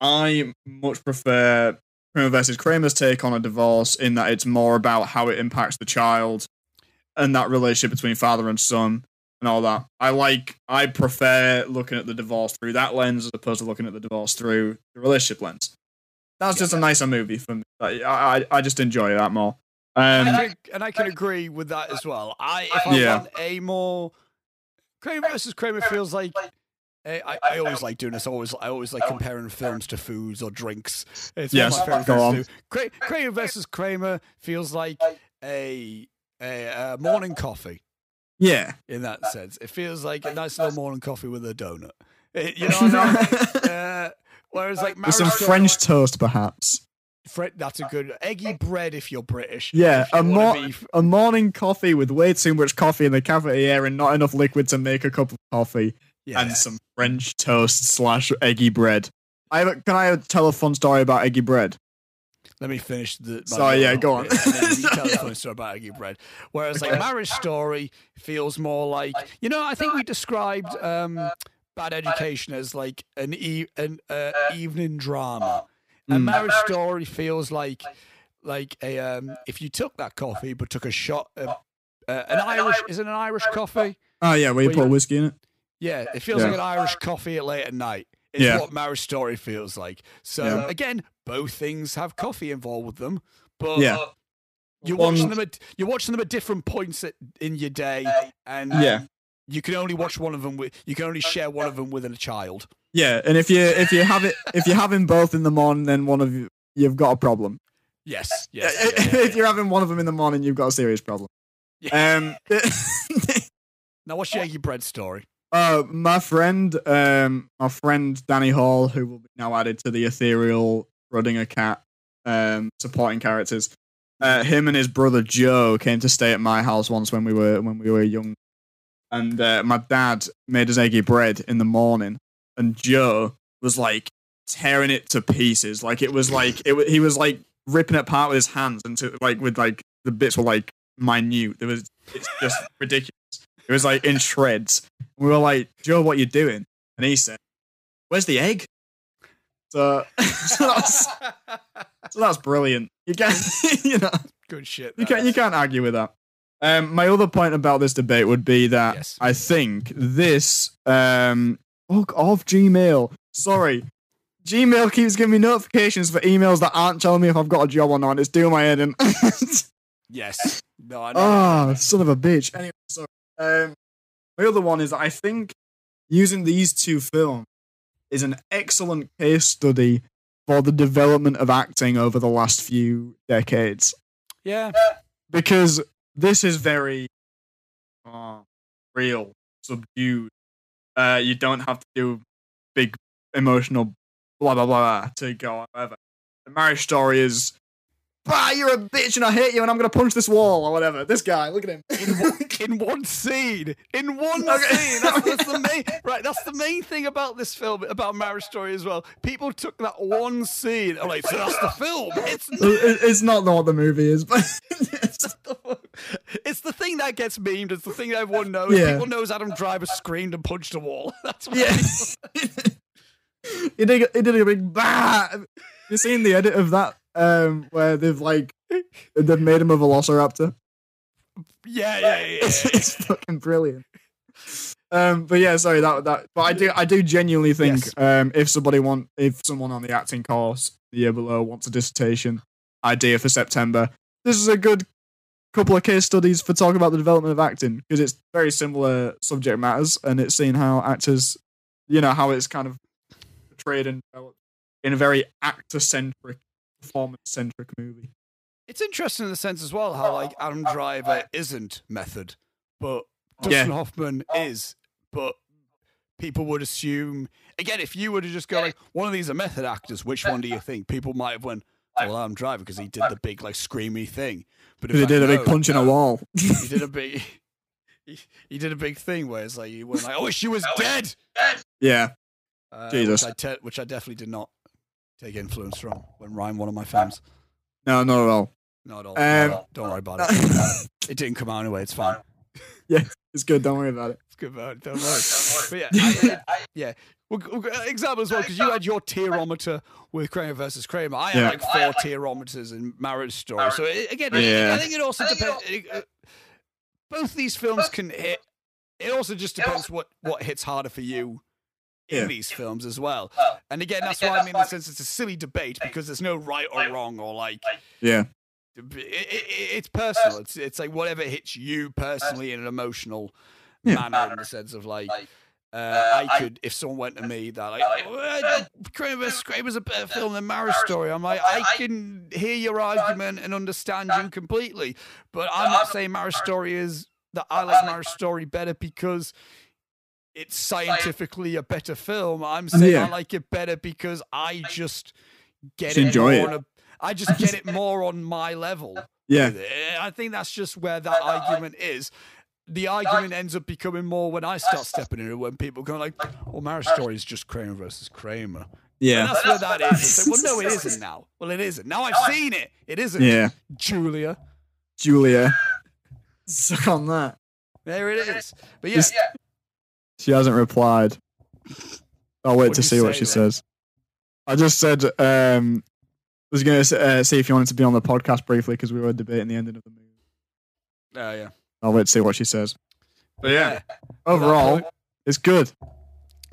S2: I much prefer Kramer versus Kramer's take on a divorce in that it's more about how it impacts the child and that relationship between father and son and all that. I like, I prefer looking at the divorce through that lens as opposed to looking at the divorce through the relationship lens. That's just a nicer movie for me. Like, I, I, I just enjoy that more. Um,
S1: and, I can, and I can agree with that as well. I if I
S2: Yeah.
S1: want a more Kramer versus Kramer feels like I, I, I always like doing this. I always I always like comparing films to foods or drinks. It's one of
S2: Yes,
S1: my favorite
S2: go
S1: things to do. Kra- Kramer versus Kramer feels like a a uh, morning coffee
S2: Yeah.
S1: in that sense. It feels like a nice little morning coffee with a donut. It- you know what I mean?
S2: <laughs>
S1: Uh, whereas like
S2: With some
S1: Marisco-
S2: French toast, perhaps.
S1: Fre- that's a good eggy bread if you're British.
S2: Yeah,
S1: If you
S2: a,
S1: wanna
S2: mor-
S1: be f-
S2: a morning coffee with way too much coffee in the cafetiere and not enough liquid to make a cup of coffee,
S1: yeah.
S2: and some French toast slash eggy bread. I have a- can I tell a fun story about eggy bread?
S1: Let me finish the. my
S2: Sorry, yeah,
S1: little
S2: go on.
S1: bit, and then you
S2: <laughs>
S1: tell
S2: Sorry.
S1: a funny story about eggy bread. Whereas like marriage story feels more like you know I think we described um, bad education as like an e- an uh, evening drama. And
S2: Mm.
S1: marriage story feels like like a um, if you took that coffee but took a shot of uh, an Irish is it an Irish coffee?
S2: Oh yeah, where you
S1: Well,
S2: put
S1: you-
S2: whiskey in it.
S1: Yeah, it feels
S2: Yeah.
S1: like an Irish coffee at late at night. It's
S2: Yeah.
S1: what marriage story feels like. So
S2: Yeah.
S1: again, both things have coffee involved with them, but
S2: Yeah.
S1: you're
S2: One-
S1: watching them at you're watching them at different points at, in your day, and
S2: Yeah.
S1: you can only watch one of them with you can only share one of them with a child.
S2: Yeah, and if you if you have it if you're having both in the morning, then one of you you've got a problem.
S1: Yes, yes,
S2: Uh,
S1: yeah, yeah,
S2: <laughs> if
S1: yeah.
S2: you're having one of them in the morning, you've got a serious problem. Um, <laughs>
S1: Now, what's your eggy bread story?
S2: Uh, my friend, um, my friend Danny Hall, who will be now added to the ethereal Ruddinger Cat um, supporting characters. Uh, him and his brother Joe came to stay at my house once when we were when we were young, and uh, my dad made us eggy bread in the morning, and Joe was like tearing it to pieces, like it was like it wa- he was like ripping it apart with his hands, and to, like with like the bits were like minute. It was it's just ridiculous. It was like in shreds. We were like, Joe, what you doing? And he said, Where's the egg? So, <laughs> so, that's, so that's brilliant. You can't, <laughs> you, know,
S1: Good shit.
S2: you,
S1: that
S2: can't, you
S1: is.
S2: can't argue with that. Um, my other point about this debate would be that
S1: Yes.
S2: I think this um, fuck off Gmail. Sorry, Gmail keeps giving me notifications for emails that aren't telling me if I've got a job or not. It's doing my head in. <laughs>
S1: Yes. No, I know.
S2: Ah, son of a bitch. Anyway, so um, my other one is that I think using these two films is an excellent case study for the development of acting over the last few decades
S1: yeah.
S2: because this is very uh, real, subdued. Uh, you don't have to do big emotional blah blah blah to go however. The marriage story is. Ah, you're a bitch and I hate you and I'm gonna punch this wall or whatever. This guy, look at him.
S1: in one scene. In one
S2: Okay.
S1: scene. That's, that's
S2: <laughs>
S1: the main right. That's the main thing about this film, about Marriage Story as well. People took that one scene. I'm like, so that's the film. It's
S2: It- it- it's not what the movie is, but <laughs> it's-
S1: it's the thing that gets memed. It's the thing that everyone knows.
S2: Yeah.
S1: People knows Adam Driver screamed and punched a wall. <laughs> That's what
S2: yeah. he did. a- He did a big bah. You seen the edit of that um, where they've like they've made him a velociraptor.
S1: yeah, yeah, yeah. yeah.
S2: <laughs> it's, it's fucking brilliant. Um, but yeah, sorry that that. But I do I do genuinely think
S1: Yes.
S2: um, if somebody want if someone on the acting course the year below wants a dissertation idea for September, this is a good couple of case studies for talking about the development of acting because it's very similar subject matters and it's seen how actors, you know, how it's kind of portrayed and developed in a very actor centric, performance centric movie.
S1: It's interesting in the sense as well how like Adam Driver isn't method, but Dustin
S2: Yeah.
S1: Hoffman is. But people would assume again if you were to just go like one of these are method actors, which one do you think? People might have went "Oh, well Adam Driver because he did the big like screamy thing, but in
S2: Because they
S1: fact,
S2: did a big
S1: no,
S2: punch in a wall.
S1: He did a big. <laughs> He, he did a big thing where it's like you went like, <laughs> "I wish she was dead,"
S2: yeah.
S1: uh,
S2: Jesus.
S1: which I, te- which I definitely did not take influence from when Ryan one of my films.
S2: No, not
S1: <laughs>
S2: at all.
S1: Not at all.
S2: Um,
S1: Not at all. Don't worry about it. <laughs> It didn't come out anyway. It's fine.
S2: It's good. Don't worry about it.
S1: It's good, man. Don't worry. but yeah, <laughs> I, I- yeah. We'll, we'll, go- example as well, because you had your tierometer with Kramer versus Kramer. I had
S2: Yeah.
S1: like four tierometers in Marriage Story. So it, again, it-
S2: Yeah.
S1: I think it also depends. it- uh, both these films can hit. It also just depends what what hits harder for you in
S2: Yeah.
S1: these films as well. And again, that's why I mean, in the sense, it's a silly debate because there's no right or wrong or like
S2: Yeah.
S1: it, it, it's personal. It's it's like whatever hits you personally in an emotional
S2: Yeah.
S1: manner, in the sense of like, Uh, I could, if someone went to me that like, oh, Kramer vs. Kramer's a better film than Marriage Story, I'm like, I can hear your argument and understand you completely, but I'm not saying Marriage Story is that I like Marriage Story better because it's scientifically a better film. I'm saying
S2: Oh, yeah.
S1: I like it better because I just get
S2: Just
S1: it
S2: enjoy
S1: more
S2: it.
S1: on a, I just get it more on my level
S2: Yeah,
S1: with it. Eh, I think that's just where that argument is. The argument ends up becoming more when I <laughs> start stepping in it when people go like, "Well, Marriage Story is just Kramer versus Kramer." And
S2: yeah,
S1: that's where that is. It's like,
S2: <laughs>
S1: well, no, it isn't now. Well, it isn't now. I've seen it. It isn't.
S2: yeah.
S1: Julia,
S2: Julia,
S5: Suck on that.
S1: there it is. But yeah,
S2: Just- she hasn't replied. I'll wait
S1: What'd
S2: to
S1: you
S2: see what
S1: say
S2: she
S1: then?
S2: says. I just said um, I was going to uh, see if you wanted to be on the podcast briefly because we were debating the ending of the movie.
S1: oh yeah.
S2: I'll wait to see what she says. But yeah,
S1: Overall,
S2: overall, it's good.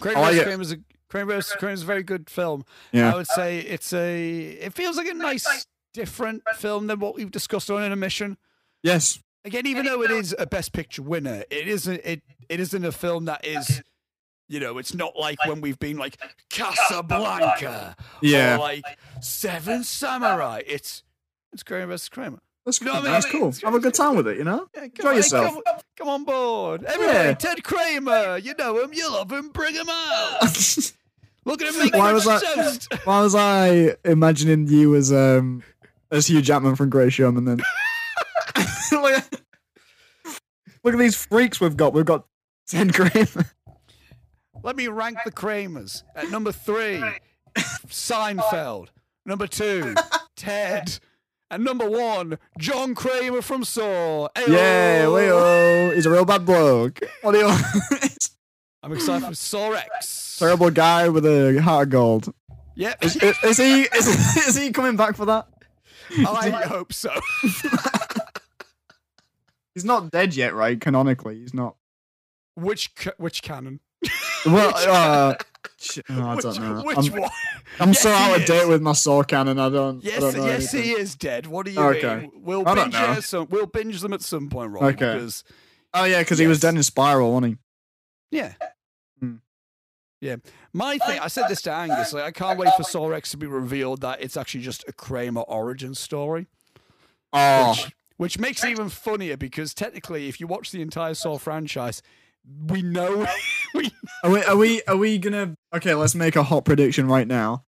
S1: Kramer
S2: I like
S1: versus
S2: it.
S1: Kramer is a Kramer versus Kramer is a very good film. I
S2: Yeah,
S1: would say it's a. It feels like a nice, different film than what we've discussed on Intermission.
S2: yes,
S1: again, even though it is a Best Picture winner, it isn't it it isn't a film that is, you know, it's not like when we've been like Casablanca,
S2: Yeah.
S1: or like Seven Samurai. It's it's Kramer versus Kramer.
S2: that's,
S1: You know what I
S2: that's
S1: mean?
S2: cool. Have a good time with it, you know.
S1: Yeah, come
S2: Enjoy
S1: on,
S2: yourself.
S1: Come, come on board, everybody.
S2: Yeah.
S1: Ted Kramer, you know him, you love him, bring him out. Look at him making
S2: Why
S1: a
S2: was that-
S1: toast.
S2: <laughs> Why was I imagining you as um as Hugh Jackman from Grey Showman then? <laughs> look, at, look at these freaks we've got. We've got Ted Kramer.
S1: Let me rank the Kramers. At number three, Seinfeld. Number two, Ted. And number one, John Kramer from Saw. Ayo.
S2: Yeah, Leo. He's a real bad bloke. What do you?
S1: I'm excited for Saw X.
S2: <laughs> Terrible guy with a heart of gold.
S1: Yep,
S2: Is, is, is he is, is he coming back for that?
S1: I hope so.
S2: He's not dead yet, right? Canonically, he's not.
S1: Which ca- which canon?
S2: Well, uh, sh- no, I
S1: Which,
S2: don't know.
S1: which
S2: I'm,
S1: one?
S2: I'm so
S1: Yes, he
S2: out of
S1: is.
S2: date with my saw cannon. I don't. I
S1: Yes,
S2: don't know
S1: yes,
S2: anything.
S1: he is dead. What do you
S2: Okay.
S1: mean? We'll
S2: I don't
S1: binge,
S2: know.
S1: it at some, we'll binge them at some point, Rob.
S2: Okay.
S1: Because
S2: Oh yeah, because he was
S1: Yes.
S2: dead in Spiral, wasn't
S1: Yeah.
S2: Hmm.
S1: Yeah. My thing, I said this to Angus, like, I can't wait for Saw X to be revealed that it's actually just a Kramer origin story,
S2: he? Oh,
S1: which, which makes it even funnier because technically, if you watch the entire Saw franchise, we know. we,
S2: Are we, are we are we gonna okay? Let's make a hot prediction right now.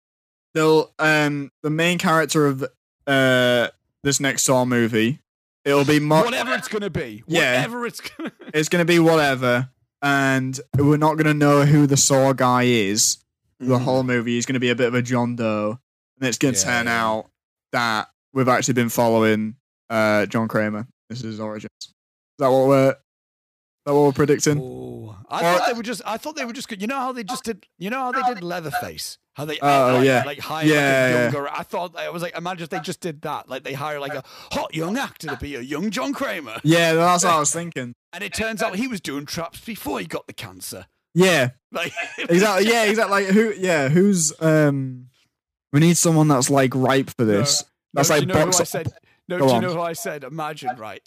S2: They'll um the main character of uh this next Saw movie. It'll be Mo-
S1: whatever it's going to be.
S2: Yeah.
S1: Whatever it's going to
S2: it's gonna be whatever, and we're not gonna know who the Saw guy is. The whole movie is gonna be a bit of a John Doe, and it's gonna
S1: Mm. Yeah,
S2: turn
S1: yeah.
S2: out that we've actually been following uh John Kramer. This is his origins. Is that what we're is that what we're predicting?
S1: Oh, I
S2: Or-
S1: thought they were just. I thought they were just. good. You know how they just did. You know how they did Leatherface. How they.
S2: Oh,
S1: like,
S2: yeah.
S1: Like hired
S2: Yeah,
S1: like a
S2: yeah.
S1: younger. I thought I was like, imagine if they just did that. Like they hire like a hot young actor to be a young John Kramer,
S2: Yeah, that's what I was thinking.
S1: and it turns out he was doing traps before he got the cancer. <laughs>
S2: Yeah,
S1: Like it was <laughs>
S2: exactly. Yeah, exactly. Like who? Yeah, who's um? We need someone that's like ripe for this.
S1: No,
S2: that's
S1: do
S2: like
S1: you know
S2: box.
S1: who I said. No,
S2: Go
S1: do you
S2: on.
S1: know who I said? Imagine, right?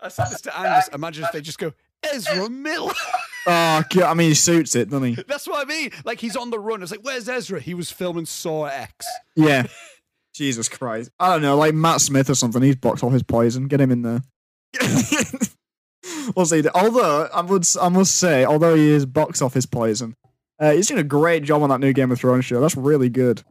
S1: I said this to Angus. Imagine if they just go Ezra Miller. <laughs>
S2: Oh, God, I mean, he suits it, doesn't he?
S1: That's what I mean. Like he's on the run. It's like, where's Ezra? He was filming Saw X.
S2: Yeah. <laughs> Jesus Christ. I don't know, like Matt Smith or something. He's boxed off his poison. Get him in <laughs> there. we'll see. Although I would, I must say, although he is boxed off his poison, uh, he's doing a great job on that new Game of Thrones show. That's really good.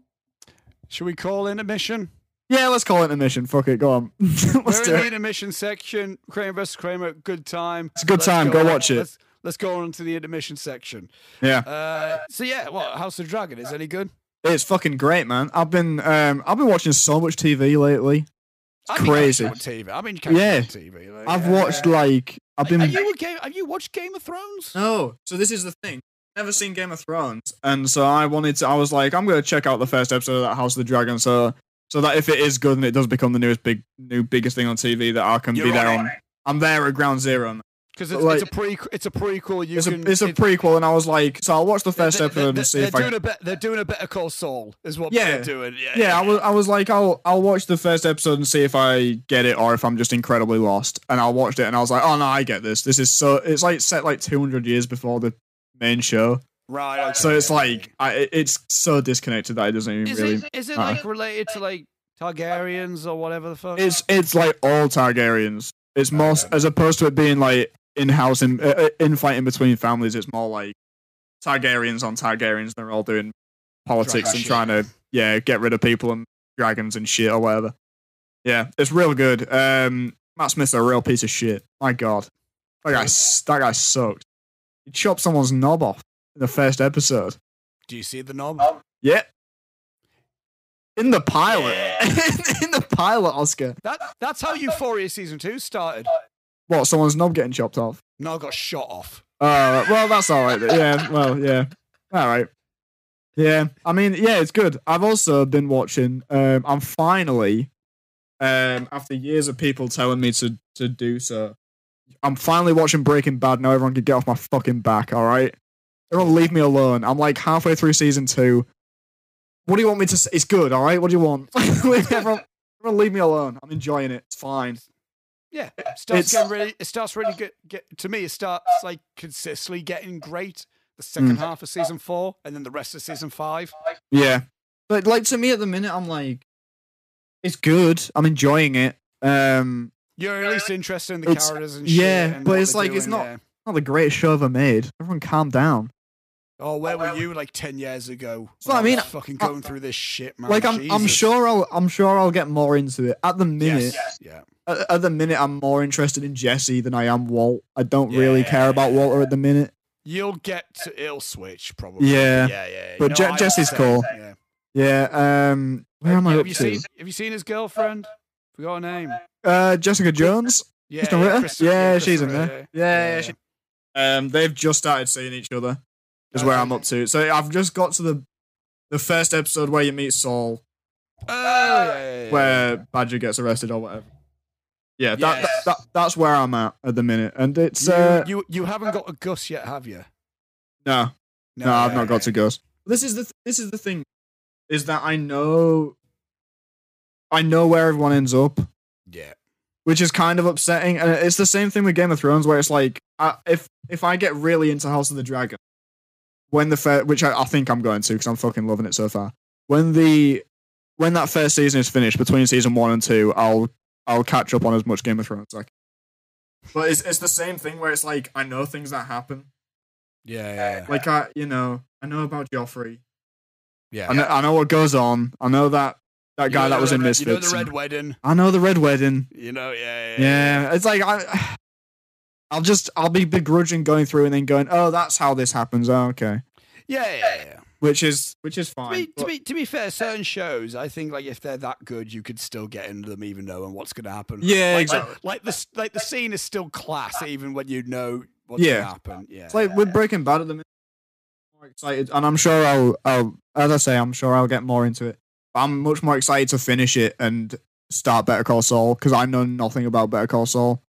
S1: Should we call intermission?
S2: Yeah, let's call it a mission. Fuck it, go on. <laughs> let's
S1: We're
S2: do
S1: in the
S2: it.
S1: intermission section. Kramer versus Kramer, good time.
S2: It's a good time. Go watch it.
S1: Let's, let's go on to the intermission section.
S2: Yeah.
S1: Uh, so yeah, what House of Dragon is any good?
S2: It's fucking great, man. I've been um I've been watching so much TV lately.
S1: It's
S2: crazy.
S1: On TV. I mean, catching
S2: Yeah.
S1: yeah. on TV. like,
S2: I've
S1: yeah.
S2: watched like I've
S1: Have
S2: been
S1: you a game? Have you watched Game of Thrones?
S2: No, so this is the thing. Never seen Game of Thrones, and so I wanted to. I was like, I'm gonna check out the first episode of that House of the Dragon, so so that if it is good and it does become the newest big new biggest thing on TV, that I can
S1: You're
S2: be there
S1: on
S2: on. I'm there at ground zero. man.
S1: Because
S2: but
S1: it's, it's a pre, it's a prequel. You
S2: It's
S1: can.
S2: a it's a prequel, and I was like, so I'll watch the first
S1: they're,
S2: episode
S1: they're,
S2: and see
S1: they're
S2: if I.
S1: doing a bet. They're doing a Better Call Saul is what
S2: Yeah.
S1: they're doing. Yeah,
S2: yeah, I was I was like, I'll I'll watch the first episode and see if I get it or if I'm just incredibly lost. And I watched it and I was like, oh no, I get this. This is so it's like set like 200 years before the main show.
S1: Right. Okay.
S2: So it's like I, it's so disconnected that it doesn't even
S1: is
S2: really. Uh-huh.
S1: it is it
S2: matter.
S1: like related to like Targaryens or whatever the fuck?
S2: It's it's like all Targaryens. It's more as opposed to it being like in house and uh, uh, infighting between families. It's more like Targaryens on Targaryens. They're all doing
S1: Dragon
S2: politics and
S1: shit.
S2: trying to yeah get rid of people and dragons and shit or whatever. Yeah, it's real good. Um, Matt Smith's a real piece of shit. My God, that guy s- that guy sucks. He chopped someone's knob off in the first episode.
S1: Do you see the knob?
S2: Yep. In the pilot. <laughs> in the pilot, Oscar.
S1: That that's how Euphoria season two started.
S2: What, someone's knob getting chopped off?
S1: No, got shot off.
S2: Oh, well, that's all right. then. Yeah, well, yeah. All right. Yeah, I mean, yeah, it's good. I've also been watching. Um, I'm finally, um, after years of people telling me to to do so, I'm finally watching Breaking Bad. Now everyone can get off my fucking back. All right, everyone, leave me alone. I'm like halfway through season two. What do you want me to say? It's good. All right. What do you want? <laughs> Leave- everyone, everyone, leave me alone. I'm enjoying it. It's fine.
S1: Yeah, starts
S2: It's-
S1: getting really. It starts really good. Get, to me, it starts like consistently getting great. The
S2: Mm.
S1: second half of season four, and then the rest of season five.
S2: Yeah.
S5: But like to me at the minute, I'm like,
S2: it's good. I'm enjoying it. Um,
S1: You're at least interested in the
S2: It's-
S1: characters and shit.
S2: yeah,
S1: and
S2: but
S1: what
S2: it's
S1: they're
S2: like, it's
S1: doing,
S2: not-
S1: yeah.
S2: not the greatest show ever made. Everyone, calm down.
S1: Oh, where were you like ten years ago?
S2: So,
S1: when
S2: I mean,
S1: was fucking
S2: I-
S1: going through this shit, man.
S2: Like I'm, I'm
S1: Jesus.
S2: sure I'll, I'm sure I'll get more into it. At the minute,
S1: Yes, yeah.
S2: at, at the minute, I'm more interested in Jesse than I am Walt. I don't really care about Walter at the minute.
S1: You'll get to it'll switch probably.
S2: Yeah.
S1: yeah, yeah.
S2: But Je-
S1: I-
S2: Jesse's cool.
S1: Yeah.
S2: Yeah. Um, where am I up
S1: Have you
S2: to?
S1: seen? Have you seen his girlfriend? Forgot her name.
S2: Uh, Jessica Jones,
S1: Yeah,
S2: Kristen Ritter.
S1: Kristen-
S2: yeah, she's
S1: Kristen
S2: in
S1: Ritter,
S2: there. Yeah, yeah, she- Um, they've just started seeing each other. Is where I'm up to. So I've just got to the the first episode where you meet Saul,
S1: Oh, yeah, yeah, yeah.
S2: where Badger gets arrested or whatever. Yeah, that,
S1: Yes.
S2: that, that that's where I'm at at the minute, and it's uh,
S1: you, you you haven't got a Gus yet, have you?
S2: no, no, I've
S1: yeah,
S2: not got
S1: yeah.
S2: to Ghost. This is the th- this is the thing, is that I know, I know where everyone ends up,
S1: Yeah,
S2: which is kind of upsetting, and it's the same thing with Game of Thrones, where it's like, I, if if I get really into House of the Dragon, when the fir- which I, I think I'm going to because I'm fucking loving it so far. When the when that first season is finished, between season one and two, I'll I'll catch up on as much Game of Thrones. as I can. but it's it's the same thing where it's like I know things that happen.
S1: yeah, yeah.
S2: Like I, you know, I know about Joffrey.
S1: yeah.
S2: I know, I know what goes on. I know that that guy
S1: You know
S2: that
S1: the
S2: was in
S1: red-
S2: Misfits.
S1: You know the red wedding.
S2: I know the red wedding.
S1: You know, yeah, yeah.
S2: Yeah, it's like I, <sighs> I'll just I'll be begrudging going through and then going, oh, that's how this happens. Oh, okay,
S1: yeah, yeah, yeah, yeah.
S2: which is which is
S1: To
S2: fine.
S1: be, to
S2: but-
S1: be to be fair, certain shows, I think like if they're that good, you could still get into them even knowing what's going to happen. like,
S2: yeah,
S1: um,
S2: exactly.
S1: Like, like the s- like the scene is still class even when you know what's
S2: Yeah.
S1: going to happen. Yeah,
S2: It's like with Breaking Bad at the minute. I'm More excited, and I'm sure I'll, I'll, as I say, I'm sure I'll get more into it. But I'm much more excited to finish it and start Better Call Saul because I know nothing about Better Call Saul.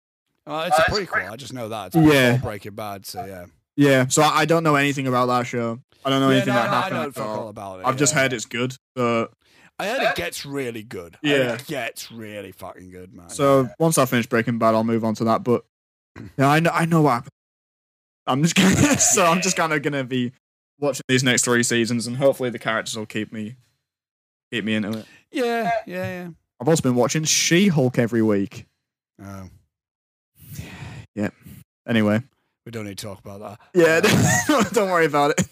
S1: Uh, it's a prequel. I just know that. It's
S2: Yeah.
S1: before Breaking Bad. So yeah.
S2: Yeah, so I, I don't know anything about that show. I don't know
S1: yeah,
S2: anything
S1: no,
S2: that
S1: no, I
S2: happened.
S1: know fuck
S2: at all.
S1: all about it.
S2: I've just
S1: yeah.
S2: heard it's good. So,
S1: I heard it gets really good. I
S2: Yeah.
S1: heard it gets really fucking good, man.
S2: so once I finish Breaking Bad, I'll move on to
S1: <clears throat>
S2: that. But yeah, I know, I know what happened. I'm just gonna, <laughs> so
S1: <laughs>
S2: I'm just kind of gonna be watching these next three seasons, and hopefully the characters will keep me keep me into it.
S1: yeah, yeah,
S2: I've also been watching She-Hulk every week.
S1: yeah. Oh,
S2: Anyway,
S1: we don't need to talk about that.
S2: yeah,
S1: Uh,
S2: <laughs> don't worry about it.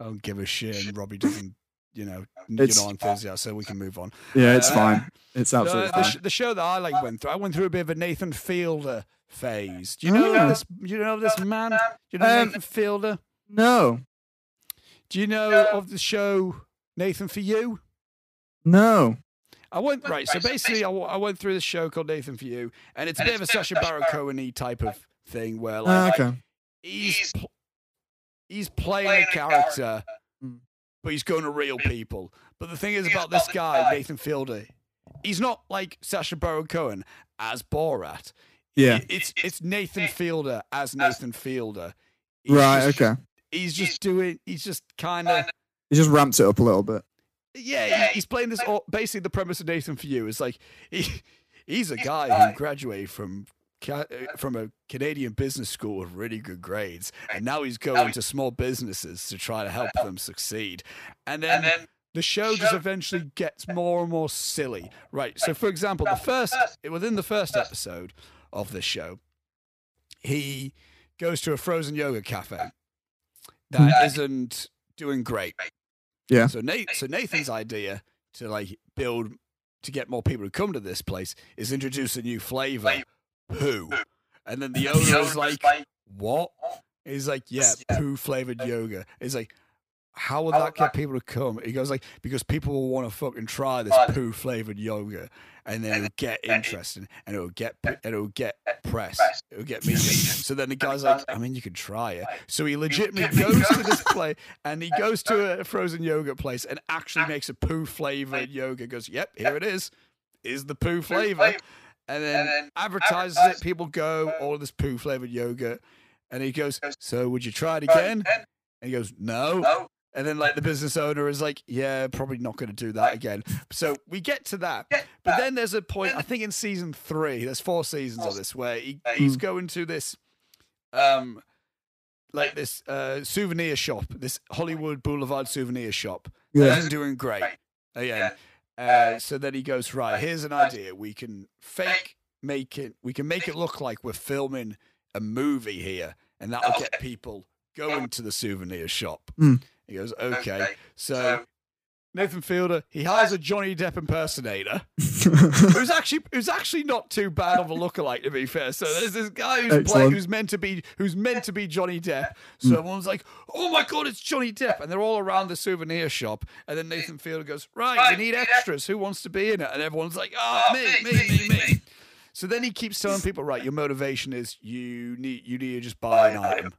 S1: I don't give a shit. And Robbie doesn't, you know,
S2: It's-
S1: you're not enthusiastic, so we can move on.
S2: Yeah, it's
S1: Uh,
S2: fine. It's absolutely
S1: No, the,
S2: fine.
S1: sh- the show that I like went through, I went through a bit of a Nathan Fielder phase. Do you know
S2: Oh.
S1: this? Do you know this man? Do you know
S2: Um,
S1: Nathan Fielder?
S2: no,
S1: Do you know of the show Nathan for You?
S2: no.
S1: I went right. So basically, I, w- I went through this show called Nathan for You, and it's a bit of a Sacha Baron Cohen type of thing where
S2: Ah,
S1: like
S2: okay.
S1: he's pl- he's playing a character,
S2: Mm.
S1: but he's going to real people. But the thing is about this guy Nathan Fielder, he's not like Sacha Baron Cohen as Borat.
S2: Yeah.
S1: It- it's it's Nathan Fielder as Nathan Fielder. He's
S2: Right.
S1: just-
S2: Okay.
S1: He's just doing. He's just kind of
S2: He just ramped it up a little bit.
S1: yeah, he- he's playing this. <laughs> All, basically, the premise of Nathan for you is like he, he's a guy who graduated from ca- uh, from a Canadian business school with really good grades, and now he's going to small businesses to try to help them succeed. And then the show just eventually gets more and more silly. Right. So, for example, the first within the first episode of this show, he goes to a frozen yoga cafe that isn't doing great.
S2: Yeah.
S1: So Nate, so Nathan's idea to like build to get more people to come to this place is introduce a new flavor, poo, and then the owner is like, "What?" He's like, "Yeah, poo flavored yoga." He's like, "How will that get people to come?" He goes like, "Because people will want to fucking try this poo flavored yoga, and then it'll get interesting, and it'll get and it'll get press, it'll <laughs> get media." So then the guy's like, "I mean, you can try it." So he legitimately goes to <laughs> this place and he goes to a frozen yogurt place and actually makes a poo flavored yogurt. Goes, yep, here it is. Is the poo flavor, and then advertises it. People go, all this poo flavored yogurt, and he goes, so would you try it again? oh, And he goes, no. And then like the business owner is like, yeah, probably not going to do that again. So we get to that, but then there's a point. I think in season three, there's four seasons of this where he, he's going to this. Um, like this uh, souvenir shop, this Hollywood Boulevard souvenir shop.
S2: Yeah. <laughs>
S1: That isn't doing great. Again. Uh, so then he goes, right, here's an idea. We can fake make it we can make it look like we're filming a movie here and that'll get people going to the souvenir shop.
S2: Hmm.
S1: He goes, Okay. So Nathan Fielder, he hires a Johnny Depp impersonator who's actually who's actually not too bad of a lookalike to be fair. So there's this guy who's playing,
S2: Excellent. Mm.
S1: who's meant to be who's meant to be Johnny Depp. So everyone's like, "Oh my god, it's Johnny Depp!" And they're all around the souvenir shop. And then Nathan Fielder goes, "Right, we need extras. Who wants to be in it?" And everyone's like, "Oh, me, me, me, me." So then he keeps telling people, "Right, your motivation is you need you need to just buy an item."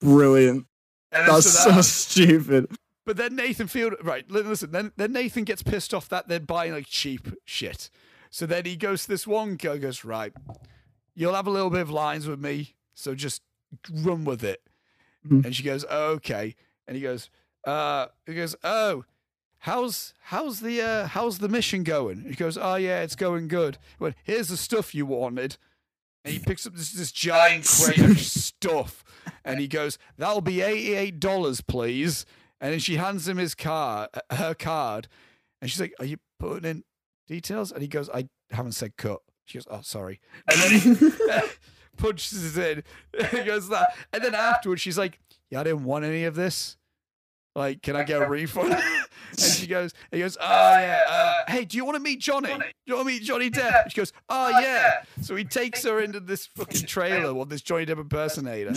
S2: Brilliant.
S1: And then
S2: That's
S1: so that-
S2: so stupid.
S1: but then Nathan Field, right? li- Listen, then then Nathan gets pissed off that they're buying like cheap shit. So then he goes to this one guy, goes right. You'll have a little bit of lines with me, so just run with it.
S2: Mhm.
S1: And she goes, oh, okay. And he goes, uh, he goes, oh, how's how's the uh, how's the mission going? He goes, oh yeah, it's going good. Well, here's the stuff you wanted. And he picks up this this giant crate of stuff, and he goes, that'll be eighty eight dollars, please. And then she hands him his car, uh, her card, and she's like, "Are you putting in details?" And he goes, "I haven't said cut." She goes, "Oh, sorry." And then he <laughs> punches it in. <laughs> he goes that, and then afterwards she's like, "Yeah, I didn't want any of this. Like, can I get a refund?" <laughs> and she goes, "He goes, oh yeah. Uh, hey, do you want to meet Johnny? Do you want to meet Johnny Depp?" She goes, "Oh yeah." So he takes her into this fucking trailer with this Johnny Depp impersonator,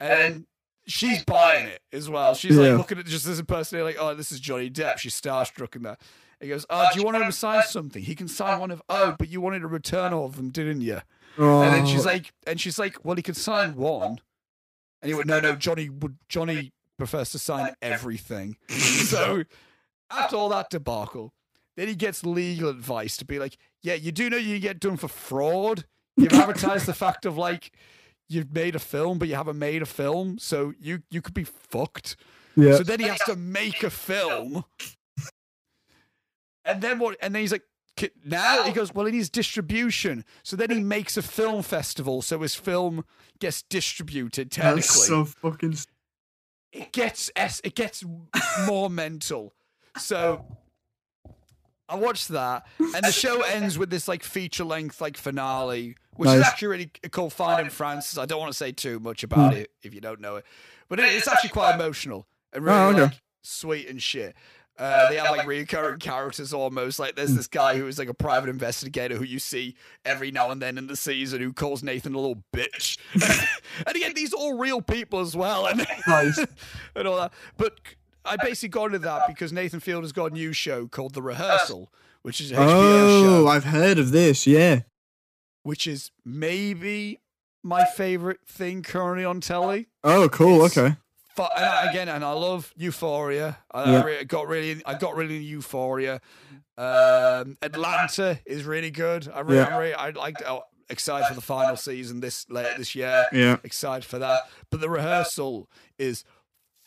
S1: and she's buying it as well. She's
S2: Yeah.
S1: like looking at just this impersonator, like, "Oh, this is Johnny Depp." She's starstruck in that. He goes, "Oh, do you want him to sign something? He can sign one of. Oh, but you wanted a return of them, didn't you?" And then she's
S2: Oh,
S1: like, and she's like, well, he could sign one. And he went, no, no, Johnny would. Johnny prefers to sign everything. <laughs> so after all that debacle, then he gets legal advice to be like, yeah, you do know you get done for fraud. You've advertised the fact of like you've made a film, but you haven't made a film, so you you could be fucked.
S2: yeah.
S1: So then he has to make a film. And then what? And then he's like, "Ki- now he goes, well, he needs distribution. So then he makes a film festival, so his film gets distributed. Technically,
S2: That's so fucking. s-
S1: it gets es- it gets more mental. So I watched that, and the show ends with this like feature length like finale, which is
S2: Nice.
S1: actually really called Finding Francis. I don't want to say too much
S2: Hmm.
S1: about it if you don't know it, but it, it's actually quite emotional and really
S2: Oh, okay.
S1: like, sweet and shit. Uh, they have like recurring characters almost. Like there's this guy who is like a private investigator who you see every now and then in the season who calls Nathan a little bitch. <laughs> and again, these are all real people as well, and, <laughs>
S2: Nice.
S1: and all that. But I basically got into that because Nathan Field has got a new show called The Rehearsal, which is a HBO
S2: Oh,
S1: show,
S2: I've heard of this. Yeah.
S1: which is maybe my favorite thing currently on telly.
S2: Oh, cool. Okay.
S1: Fu- and I, again, and I love Euphoria. I, I
S2: Yeah.
S1: re- got really, I got really into Euphoria. Um, Atlanta is really good. I really,
S2: Yeah.
S1: I'm really, I like. Oh, excited for the final season this late this year.
S2: Yeah.
S1: Excited for that. But the rehearsal is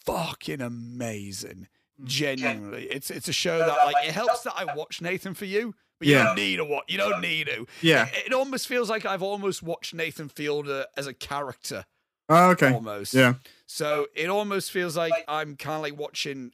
S1: fucking
S2: Mm.
S1: amazing. Genuinely, it's it's a show that like it helps that I watch Nathan for you But you
S2: Yeah.
S1: don't need to watch. You don't need to.
S2: Yeah.
S1: It, it almost feels like I've almost watched Nathan Fielder as a character,
S2: Oh, okay.
S1: almost.
S2: Yeah.
S1: So it almost feels like I'm kind of like watching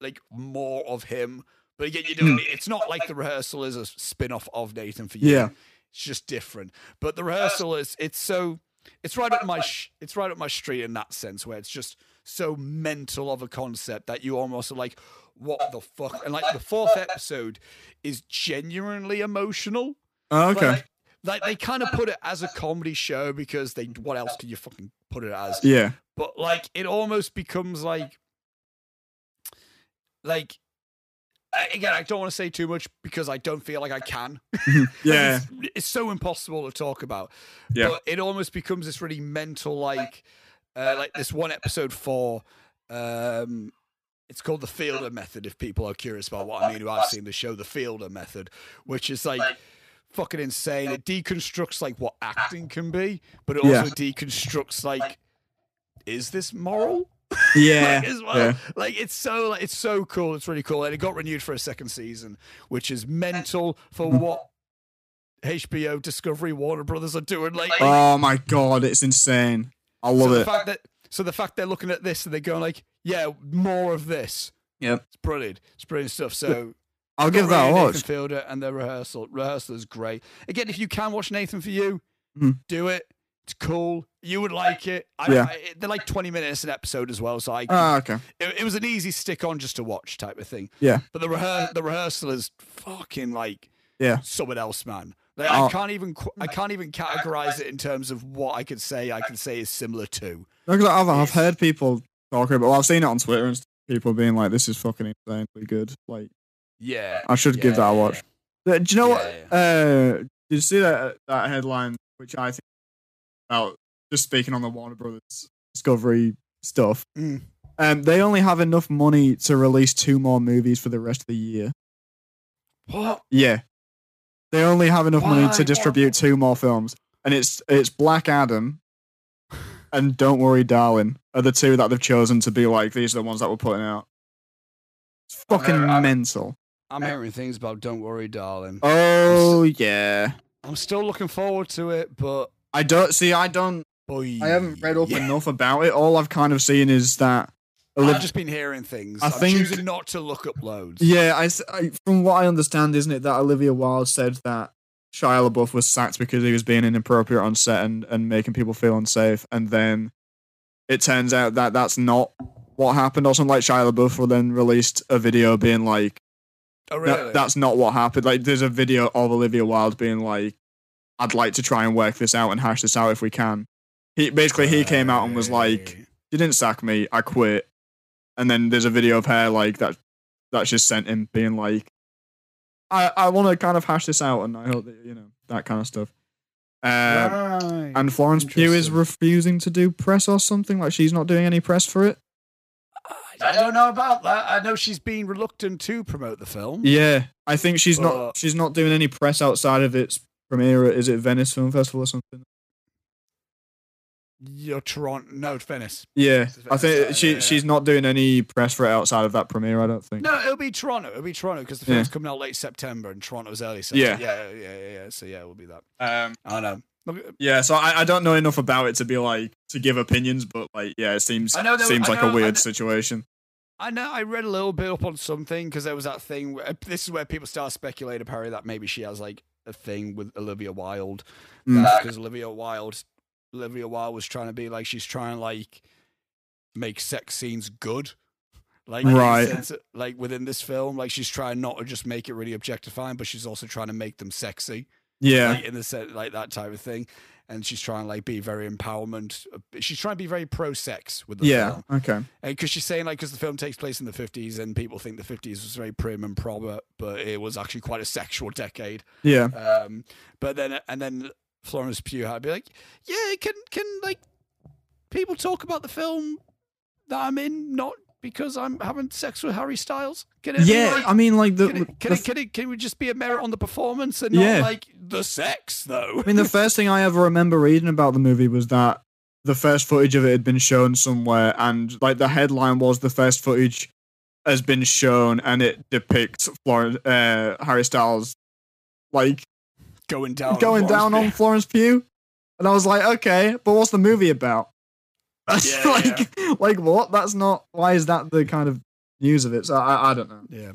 S1: like more of him. But again, you
S2: Hmm.
S1: don't. It's not like the rehearsal is a spin off of Nathan for you.
S2: Yeah.
S1: It's just different. But the rehearsal is it's so it's right up my sh- it's right up my street in that sense where it's just so mental of a concept that you almost are like what the fuck and like the fourth episode is genuinely emotional
S2: Oh,
S1: but,
S2: okay.
S1: like- like, they kind of put it as a comedy show because they what else could you fucking put it as
S2: Yeah.
S1: but like it almost becomes like like I- again i don't want to say too much because i don't feel like i can
S2: Yeah.
S1: it's, it's so impossible to talk about.
S2: Yeah.
S1: But it almost becomes this really mental, like, uh, like this one episode four. Um, it's called the Fielder Method. If people are curious about what I mean, who I've seen the show, the Fielder Method, which is like fucking insane. It deconstructs like what acting can be, but it also
S2: Yeah.
S1: deconstructs like, is this moral? <laughs>
S2: Yeah.
S1: like, as well.
S2: Eh, Yeah.
S1: Like it's so like, it's so cool. It's really cool, and it got renewed for a second season, which is mental for
S2: Mm-hmm.
S1: what HBO, Discovery, Warner Brothers are doing lately.
S2: Oh my god, it's insane. I love
S1: so the
S2: it.
S1: fact that so the fact they're looking at this and they're going like, yeah, more of this.
S2: Yep.
S1: it's brilliant. It's brilliant stuff. So
S2: I'll give
S1: got
S2: that a
S1: Ray and
S2: watch.
S1: Nathan Fielder and their rehearsal. Rehearsal is great. Again, if you can watch Nathan for you,
S2: Mhm.
S1: do it. It's cool. You would like it. I,
S2: Yeah.
S1: I, they're like twenty minutes an episode as well, so I
S2: Ah, okay.
S1: it, it was an easy stick on just to watch type of thing.
S2: Yeah.
S1: But the rehe- the rehearsal is fucking like
S2: Yeah.
S1: someone else, man. Like,
S2: Oh.
S1: I can't even qu- I can't even categorize it in terms of what I could say. I could say is similar to.
S2: No, 'cause I've, I've heard people talking about. Well, I've seen it on Twitter and stuff, people being like, "This is fucking insanely good." Like,
S1: Yeah.
S2: I should give that a
S1: Yeah.
S2: watch. Uh, Do you know what?
S1: Yeah,
S2: Uh, did you see that that headline, which I think about just speaking on the Warner Brothers Discovery stuff?
S1: Mm.
S2: Um, they only have enough money to release two more movies for the rest of the year.
S1: What?
S2: Yeah, they only have enough money
S1: Why?
S2: to distribute two more films, and it's it's
S1: <sighs>
S2: Black Adam and Don't Worry, Darling are the two that they've chosen to be like these are the ones that we're putting out. It's fucking
S1: They're- I'm-
S2: mental.
S1: I'm hearing things about Don't Worry, Darling.
S2: Oh yeah,
S1: I'm still looking forward to it, but
S2: I don't see. I don't.
S1: boy,
S2: I haven't read up
S1: yeah.
S2: enough about it. All I've kind of seen is that.
S1: I've just been hearing things.
S2: I
S1: I am
S2: think-
S1: choosing not to look up loads.
S2: Yeah, I, s- I- from what I understand, isn't it that Olivia Wilde said that Shia LaBeouf was sacked because he was being inappropriate on set and, and making people feel unsafe, and then it turns out that that's not what happened. Or something like Shia LaBeouf will then released a video being like,
S1: Oh,
S2: "No,
S1: really?
S2: "That's not what happened." Like, there's a video of Olivia Wilde being like, "I'd like to try and work this out and hash this out if we can." He basically he came out and was like,
S1: Right.
S2: you didn't sack me, I quit. And then there's a video of her like that that's just sent him being like I, I wanna kind of hash this out and I hope that you know, that kind of stuff. Um,
S1: Right.
S2: and Florence Pugh is
S1: Interesting.
S2: refusing to do press or something, like she's not doing any press for it.
S1: I don't know about that. I know she's been reluctant to promote the film.
S2: Yeah. I think she's
S1: But-
S2: not she's not doing any press outside of its premiere is it Venice Film Festival or something?
S1: Your Toronto, no, it's Venice.
S2: Yeah.
S1: It's
S2: I
S1: Venice,
S2: think
S1: yeah,
S2: she
S1: yeah,
S2: she's not doing any press for it outside of that premiere, I don't think.
S1: No, it'll be Toronto. It'll be Toronto because the
S2: Yeah.
S1: film's coming out late September and Toronto's early September. Yeah, yeah, yeah, yeah. yeah. So yeah, we'll be that.
S2: Um
S1: I know. Look,
S2: Yeah, so I, I don't know enough about it to be like to give opinions, but like yeah, it seems
S1: I know there-
S2: seems
S1: I
S2: like
S1: know-
S2: a
S1: I
S2: weird
S1: know-
S2: situation.
S1: I know. I read a little bit up on something because there was that thing. Where, uh, this is where people start speculating apparently that maybe she has like a thing with Olivia Wilde
S2: Mm.
S1: because Olivia Wilde, Olivia Wilde was trying to be like she's trying to like make sex scenes good, like in the
S2: Right.
S1: sense that, like within this film, like she's trying not to just make it really objectifying, but she's also trying to make them sexy,
S2: Yeah,
S1: like in the sense like that type of thing, and she's trying to like be very empowerment. uh, She's trying to be very pro sex with the film
S2: yeah, okay,
S1: because she's saying like because the film takes place in the 50s and people think the 50s was very prim and proper but it was actually quite a sexual decade
S2: yeah,
S1: um but then and then florence pugh had to be like yeah can can like people talk about the film that i'm in not because i'm having sex with harry styles can it be,
S2: yeah.
S1: like-
S2: I mean, like the,
S1: can it, can,
S2: the
S1: it, can, it, can we just be a merit on the performance and not
S2: Yeah.
S1: like the sex though?
S2: I mean, the first thing I ever remember reading about the movie was that the first footage of it had been shown somewhere, and like the headline was the first footage has been shown, and it depicts Florence, uh, Harry Styles like
S1: <laughs> Going down. on
S2: going
S1: Florence
S2: down on
S1: Pugh.
S2: Florence Pugh, and I was like, okay, but what's the movie about? <laughs>
S1: Yeah,
S2: like, like what? That's not. Why is that the kind of news of it? So I, I don't know.
S1: Yeah.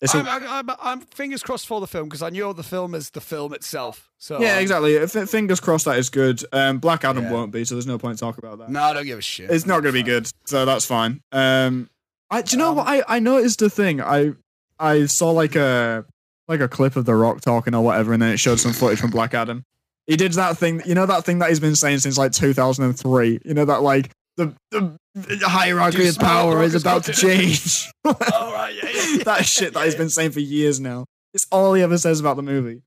S2: It's a-
S1: I'm, I'm, I'm, I'm fingers crossed for the film because I know the film is the film itself. So
S2: yeah,
S1: um,
S2: exactly. F- fingers crossed that is good. Um, Black Adam
S1: Yeah.
S2: won't be, so there's no point talking about that.
S1: uh, No, I don't give a shit.
S2: It's not going to be good, so that's fine. Um, I, do you know what? I, I noticed a thing. I I saw like a like a clip of The Rock talking or whatever, and then it showed some footage from Black Adam. He did that thing, you know, that thing that he's been saying since like 2003. You know that like the the
S1: Do
S2: hierarchy
S1: you
S2: of
S1: smell The
S2: power
S1: Rock
S2: is
S1: is
S2: about to
S1: cooking?
S2: change.
S1: All right, yeah, yeah, <laughs> yeah.
S2: that shit that he's been saying for years now. It's all he ever says about the movie.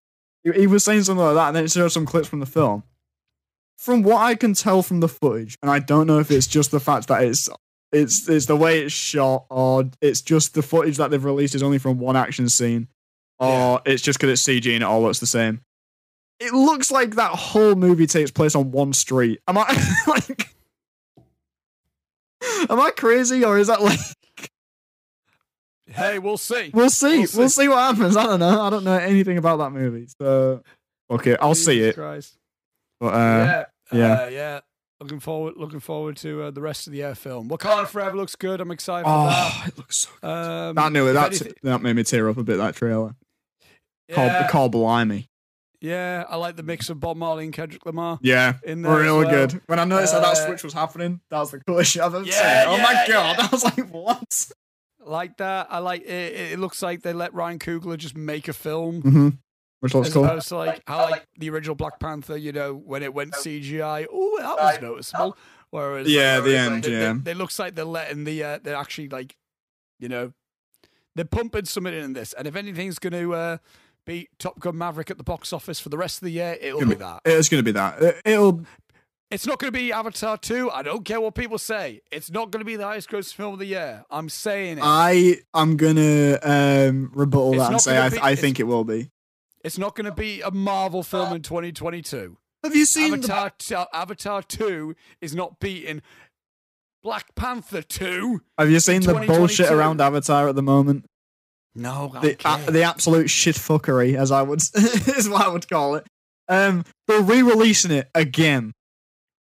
S2: He, he was saying something like that, and then it showed some clips from the film. From what I can tell from the footage, and I don't know if it's just the fact that it's it's it's the way it's shot, or it's just the footage that they've released is only from one action scene, or it's just because it's CG and it all looks the same. It looks like that whole movie takes place on one street. Am I <laughs> like? Am I crazy, or is that like?
S1: Hey, we'll see.
S2: We'll see.
S1: We'll
S2: We'll
S1: see.
S2: see. what happens. I don't know. I don't know anything about that movie. So okay, I'll see
S1: Jesus
S2: it.
S1: Christ.
S2: But uh,
S1: yeah,
S2: yeah.
S1: uh, yeah. Looking forward, looking forward to uh, the rest of the air film. Wakanda Forever looks good. I'm excited for
S2: oh, it looks so.
S1: that. Um,
S2: That knew it.
S1: if
S2: That,
S1: anything-
S2: that made me tear up a bit. That trailer.
S1: yeah,
S2: Call, call blimey.
S1: yeah, I like the mix of Bob Marley and Kendrick Lamar
S2: Yeah,
S1: in there. as
S2: real
S1: well.
S2: good. When I noticed that that
S1: Uh,
S2: switch was happening, that was the coolest shit I've ever
S1: Yeah,
S2: seen. Oh my
S1: yeah,
S2: god! <laughs> I was like, what?
S1: Like that. I like it. It it looks like they let Ryan Coogler just make a film.
S2: Mm-hmm. Which looks
S1: as
S2: cool.
S1: opposed to like how like the original Black Panther, you know, when it went CGI, oh that was noticeable. Whereas
S2: Yeah,
S1: like,
S2: the
S1: whereas,
S2: end,
S1: they- they-
S2: yeah.
S1: they looks like they're letting the uh, they're actually like, you know, they're pumping something in this, and if anything's going to uh, beat Top Gun Maverick at the box office for the rest of the year, it'll be that.
S2: It's gonna be that. It, it'll.
S1: It's not going to be Avatar two. I don't care what people say. It's not going to be the highest grossing film of the year. I'm saying it.
S2: I am gonna um, rebuttal
S1: It's
S2: that and
S1: not
S2: say
S1: gonna
S2: I,
S1: be-
S2: I
S1: it's-
S2: think it will be.
S1: it's not going to be a Marvel
S2: uh,
S1: film in 2022.
S2: Have you seen the
S1: Avatar, t- Avatar 2 is not beating Black Panther 2.
S2: Have you seen the
S1: 2022.
S2: bullshit around Avatar at the moment?
S1: No,
S2: The, a- the absolute shit fuckery, as I would <laughs> is what I would call it. Um, they're re-releasing it again.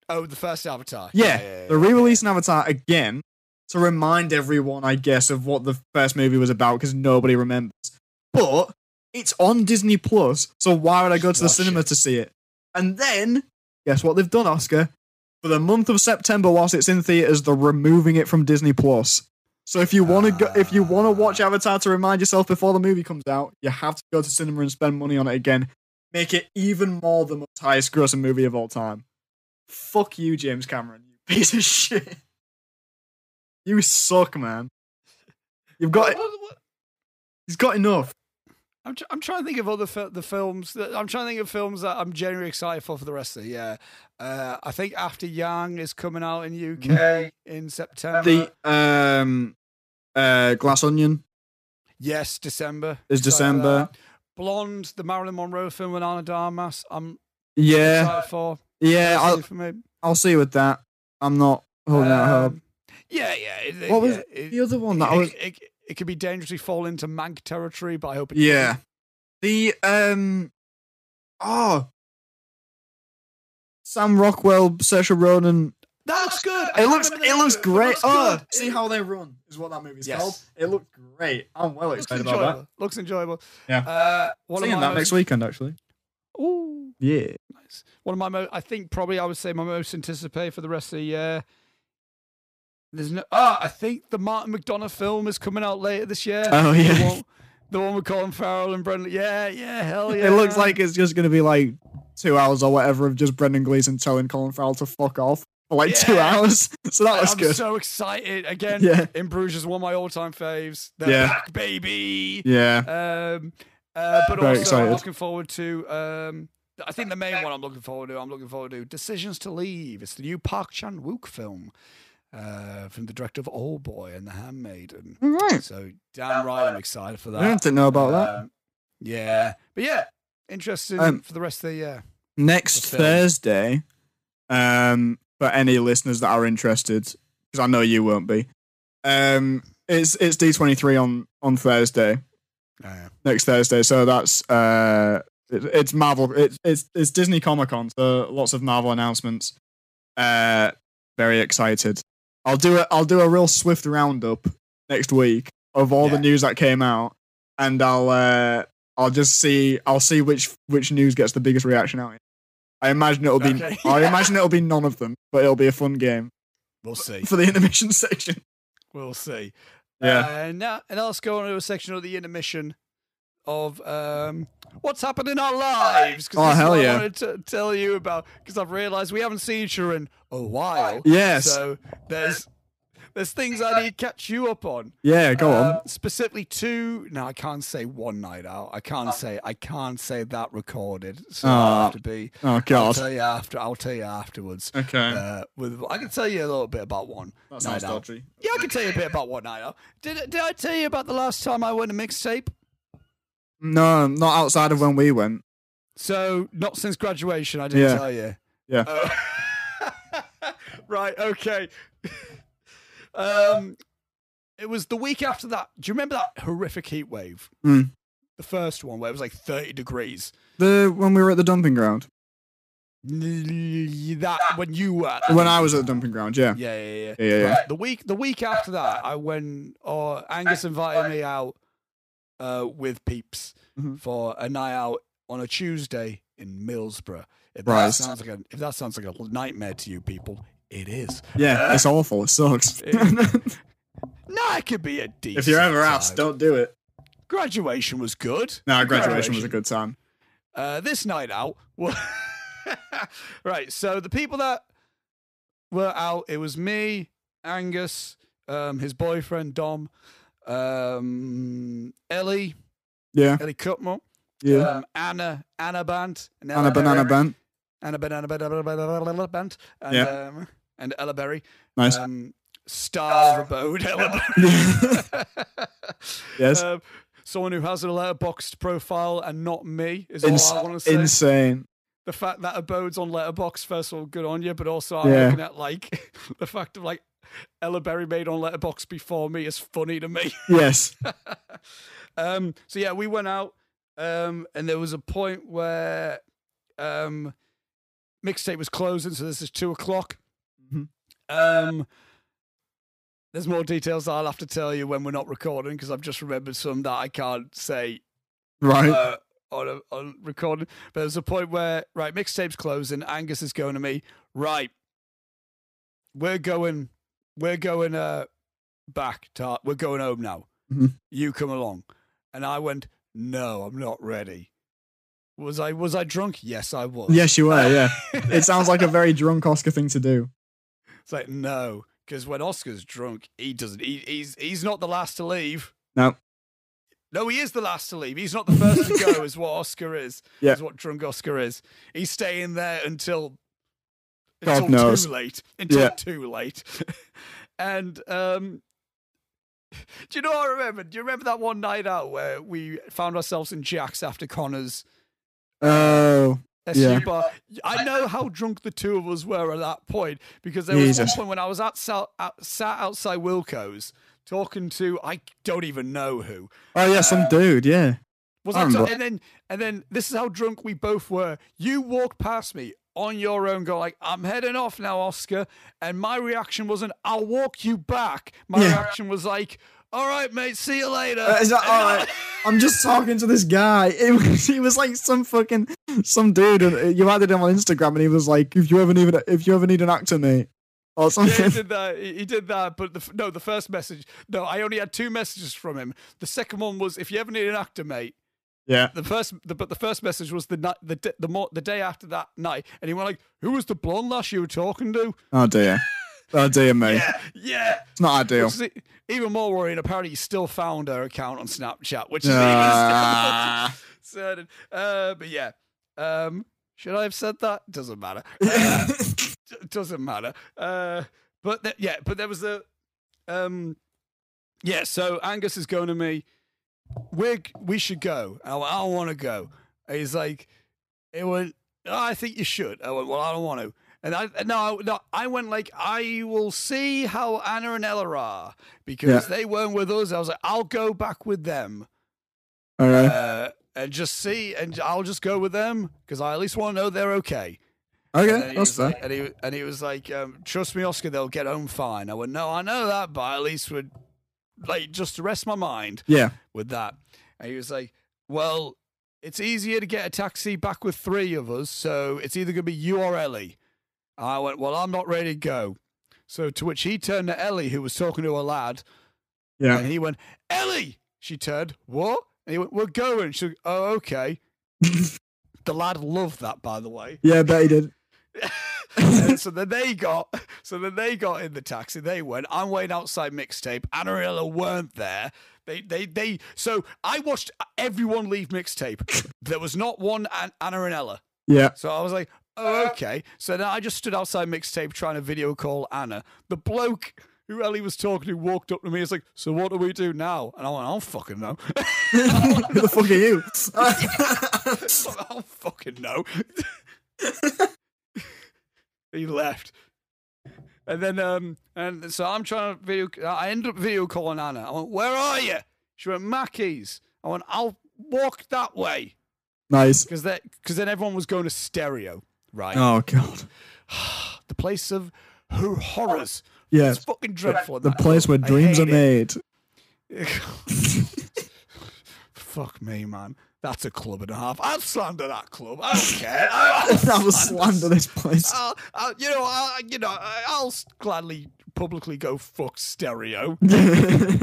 S1: oh, the first Avatar.
S2: Yeah, they're re-releasing Avatar again to remind everyone, I guess, of what the first movie was about because nobody remembers. But it's on Disney Plus, so why would I go to the
S1: Watch
S2: cinema
S1: it.
S2: to see it? And then guess what they've done, Oscar? For the month of September, whilst it's in theaters, they're removing it from Disney Plus. So if you want to go, if you want to watch Avatar to remind yourself before the movie comes out, you have to go to cinema and spend money on it again. Make it even more the most highest grossing movie of all time. Fuck you, James Cameron, you <laughs> piece of shit. You suck, man. You've got
S1: What- what-
S2: he's got enough.
S1: I'm, tr- I'm trying to think of other fil- the films. That, I'm trying to think of films that I'm generally excited for for the rest of the year. Uh, I think After Yang is coming out in UK in September.
S2: Mm. The um uh Glass Onion
S1: yes, December. Excited
S2: is
S1: for
S2: December.
S1: that. Blonde, the Marilyn Monroe film with Anna de Armas. I'm
S2: Yeah,
S1: excited for.
S2: yeah,
S1: <laughs>
S2: I'll,
S1: for me.
S2: I'll see you with that. I'm not holding out hope.
S1: Um, Yeah, yeah. It,
S2: What
S1: it-
S2: was
S1: yeah, it-
S2: The other one that
S1: it,
S2: I was,
S1: it, it could be dangerously fall into mank territory, but I hope it
S2: yeah, the um, oh, Sam Rockwell, Saoirse Ronan.
S1: That looks good. I
S2: It
S1: can't
S2: looks,
S1: remember the
S2: it
S1: name
S2: looks
S1: of
S2: great.
S1: It
S2: Oh,
S1: looks good.
S2: see how they run is what that movie's
S1: Yes.
S2: called. It looked great. I'm well
S1: looks
S2: excited
S1: enjoyable.
S2: about that.
S1: Looks enjoyable.
S2: Yeah.
S1: Uh, one of
S2: Seeing
S1: my
S2: that
S1: most-
S2: next weekend, actually.
S1: Ooh,
S2: Yeah.
S1: nice. One of my most. I think probably I would say my most anticipated for the rest of the year. There's no. Ah, I think the Martin McDonough film is coming out later this year.
S2: Oh
S1: The
S2: yeah.
S1: one, the one with Colin Farrell and Brendan. Yeah, yeah, hell Oh, yeah.
S2: It looks like it's just gonna be like two hours or whatever of just Brendan Gleeson telling Colin Farrell to fuck off for like two
S1: Yeah.
S2: hours. <laughs> So that was
S1: I'm
S2: good.
S1: so excited again.
S2: yeah.
S1: In Bruges is one of my all-time faves. They're
S2: Yeah.
S1: back, baby.
S2: Yeah.
S1: Um, uh, but also, I'm
S2: Very excited.
S1: looking forward to. Um, I think the main one I'm looking forward to. I'm looking forward to Decisions to Leave. It's the new Park Chan Wook film uh, from the director of Old Boy and The Handmaiden.
S2: All right.
S1: So damn right, I'm excited for that.
S2: I didn't know about that.
S1: Um, yeah, but yeah, interesting
S2: Um,
S1: for the rest of the year.
S2: next
S1: the film.
S2: Thursday, um, for any listeners that are interested, because I know you won't be. Um, it's it's D twenty three on on Thursday
S1: Uh,
S2: next Thursday, so that's uh It, it's Marvel. It's it's it's Disney Comic Con. So lots of Marvel announcements. Uh, very excited. I'll do a I'll do a real swift roundup next week of all the
S1: Yeah.
S2: news that came out, and I'll uh, I'll just see I'll see which which news gets the biggest reaction out. of it. I imagine it'll be
S1: Okay.
S2: I imagine it'll be none of them, but it'll be a fun game
S1: <laughs> We'll see.
S2: for the <laughs> intermission section.
S1: We'll see.
S2: Yeah.
S1: Uh, now, and let's go on to a section of the intermission of um, what's happened in our lives. 'cause
S2: Oh,
S1: this is
S2: hell
S1: what
S2: yeah.
S1: I wanted to tell you about because I've realised we haven't seen each other in a while.
S2: Yes.
S1: So there's there's things I need to catch you up on.
S2: yeah. Go on.
S1: Um, specifically two. No, I can't say one night out. I can't say I can't say that recorded. So I'll
S2: Ah,
S1: have to be.
S2: Oh
S1: I'll
S2: God.
S1: tell you after. I'll tell you afterwards.
S2: Okay.
S1: Uh, with I can tell you a little bit about one.
S2: that sounds
S1: night out.
S2: dodgy.
S1: Yeah, I can tell you a bit about what night out. Did did I tell you about the last time I went to mixtape?
S2: No, not outside of when we went.
S1: So not since graduation, I didn't
S2: Yeah.
S1: tell you.
S2: Yeah.
S1: Oh. <laughs> right. Okay. <laughs> um, it was the week after that. Do you remember that horrific heat wave?
S2: Mm.
S1: The first one where it was like thirty degrees.
S2: The when we were at the dumping ground.
S1: That when you were at
S2: When I was at the dumping ground, yeah.
S1: yeah yeah yeah.
S2: Yeah, yeah, yeah.
S1: Right, The week the week after that, I went. Or Angus invited me out uh, with peeps
S2: Mhm.
S1: for a night out on a Tuesday in Millsborough. If that
S2: Right.
S1: sounds like a, if that sounds like a nightmare to you people, it is.
S2: Yeah, it's awful. It sucks.
S1: No, it could be a decent.
S2: if you're ever asked,
S1: time.
S2: don't do it.
S1: Graduation was good.
S2: No, graduation was a good time.
S1: Uh, this night out. wa- <laughs> right. So the people that were out, it was me, Angus, um, his boyfriend Dom, um, Ellie,
S2: Yeah,
S1: Ellie Cutmore,
S2: yeah.
S1: um, Anna, Anna Band, and
S2: and a
S1: Ella
S2: banana
S1: Berry-
S2: band.
S1: Anna Banana Band, Anna Banana Band, and,
S2: Yeah.
S1: um, and Ella Berry,
S2: Nice.
S1: um, Star of Abode, Ella Berry.
S2: <laughs>
S1: <laughs>
S2: yes.
S1: Um, someone who has a letterboxed profile and not me is
S2: Ins-
S1: all I want to say.
S2: insane.
S1: the fact that abodes on letterbox, first of all, good on you, but also
S2: Yeah.
S1: I'm looking at like <laughs> the fact of like Ella Berry made on letterbox before me is funny to me. <laughs>
S2: Yes.
S1: Um, so yeah, we went out, um, and there was a point where um, mixtape was closing, so this is two o'clock.
S2: Mhm.
S1: Um, there's more details that I'll have to tell you when we're not recording because I've just remembered some that I can't say
S2: Right.
S1: uh, on, a, on recording. But there's a point where right mixtape's closing. Angus is going to me. Right, we're going, we're going uh, back to our- we're going home now.
S2: Mhm.
S1: You come along, and I went. No, I'm not ready. Was I was I drunk? Yes, I was.
S2: yes, you were. Yeah. It sounds like a very drunk Oscar thing to do.
S1: It's like no, because when Oscar's drunk, he doesn't. He, he's he's not the last to leave.
S2: No.
S1: No, he is the last to leave. He's not the first to
S2: <laughs>
S1: go. Is what Oscar is.
S2: Yeah.
S1: Is what drunk Oscar is. He's staying there until.
S2: God
S1: until
S2: knows.
S1: Too late. Until
S2: Yeah.
S1: too late. <laughs> and um. <laughs> Do you know what I remember? Do you remember that one night out where we found ourselves in Jack's after Connor's
S2: Oh,
S1: a
S2: Yeah.
S1: super. I know how drunk the two of us were at that point because there was
S2: Jesus.
S1: one point when I was at, sal- out, sat outside Wilco's talking to I don't even know who.
S2: oh yeah, some dude. Yeah.
S1: Was
S2: I
S1: I
S2: remember.
S1: and then and then this is how drunk we both were. You walked past me on your own, go like, "I'm heading off now, Oscar," and my reaction wasn't, "I'll walk you back." My
S2: Yeah.
S1: reaction was like, "All right, mate, see you later."
S2: Uh, is that-
S1: And
S2: all right. I'm just talking to this guy. It was, he was like some fucking some dude, and uh, you added him on Instagram, and he was like, "If you ever need an, if you ever need an actor, mate, or
S1: Yeah, he <laughs>
S2: something."
S1: did that. He he did that. But the, f- no, the first message. No, I only had two messages from him. The second one was, "If you ever need an actor, mate."
S2: Yeah.
S1: The first, the, but the first message was the night, the d- the more, the day after that night, and he went like, "Who was the blonde lass you were talking to?"
S2: Oh dear. Oh dear me.
S1: yeah.
S2: It's not ideal.
S1: Which is e- even more worrying. Apparently, he still found her account on Snapchat, which is even
S2: Ah.
S1: still <laughs> concerning. Uh, but yeah, um, should I have said that? Doesn't matter. <laughs> it doesn't matter. Uh, but th- yeah, but there was a, um, yeah. So Angus is going to me. We we should go. I went, I don't want to go. And he's like, it went. "Oh, I think you should. I went. Well, I don't want to. And I and no I- no. I went like I will see how Anna and Ella are because they weren't with us. I was like, I'll go back with them.
S2: All right.
S1: Uh, and just see, and I'll just go with them because I at least want to know they're okay. And then
S2: Okay,
S1: he
S2: that's
S1: was
S2: fair.
S1: like- and he and he was like, um, "Trust me, Oscar, they'll get home fine." I went, "No, I know that, but at least would like just to rest my mind
S2: Yeah.
S1: with that." And he was like, "Well, it's easier to get a taxi back with three of us, so it's either going to be you or Ellie." And I went, "Well, I'm not ready to go." So to which he turned to Ellie, who was talking to a lad,
S2: Yeah.
S1: and he went, "Ellie!" She turned, "What?" And he went, "We're going." She, went, "Oh, okay." the lad loved that, by the
S2: <laughs>
S1: way.
S2: Yeah, I bet he did.
S1: And so then they got so then they got in the taxi. They went. I'm waiting outside mixtape. Anarilla weren't there. They they they. So I watched everyone leave mixtape. There was not one An- Anarilla.
S2: Yeah. <laughs>
S1: So I was like, oh okay. So then I just stood outside mixtape trying to video call Anna. The bloke. Who Ellie was talking to walked up to me. He's like, "So what do we do now?" And I went, "I don't fucking know. <laughs>
S2: Who the fuck are you?
S1: I don't fucking know." <laughs> he left. And then, um, and so I'm trying to video. I ended up video calling Anna. I went, "Where are you?" She went, "Mackey's." I went, "I'll walk that way,"
S2: <laughs> nice.
S1: because that because then everyone was going to stereo, right?
S2: Oh god.
S1: The place of who horrors.
S2: Yeah.
S1: It's fucking dreadful.
S2: The
S1: that.
S2: place where
S1: I
S2: dreams are
S1: hate
S2: made. <laughs>
S1: <laughs> Fuck me, man. That's a club and a half. I'd slander that club. I
S2: <laughs>
S1: don't care. I- I'll
S2: That was slander
S1: <laughs>
S2: this place.
S1: I'll, I'll, you know, I'll, you know, I- I'll s- gladly publicly go fuck stereo.
S2: <laughs>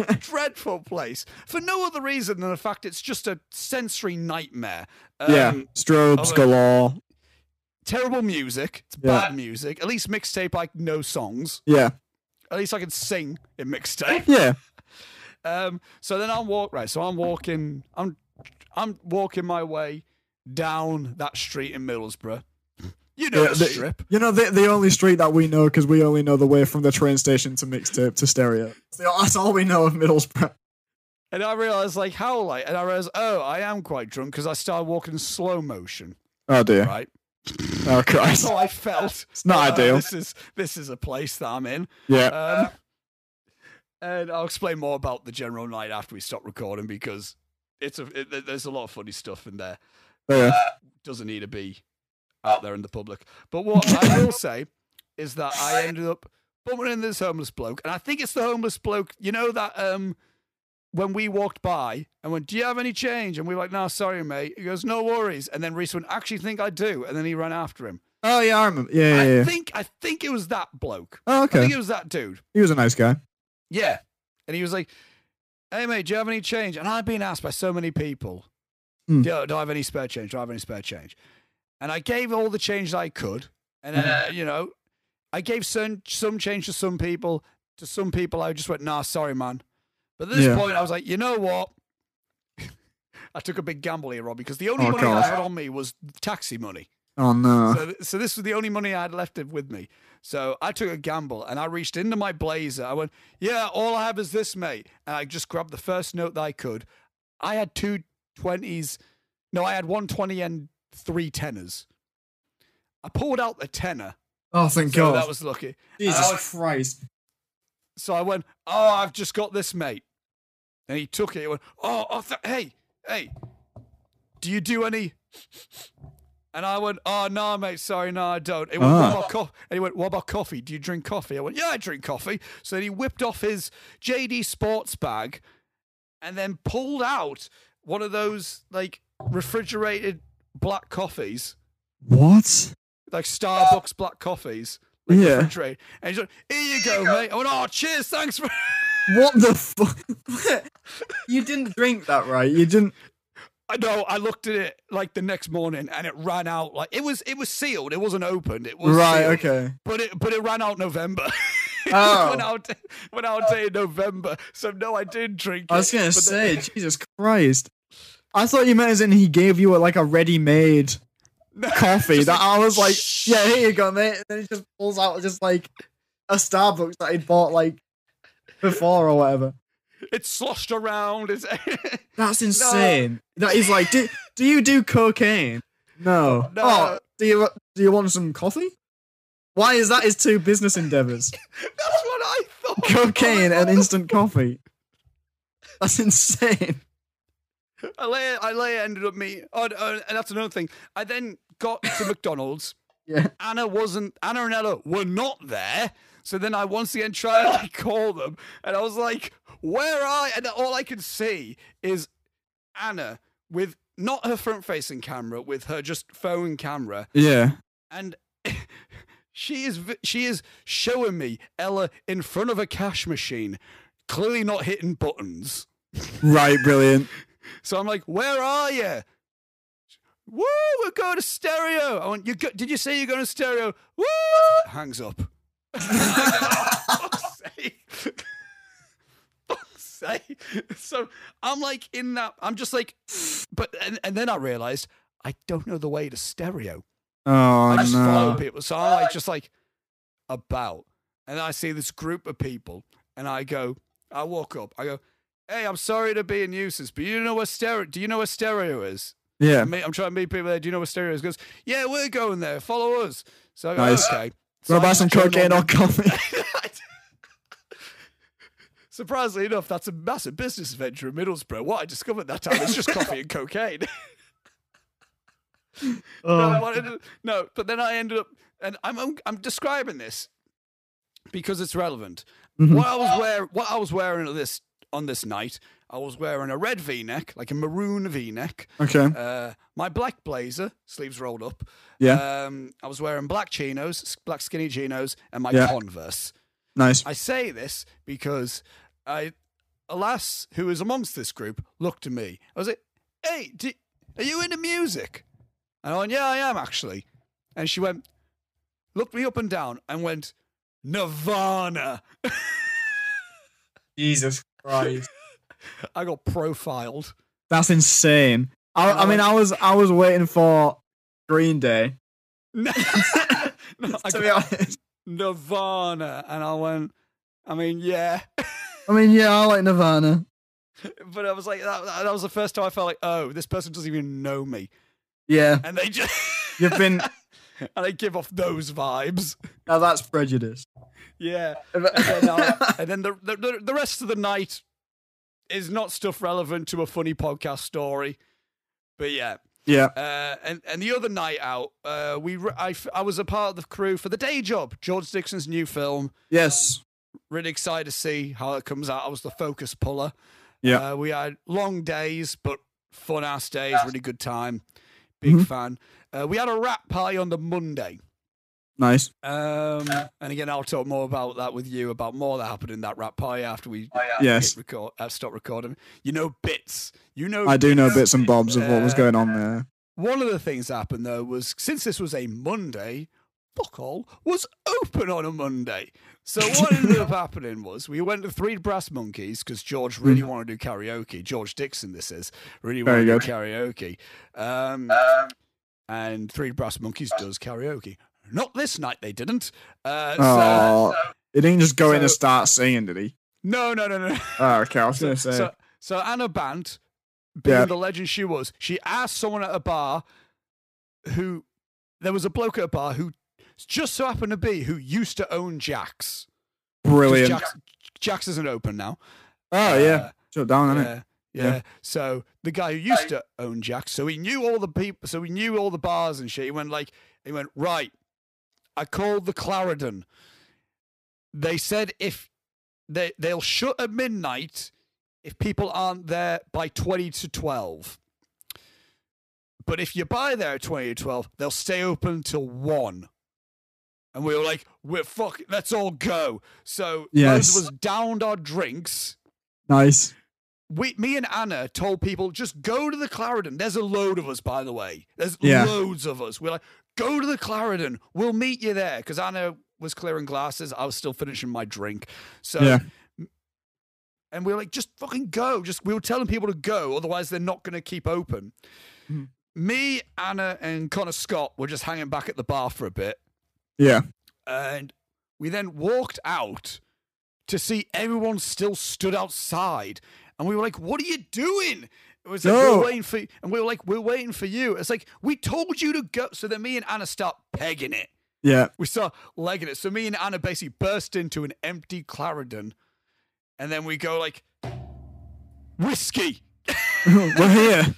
S1: Oh. Dreadful place for no other reason than the fact it's just a sensory nightmare. Um,
S2: yeah. Strobes
S1: oh,
S2: galore.
S1: Terrible music. It's
S2: Yeah.
S1: bad music. At least mixtape, I know songs.
S2: Yeah.
S1: At least I can sing in mixtape.
S2: Yeah.
S1: Um, so then I'm walk right. So I'm walking. I'm I'm walking my way down that street in Middlesbrough. You know
S2: Yeah,
S1: the
S2: the-
S1: strip.
S2: You know, the, the only street that we know because we only know the way from the train station to mixtape to stereo. That's all we know of Middlesbrough.
S1: And I realized like how late, and I realized oh, I am quite drunk because I started walking in slow motion.
S2: Oh dear. <laughs>
S1: Right.
S2: Oh Christ.
S1: So I felt
S2: It's <laughs> not
S1: "Oh,
S2: ideal.
S1: This is this is a place that I'm in.
S2: Yeah.
S1: Um, and I'll explain more about the general night after we stop recording because it's a it, there's a lot of funny stuff in there.
S2: Yeah.
S1: doesn't need to be out there in the public. But what
S2: <laughs>
S1: I will say is that I ended up bumping into this homeless bloke, and I think it's the homeless bloke. You know that um, when we walked by and went, "Do you have any change?" and we were like, "No, sorry, mate." He goes, "No worries," and then Reese went, "Actually, think I do," and then he ran after him.
S2: Oh yeah, I remember. Yeah, yeah,
S1: I
S2: yeah.
S1: think I think it was that bloke.
S2: Oh,
S1: I think
S2: okay.
S1: it was that dude.
S2: He was a nice guy.
S1: Yeah. And he was like, Hey, mate, do you have any change? And I've been asked by so many people,
S2: Hmm.
S1: do, do I have any spare change? Do I have any spare change? And I gave all the change that I could. And, then,
S2: Mm-hmm.
S1: you know, I gave some, some change to some people. To some people, I just went, Nah, sorry, man. But at this
S2: Yeah.
S1: point, I was like, You know what? <laughs> I took a big gamble here, Rob, because the only
S2: Oh,
S1: money
S2: God.
S1: I had on me was taxi money.
S2: Oh no.
S1: So, th- so this was the only money I had left it with me. So I took a gamble and I reached into my blazer. I went, "Yeah, all I have is this, mate." And I just grabbed the first note that I could. I had two twenties. No, I had one twenty and three tenors. I pulled out the tenor.
S2: Oh thank
S1: So that was lucky.
S2: Jesus
S1: I was-
S2: Christ.
S1: So I went, "Oh, I've just got this, mate." And he took it. He went, "Oh, oh th- hey, hey, do you do any?" And I went, "Oh no, mate, sorry, no, I don't." He went,
S2: Ah.
S1: "What about coffee?" And he went, "What about coffee? Do you drink coffee?" I went, "Yeah, I drink coffee." So then he whipped off his JD Sports bag, and then pulled out one of those like refrigerated black coffees
S2: What?
S1: like Starbucks black coffees. Like
S2: Yeah.
S1: refrigerated. And he's like, here you go, mate. I went, oh, cheers, thanks for.
S2: What the fuck? <laughs>
S5: You didn't drink that, right?
S2: You didn't.
S1: I know. I looked at it like the next morning, and it ran out. Like it was, it was sealed. It wasn't opened. It was
S2: Right.
S1: sealed,
S2: Okay.
S1: But it, but it ran out November. <laughs> It
S5: Oh.
S1: went out, went out day in November. So no, I didn't drink.
S2: I was
S1: it,
S2: gonna
S1: but the-
S2: say, Jesus Christ. I thought you meant as in he gave you a, like a ready-made
S1: <laughs> No,
S2: coffee.
S1: just
S2: That I was like,
S1: Shh.
S2: yeah, here you go, mate. And then he just pulls out just like a Starbucks that he'd bought like before or whatever.
S1: It's sloshed around. It's <laughs>
S5: That's
S1: insane.
S2: That he's like, do, do you do cocaine? No.
S1: No.
S2: Oh, do you do you want some coffee? Why is that his two business <laughs> endeavors?
S1: that's what I thought.
S2: cocaine and instant coffee. That's insane. <laughs>
S1: I later, I later ended up me. Oh, oh, and that's another thing. I then got to <laughs> McDonald's.
S5: Yeah.
S1: Anna wasn't. Anna and Ella were not there. So then I once again tried to like, call them, and I was like, "Where are?" I? And all I could see is Anna with not her front-facing camera, with her just phone camera,
S2: Yeah.
S1: and <laughs> she is vi- she is showing me Ella in front of a cash machine, clearly not hitting buttons.
S2: Right, brilliant.
S1: So I'm like, "Where are you?" Woo, we're going to stereo. I went, you go- did you say you're going to stereo? Woo! Hangs up. Fuck's sake. Fuck's sake. <laughs> So I'm like in that. I'm just like, but and, and then I realized I don't know the way to stereo. I
S2: Oh
S1: just follow
S2: no.
S1: people. So I'm like, just like about, and I see this group of people, and I go, I walk up, I go, hey, I'm sorry to be a nuisance, but you know what stereo? Do you know what stereo is?
S2: Yeah.
S1: I meet, I'm trying to meet people there. Do you know what stereo is? Goes, yeah, we're going there. Follow us. So I go,
S2: Nice.
S1: okay. So
S2: Wanna
S1: I
S2: buy
S1: just
S2: some
S1: joined
S2: cocaine or
S1: on-
S2: coffee?
S1: <laughs> Surprisingly enough, that's a massive business venture in Middlesbrough. What I discovered that time is just coffee and cocaine.
S2: Oh.
S1: No,
S2: <laughs>
S1: I wanted to- no, but then I ended up, and I'm I'm, I'm describing this because it's relevant.
S2: Mhm.
S1: What I was wear, what I was wearing at this on this night, I was wearing a red V-neck, like a maroon V-neck.
S2: Okay.
S1: Uh, my black blazer, sleeves rolled up.
S2: Yeah.
S1: Um, I was wearing black chinos, s- black skinny chinos, and my
S2: Yeah.
S1: Converse.
S2: Nice.
S1: I say this because I, a lass who was amongst this group looked at me. I was like, "Hey, do, are you into music?" And I went, "Yeah, I am actually." And she went, looked me up and down, and went, "Nirvana."
S5: Jesus Christ.
S1: I got profiled. <laughs>
S2: That's insane. I, I mean, I was I was waiting for
S1: <laughs>
S2: Green Day. <laughs>
S1: No, No, I got
S2: To be honest,
S1: Nirvana, and I went. I mean, yeah,
S2: I mean, yeah, I like Nirvana.
S1: but I was like, that, that that was the first time I felt like, oh, this person doesn't even know me,
S2: Yeah,
S1: and they just
S2: you've been.
S1: <laughs> and they give off those vibes.
S2: now that's prejudice.
S1: <laughs> Yeah. And then, I- <laughs> and then the, the the rest of the night is not stuff relevant to a funny podcast story. But yeah,
S2: <laughs> Yeah.
S1: uh, and and the other night out, uh, we re- I, f- I was a part of the crew for the day job, George Dixon's new film.
S2: Yes.
S1: Really excited to see how it comes out. I was the focus puller.
S2: Yeah.
S1: uh, we had long days, but fun ass days. Really good time. Big
S2: Mhm.
S1: fan. Uh, we had a rap party on the Monday.
S2: Nice.
S1: Um, and again, I'll talk more about that with you about more that happened in that rap party after we
S2: Yes.
S1: hit record, uh, stop recording. You know bits. You know.
S2: I do know bits and bobs of what was
S1: Uh,
S2: going on there.
S1: One of the things that happened though was since this was a Monday, fuck all was open on a Monday.
S2: <laughs>
S1: So what ended up happening was we went to Three Brass Monkeys because George really
S2: Mm.
S1: wanted to do karaoke. George Dixon, this is really
S2: Very
S1: wanted to do karaoke. Um, and Three Brass Monkeys does karaoke. Not this night, they didn't. Uh, so,
S2: Oh, he didn't just go in and
S1: so-
S2: start singing, did he?
S1: no, no, no, no.
S2: Oh, okay. I
S1: <laughs>
S2: was
S1: So,
S2: gonna say.
S1: so, so Anna Bant, being
S2: Yeah.
S1: the legend she was, she asked someone at a bar who there was a bloke at a bar who just so happened to be who used to own Jax. 'Cause
S2: Brilliant.
S1: Jax, Jax isn't open now.
S2: oh yeah.
S1: Uh,
S2: Shut down, innit?
S1: yeah, yeah. So the guy who used to own Jack, so he knew all the people, so he knew all the bars and shit. He went like, he went right. I called the Clarendon. They said if they they'll shut at midnight if people aren't there by twenty to twelve. But if you buy there at twenty to twelve, they'll stay open till one. And we were like, we're fuck, let's all go. So
S2: Yes.
S1: loads of us downed our drinks
S2: Nice.
S1: we, me and Anna told people just go to the Clarendon. There's a load of us, by the way. There's
S2: Yeah.
S1: loads of us. We're like, go to the Clarendon. We'll meet you there because Anna was clearing glasses. I was still finishing my drink. So,
S2: Yeah.
S1: and we were like, just fucking go. Just we were telling people to go, otherwise they're not going to keep open.
S2: Mhm.
S1: Me, Anna, and Connor Scott were just hanging back at the bar for a bit,
S2: Yeah.
S1: and we then walked out to see everyone still stood outside. And we were like, what are you doing? It was like,
S2: No.
S1: we're waiting for And we were like, we're waiting for you. It's like, we told you to go. So then me and Anna start pegging it.
S2: Yeah. <laughs>
S1: We start legging it. So me and Anna basically burst into an empty Clarendon. And then we go like, whiskey.
S2: We're here.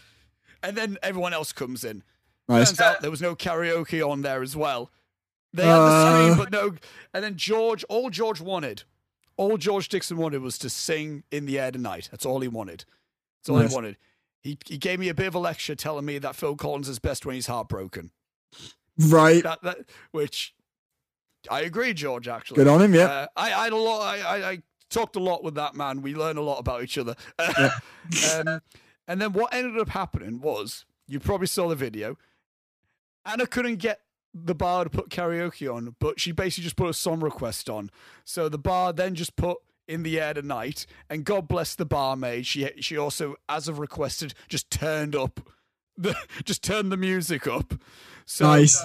S1: and then everyone else comes in.
S2: Nice.
S1: Turns
S2: <laughs>
S1: out there was no karaoke on there as well. They had the
S2: Uh.
S1: screen, but no. And then George, all George wanted, all George Dixon wanted was to sing in the air tonight. That's all he wanted. That's all
S2: Nice.
S1: he wanted. He, he gave me a bit of a lecture telling me that Phil Collins is best when he's heartbroken.
S2: Right.
S1: That, that which I agree, George. Actually,
S2: Good on him. Yeah.
S1: uh, I, I had a lot. I, I, I talked a lot with that man. We learned a lot about each other. <laughs> um, and then what ended up happening was you probably saw the video. Anna couldn't get the bar to put karaoke on, but she basically just put a song request on. So the bar then just put in the air tonight, and God bless the barmaid. She she also, as of requested, just turned up. <laughs> The, just turned the music up. So
S2: nice.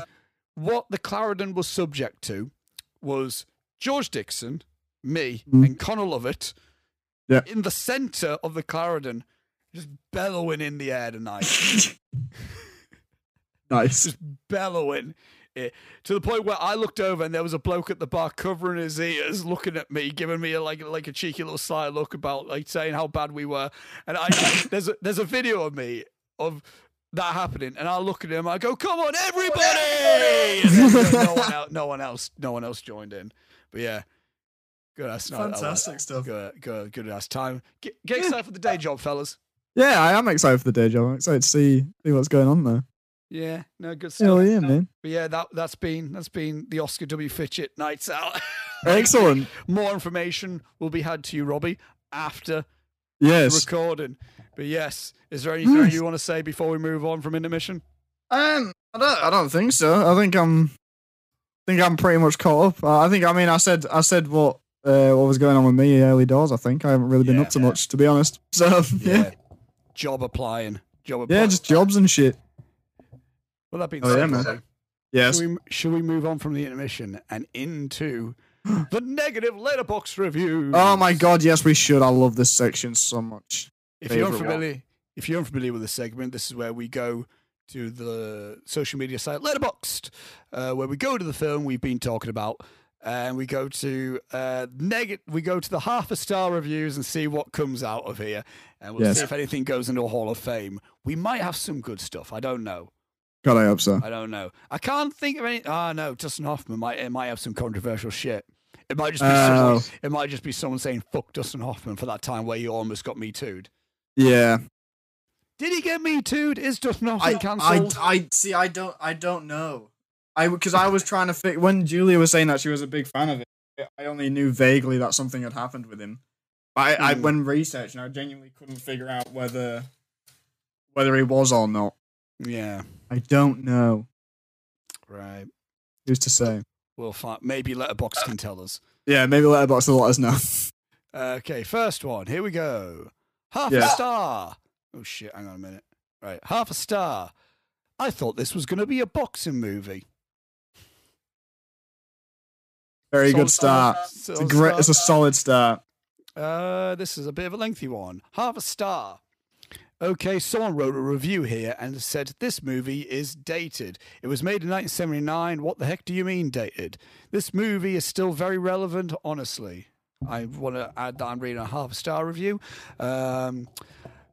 S1: what the Clarendon was subject to was George Dixon, me,
S2: Mm.
S1: and Connor Lovett
S2: Yeah.
S1: in the centre of the Clarendon, just bellowing in the air tonight,
S2: nice.
S1: bellowing. It, to the point where I looked over and there was a bloke at the bar covering his ears, looking at me, giving me a, like like a cheeky little sly look about like saying how bad we were. And I <laughs> there's a, there's a video of me of that happening, and I look at him. I go, "Come on, everybody!" And then no, no one else, no one else, no one else joined in. But yeah, good ass night. that was.
S5: Fantastic stuff.
S1: Good, good, good ass time. Get, get excited for the <laughs> day job, fellas.
S2: Yeah, I am excited for the day job. I'm excited to see see what's going on there.
S1: Yeah, no good stuff.
S2: Hell yeah, man.
S1: But yeah, that that's been that's been the Oscar W. Fitchett nights out. <laughs>
S2: Excellent.
S1: More information will be had to you, Robbie, after
S2: Yes.
S1: recording. But yes, is there anything
S2: Nice.
S1: you want to say before we move on from intermission?
S2: Um, I don't. I don't think so. I think I'm. think I'm pretty much caught up. Uh, I think. I mean, I said. I said what. Uh, what was going on with me early doors? I think I haven't really been
S1: Yeah.
S2: up to much, to be honest. So <laughs> yeah,
S1: Job applying. Job applying.
S2: yeah, just jobs and shit.
S1: well, that being
S2: Oh,
S1: said,
S2: yeah, man.
S1: Robbie,
S2: Yes.
S1: should, we, should we move on from the intermission and
S2: <gasps>
S1: into the negative letterbox review?
S2: Oh my god, yes, we should. I love this section so much.
S1: If you're
S2: Favourite one.
S1: unfamiliar, if you're unfamiliar with this segment, this is where we go to the social media site Letterboxd, uh, where we go to the film we've been talking about, and we go to uh, neg- we go to the half a star reviews and see what comes out of here, and we'll
S2: Yes.
S1: see if anything goes into a Hall of Fame. We might have some good stuff. I don't know.
S2: God, I hope so.
S1: I don't know. I can't think of any. Ah, no, Dustin Hoffman might it might have some controversial shit. It might just be
S2: Oh.
S1: someone, it might just be someone saying "fuck Dustin Hoffman" for that time where you almost got me too'd.
S2: Yeah.
S1: Did he get me too'd? Is Dustin
S5: I,
S1: Hoffman
S5: I,
S1: cancelled?
S5: I see. I don't. I don't know.
S2: I because I was trying to fit when Julia was saying that she was a big fan of it. I only knew vaguely that something had happened with him. But I, I
S1: Hmm.
S2: when researching, I genuinely couldn't figure out whether whether he was or not.
S1: Yeah,
S2: I don't know.
S1: right.
S2: Who's to say?
S1: We'll find. Maybe Letterbox can tell us.
S2: Yeah, maybe Letterboxd will let us know. <laughs>
S1: Okay, first one. Here we go. Half a
S2: Yeah.
S1: star. Oh shit! Hang on a minute. Right, half a star. I thought this was going to be a boxing movie.
S2: Very
S1: Solid
S2: good start.
S1: Solid
S2: It's a great. It's a solid start.
S1: Uh, this is a bit of a lengthy one. Half a star. Okay, someone wrote a review here and said this movie is dated. It was made in 1979. What the heck do you mean dated? This movie is still very relevant, honestly. I want to add that I'm reading a half star review. Um,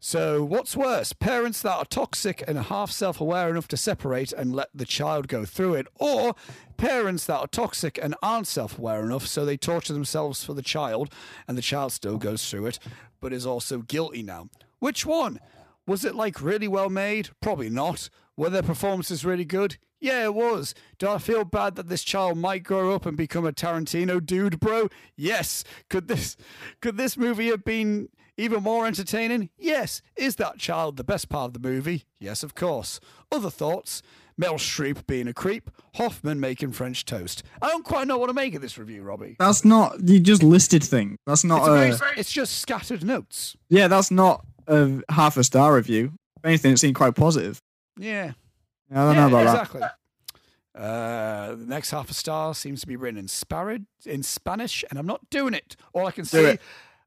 S1: so, what's worse, parents that are toxic and half self aware enough to separate and let the child go through it, or parents that are toxic and aren't self aware enough so they torture themselves for the child and the child still goes through it but is also guilty now? Which one? Was it like really well made? Probably not. Were their performances really good? Yeah, it was. Do I feel bad that this child might grow up and become a Tarantino dude, bro? Yes. Could this could this movie have been even more entertaining? Yes. Is that child the best part of the movie? Yes, of course. Other thoughts? Mel Streep being a creep, Hoffman making French toast. I don't quite know what to make of this review, Robbie.
S2: That's not. You just listed things. That's not.
S1: It's, a
S2: uh,
S1: very, it's just scattered notes.
S2: Yeah, that's not a half a star review. If anything, it seemed quite positive.
S1: Yeah.
S2: Yeah, I don't
S1: yeah,
S2: know about that.
S1: exactly. Uh, the next half a star seems to be written in Sparad, in Spanish, and I'm not doing it. All I can see,
S2: it.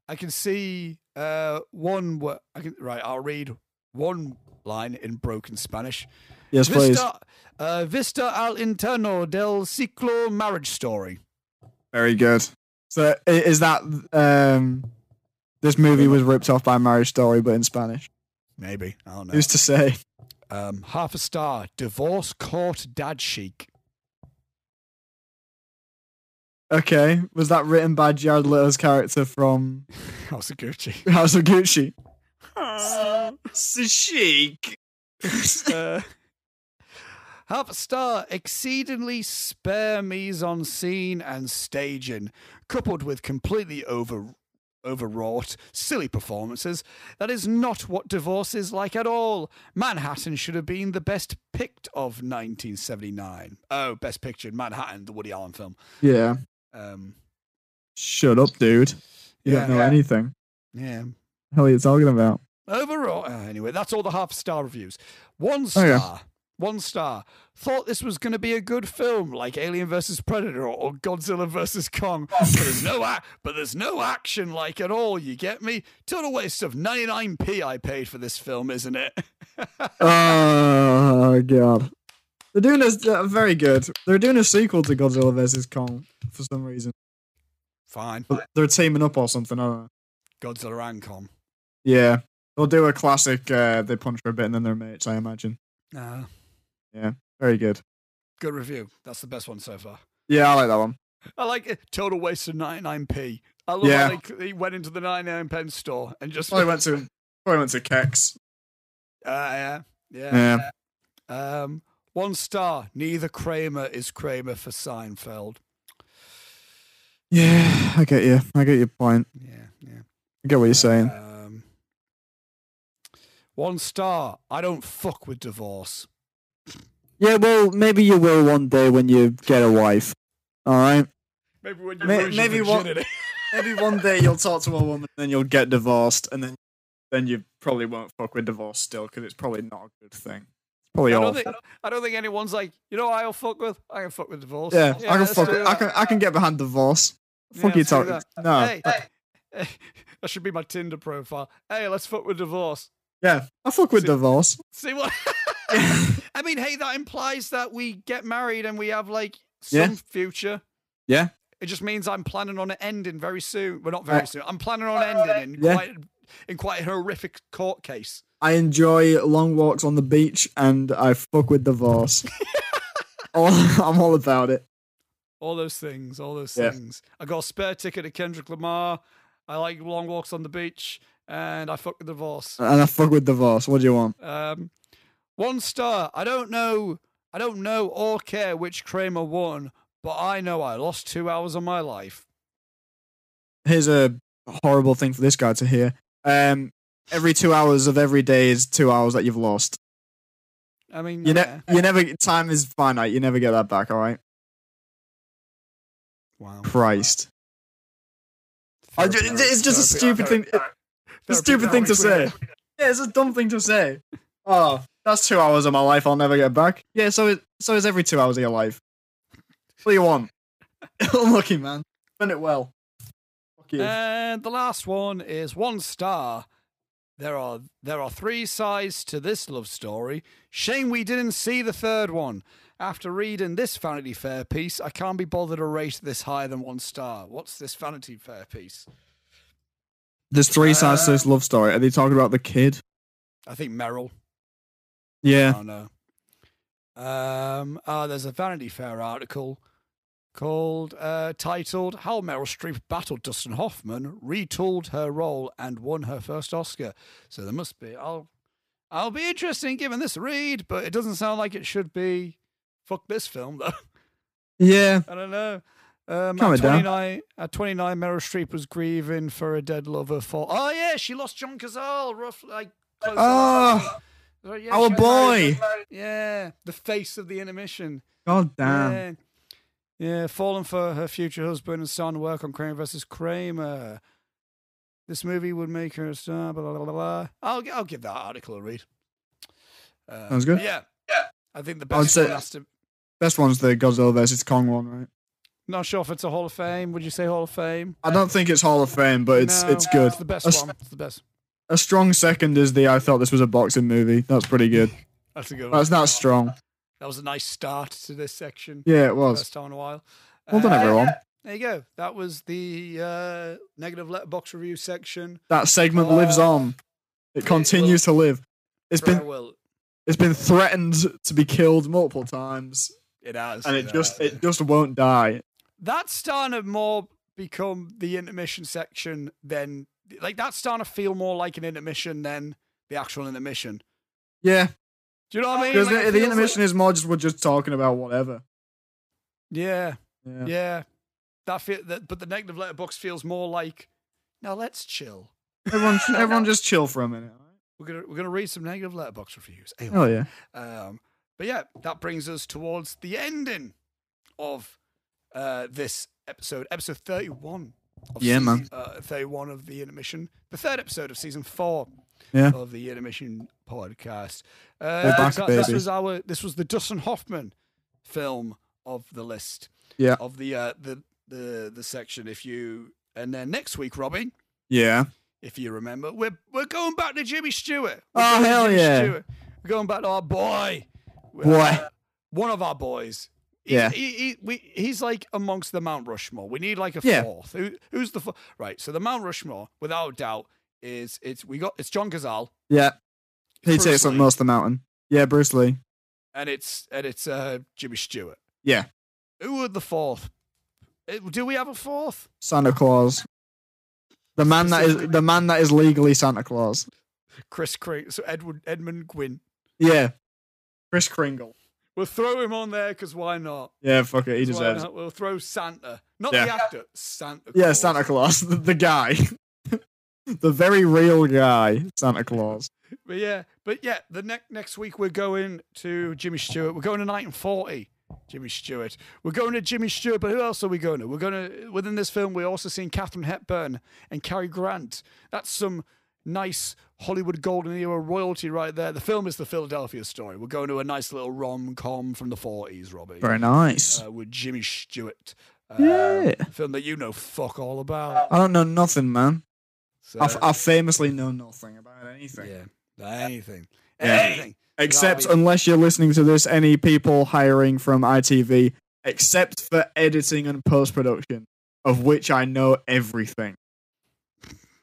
S1: I can see uh, one. wo- I can, right, I'll read one line in broken Spanish.
S2: Yes, please.
S1: Vista, uh, Vista al interno del ciclo marriage story.
S2: Very good. So i- is that um this movie was ripped off by Marriage Story but in Spanish.
S1: Maybe. I don't know.
S2: Who's to say?
S1: Um, half a star. Divorce court dad chic. <laughs>
S2: Okay, was that written by Jared Leto's character from
S1: House of Gucci.
S2: House of Gucci?
S5: Sashik.
S1: Uh, half a star. Exceedingly spare mise en scene and staging, coupled with completely over overwrought, silly performances. That is not what divorce is like at all. Manhattan should have been the best picked of 1979. Oh, best picture Manhattan, the Woody Allen film.
S2: Yeah.
S1: Um,
S2: Shut up, dude. You
S1: Yeah.
S2: don't know
S5: Yeah.
S2: anything.
S1: yeah.
S2: hell are you talking about?
S1: Overall, uh, anyway, that's all the half star reviews. One
S2: Oh,
S1: star.
S2: yeah.
S1: One star. Thought this was going to be a good film, like Alien versus Predator or Godzilla versus
S2: <laughs>
S1: Kong. But there's no, ac- but there's no action like at all. You get me? Total waste of 99p I paid for this film, isn't it? <laughs>
S2: oh god. They're doing a uh, very good. They're doing a sequel to Godzilla vs Kong for some reason.
S1: Fine.
S2: But they're teaming up or something. I don't know.
S1: Godzilla and Kong.
S2: Yeah, they'll do a classic. Uh, they punch for a bit and then they're mates. I imagine.
S1: Uh,
S2: Very good.
S1: good review. That's the best one so far.
S2: Yeah, I like that one.
S1: I like it. Total waste of 99p. I love
S2: Yeah. Oh,
S1: how they, they went into the 99 pen store and just.
S2: Probably went to probably went to Kex.
S1: <laughs> Uh, yeah. Yeah.
S2: Yeah.
S1: Um, one star. Neither Kramer is Kramer for Seinfeld.
S2: Yeah, I get you. I get your point.
S1: Yeah, yeah.
S2: I get what you're saying.
S1: Um, one star. I don't fuck with divorce.
S2: Yeah, well, maybe you will one day when you get a wife. All right.
S1: Maybe when you
S2: May-
S1: lose
S2: maybe
S1: your
S2: what-
S1: virginity.
S2: <laughs> Maybe one day you'll talk to a woman, and then you'll get divorced, and then then you probably won't fuck with divorce still because it's probably not a good thing. It's
S1: I
S2: probably
S1: don't
S2: awful.
S1: think I don't think anyone's like you know. What I'll fuck with. I can fuck with divorce.
S2: Yeah, I can
S1: let's
S2: fuck.
S1: do
S2: I
S1: that.
S2: can I can get behind divorce.
S1: Yeah,
S2: Fuck you
S1: let's do
S2: talking.
S1: that.
S2: No.
S1: Hey, hey, <laughs> that should be my Tinder profile. Hey, let's fuck with divorce.
S2: Yeah, I fuck with
S1: See-
S2: divorce.
S1: See
S2: <laughs>
S1: what? <laughs> I mean, hey, that implies that we get married and we have like some
S2: Yeah.
S1: future.
S2: Yeah.
S1: It just means I'm planning on it ending very soon. Well, not very
S2: Uh,
S1: soon. I'm planning on ending in
S2: Yeah.
S1: quite in quite a horrific court case.
S2: I enjoy long walks on the beach, and I fuck with divorce. all, I'm all about it.
S1: All those things. All those
S2: Yeah.
S1: things. I got a spare ticket to Kendrick Lamar. I like long walks on the beach, and I fuck the divorce.
S2: And I fuck with divorce. What do you want?
S1: Um, one star. I don't know. I don't know or care which Kramer won, but I know I lost two hours of my life.
S2: Here's a horrible thing for this guy to hear. Um, every two hours of every day is two hours that you've lost.
S1: I mean,
S2: You
S1: yeah.
S2: ne- you never. Time is finite. You never get that back. All right.
S1: wow.
S2: Christ. I ju-
S1: Therapy-
S2: it's just a
S1: therapy-
S2: stupid thing. It's a stupid thing to say. <laughs> Yeah, it's a dumb thing to say. Oh, that's two hours of my life I'll never get back. Yeah, so it, so is every two hours of your life. What do you want? <laughs> Unlucky man. Spend it well. Fuck you.
S1: And the last one is one star. There are there are three sides to this love story. Shame we didn't see the third one. After reading this Vanity Fair piece, I can't be bothered to rate this higher than one star. What's this Vanity Fair piece?
S2: There's three
S1: uh,
S2: sides to this love story. Are they talking about the kid?
S1: I think Merrill.
S2: Yeah.
S1: Oh no. Um, uh, there's a Vanity Fair article called uh, titled "How Meryl Streep Battled Dustin Hoffman, Retooled Her Role, and Won Her First Oscar." So there must be. I'll I'll be interested in giving this a read, but it doesn't sound like it should be. Fuck this film though.
S2: Yeah.
S1: I don't know. Um,
S2: Calm
S1: at
S2: it down.
S1: 29, at 29, Meryl Streep was grieving for a dead lover. For oh yeah, she lost John Cazale, roughly like close to
S2: Oh,
S1: last year. Yeah,
S2: our
S1: she got married.
S2: boy.
S1: Yeah, the face of the intermission.
S2: God damn.
S1: Yeah, yeah falling for her future husband and starting work on Kramer versus Kramer. This movie would make her a star. Blah blah blah. blah. I'll gi- I'll give that article a read. Uh,
S2: Sounds good.
S1: Yeah, yeah. I think the best
S2: would
S1: one
S2: say-
S1: has to.
S2: Best one's the Godzilla versus Kong one, right?
S1: Not sure if it's a Hall of Fame. Would you say Hall of Fame?
S2: I don't think it's Hall of Fame, but it's
S1: No,
S2: it's good.
S1: It's the best
S2: That's-
S1: one. It's the best.
S2: A strong second is the I thought this was a boxing movie. That's pretty good.
S1: That's a good one.
S2: That's not strong.
S1: That was a nice start to this section.
S2: Yeah, it was.
S1: First time in a while.
S2: Well done,
S1: Uh,
S2: everyone.
S1: There you go. That was the uh, negative letterbox review section.
S2: That segment lives on. It continues to live. It's
S1: Very
S2: been
S1: well.
S2: it's been threatened to be killed multiple times,
S1: It has.
S2: and it just
S1: has.
S2: it just won't die.
S1: that's starting to more become the intermission section than like that's starting to feel more like an intermission than the actual intermission.
S2: Yeah,
S1: Do you know what I mean?
S2: because
S1: Like, it
S2: the, the
S1: feels
S2: intermission
S1: like-
S2: is more just we're just talking about whatever.
S1: yeah,
S2: Yeah.
S1: yeah. That feel that, but the negative letterbox feels more like now let's chill. <laughs>
S2: Everyone, everyone, just chill for a minute.
S1: We're gonna we're gonna read some negative letterbox reviews. Anyway.
S2: Oh yeah.
S1: Um, but yeah, that brings us towards the ending of uh, this episode, episode 31. Of
S2: Yeah,
S1: season,
S2: man.
S1: Uh, 31 of the intermission, the third episode of season four
S2: Yeah.
S1: of the intermission podcast.
S2: We're
S1: Uh,
S2: back,
S1: so this
S2: baby.
S1: was our this was the Dustin Hoffman film of the list.
S2: Yeah.
S1: Of the uh, the the the section. If you and then next week, Robbie,
S2: Yeah.
S1: if you remember, we're we're going back to Jimmy Stewart.
S2: Oh,
S1: We're going to
S2: hell
S1: Jimmy
S2: yeah.
S1: Stewart. We're going back to our boy.
S2: Boy.
S1: Uh, one of our boys. He's,
S2: Yeah.
S1: he, he, we, he's like amongst the Mount Rushmore. We need like a
S2: Yeah.
S1: fourth. Who, who's the fourth? Right. So the Mount Rushmore, without doubt, is it's we got it's John Cazale.
S2: Yeah.
S1: it's
S2: He
S1: Bruce
S2: takes up
S1: Lee,
S2: most of the mountain. Yeah, Bruce Lee.
S1: and it's and it's uh, Jimmy Stewart.
S2: Yeah.
S1: Who would the fourth? Uh, Do we have a fourth?
S2: Santa Claus. The man that is the man that is legally Santa Claus.
S1: Chris Craig. So Edward Edmund Gwynn.
S2: Yeah. Chris Kringle.
S1: We'll throw him on there because why not?
S2: Yeah, fuck it, he
S1: That's why
S2: deserves it.
S1: not? We'll throw Santa, not the
S2: Yeah.
S1: actor, Santa.
S2: Yeah,
S1: Claus.
S2: Santa Claus, <laughs> the, the guy, the very real guy, Santa Claus.
S1: But yeah, but yeah, the next next week we're going to Jimmy Stewart. We're going to 1940. Jimmy Stewart. We're going to Jimmy Stewart, but who else are we going to? We're going to within this film. We're also seeing Catherine Hepburn and Cary Grant. That's some nice Hollywood golden era royalty right there. The film is the Philadelphia Story. We're going to a nice little rom com from the 40s, Robbie,
S2: Very nice.
S1: uh, with Jimmy Stewart. Uh,
S2: Yeah.
S1: film that you know fuck all about.
S2: I don't know nothing, man.
S1: So,
S2: I, f- I famously know nothing about anything.
S1: yeah, anything,
S2: Yeah.
S1: anything.
S2: Except,
S1: Yeah, I-
S2: unless you're listening to this, any people hiring from ITV, except for editing and post production, of which I know everything.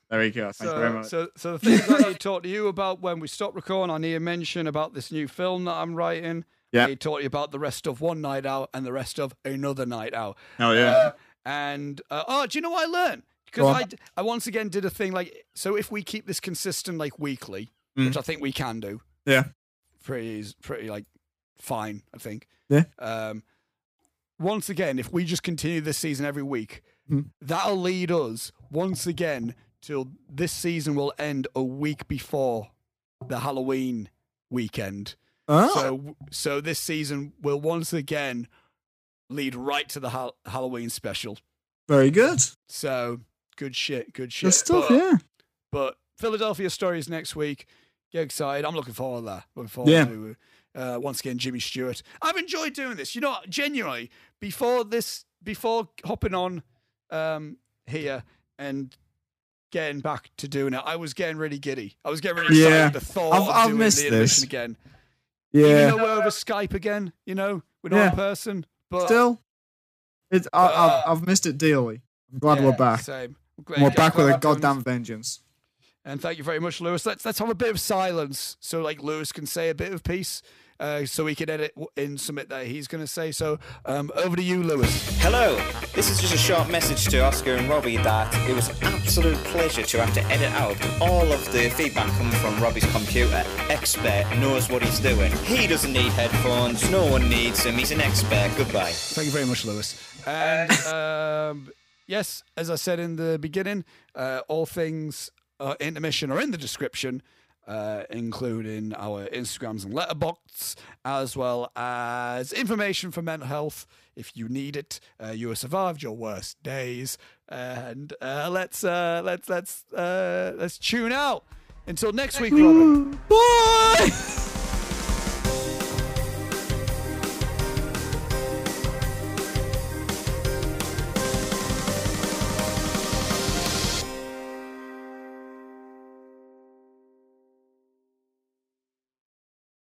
S2: There you go. Thank you very
S1: So,
S2: much.
S1: so, so the things that I need to talk to you about when we stop recording, I need to mention about this new film that I'm writing.
S2: Yeah.
S1: I need to talk to you about the rest of one night out and the rest of another night out.
S2: oh,
S1: Um, and uh, oh, do you know what I learned?
S2: Go
S1: Because
S2: on.
S1: I, d- I once again did a thing like so. If we keep this consistent, like weekly,
S2: Mm.
S1: which I think we can do.
S2: Yeah.
S1: Pretty is pretty like fine. I think.
S2: Yeah.
S1: Um. Once again, if we just continue this season every week,
S2: Mm.
S1: that'll lead us once again till this season will end a week before the Halloween weekend.
S2: Oh,
S1: So, so this season will once again lead right to the Hal- Halloween special.
S2: very good.
S1: So, good shit, good shit.
S2: Good stuff,
S1: but,
S2: yeah.
S1: but Philadelphia stories next week. Get excited! I'm looking forward to that. Looking forward
S2: Yeah.
S1: to uh, once again Jimmy Stewart. I've enjoyed doing this. You know, what? genuinely before this, before hopping on um, here and getting back to doing it, I was getting really giddy. I was getting really excited
S2: Yeah.
S1: at the thought
S2: I've-
S1: of
S2: I've
S1: doing
S2: missed
S1: the intermission
S2: this.
S1: again.
S2: Yeah.
S1: Even though we're over Skype again, you know, we're not
S2: Yeah.
S1: in person. But
S2: Still, it's I,
S1: Uh,
S2: I've, I've missed it dearly. I'm glad
S1: Yeah,
S2: we're back.
S1: Same. I'm glad-
S2: We're back with a
S1: glad we're doing
S2: goddamn vengeance.
S1: And thank you very much, Lewis. Let's let's have a bit of silence so like Lewis can say a bit of peace, uh, so he can edit w- in some bit that he's going to say. So um, over to you, Lewis.
S6: Hello, this is just a short message to Oscar and Robbie that it was an absolute pleasure to have to edit out all of the feedback coming from Robbie's computer. Expert knows what he's doing. He doesn't need headphones, no one needs him, he's an expert. Goodbye.
S1: Thank you very much, Lewis. And um, yes, as I said in the beginning, uh, all things uh, intermission are in the description. Uh, including our Instagrams and letterbox, as well as information for mental health if you need it. Uh, you have survived your worst days, and uh, let's uh, let's let's uh, let's tune out. Until next week, Robin.
S2: Bye.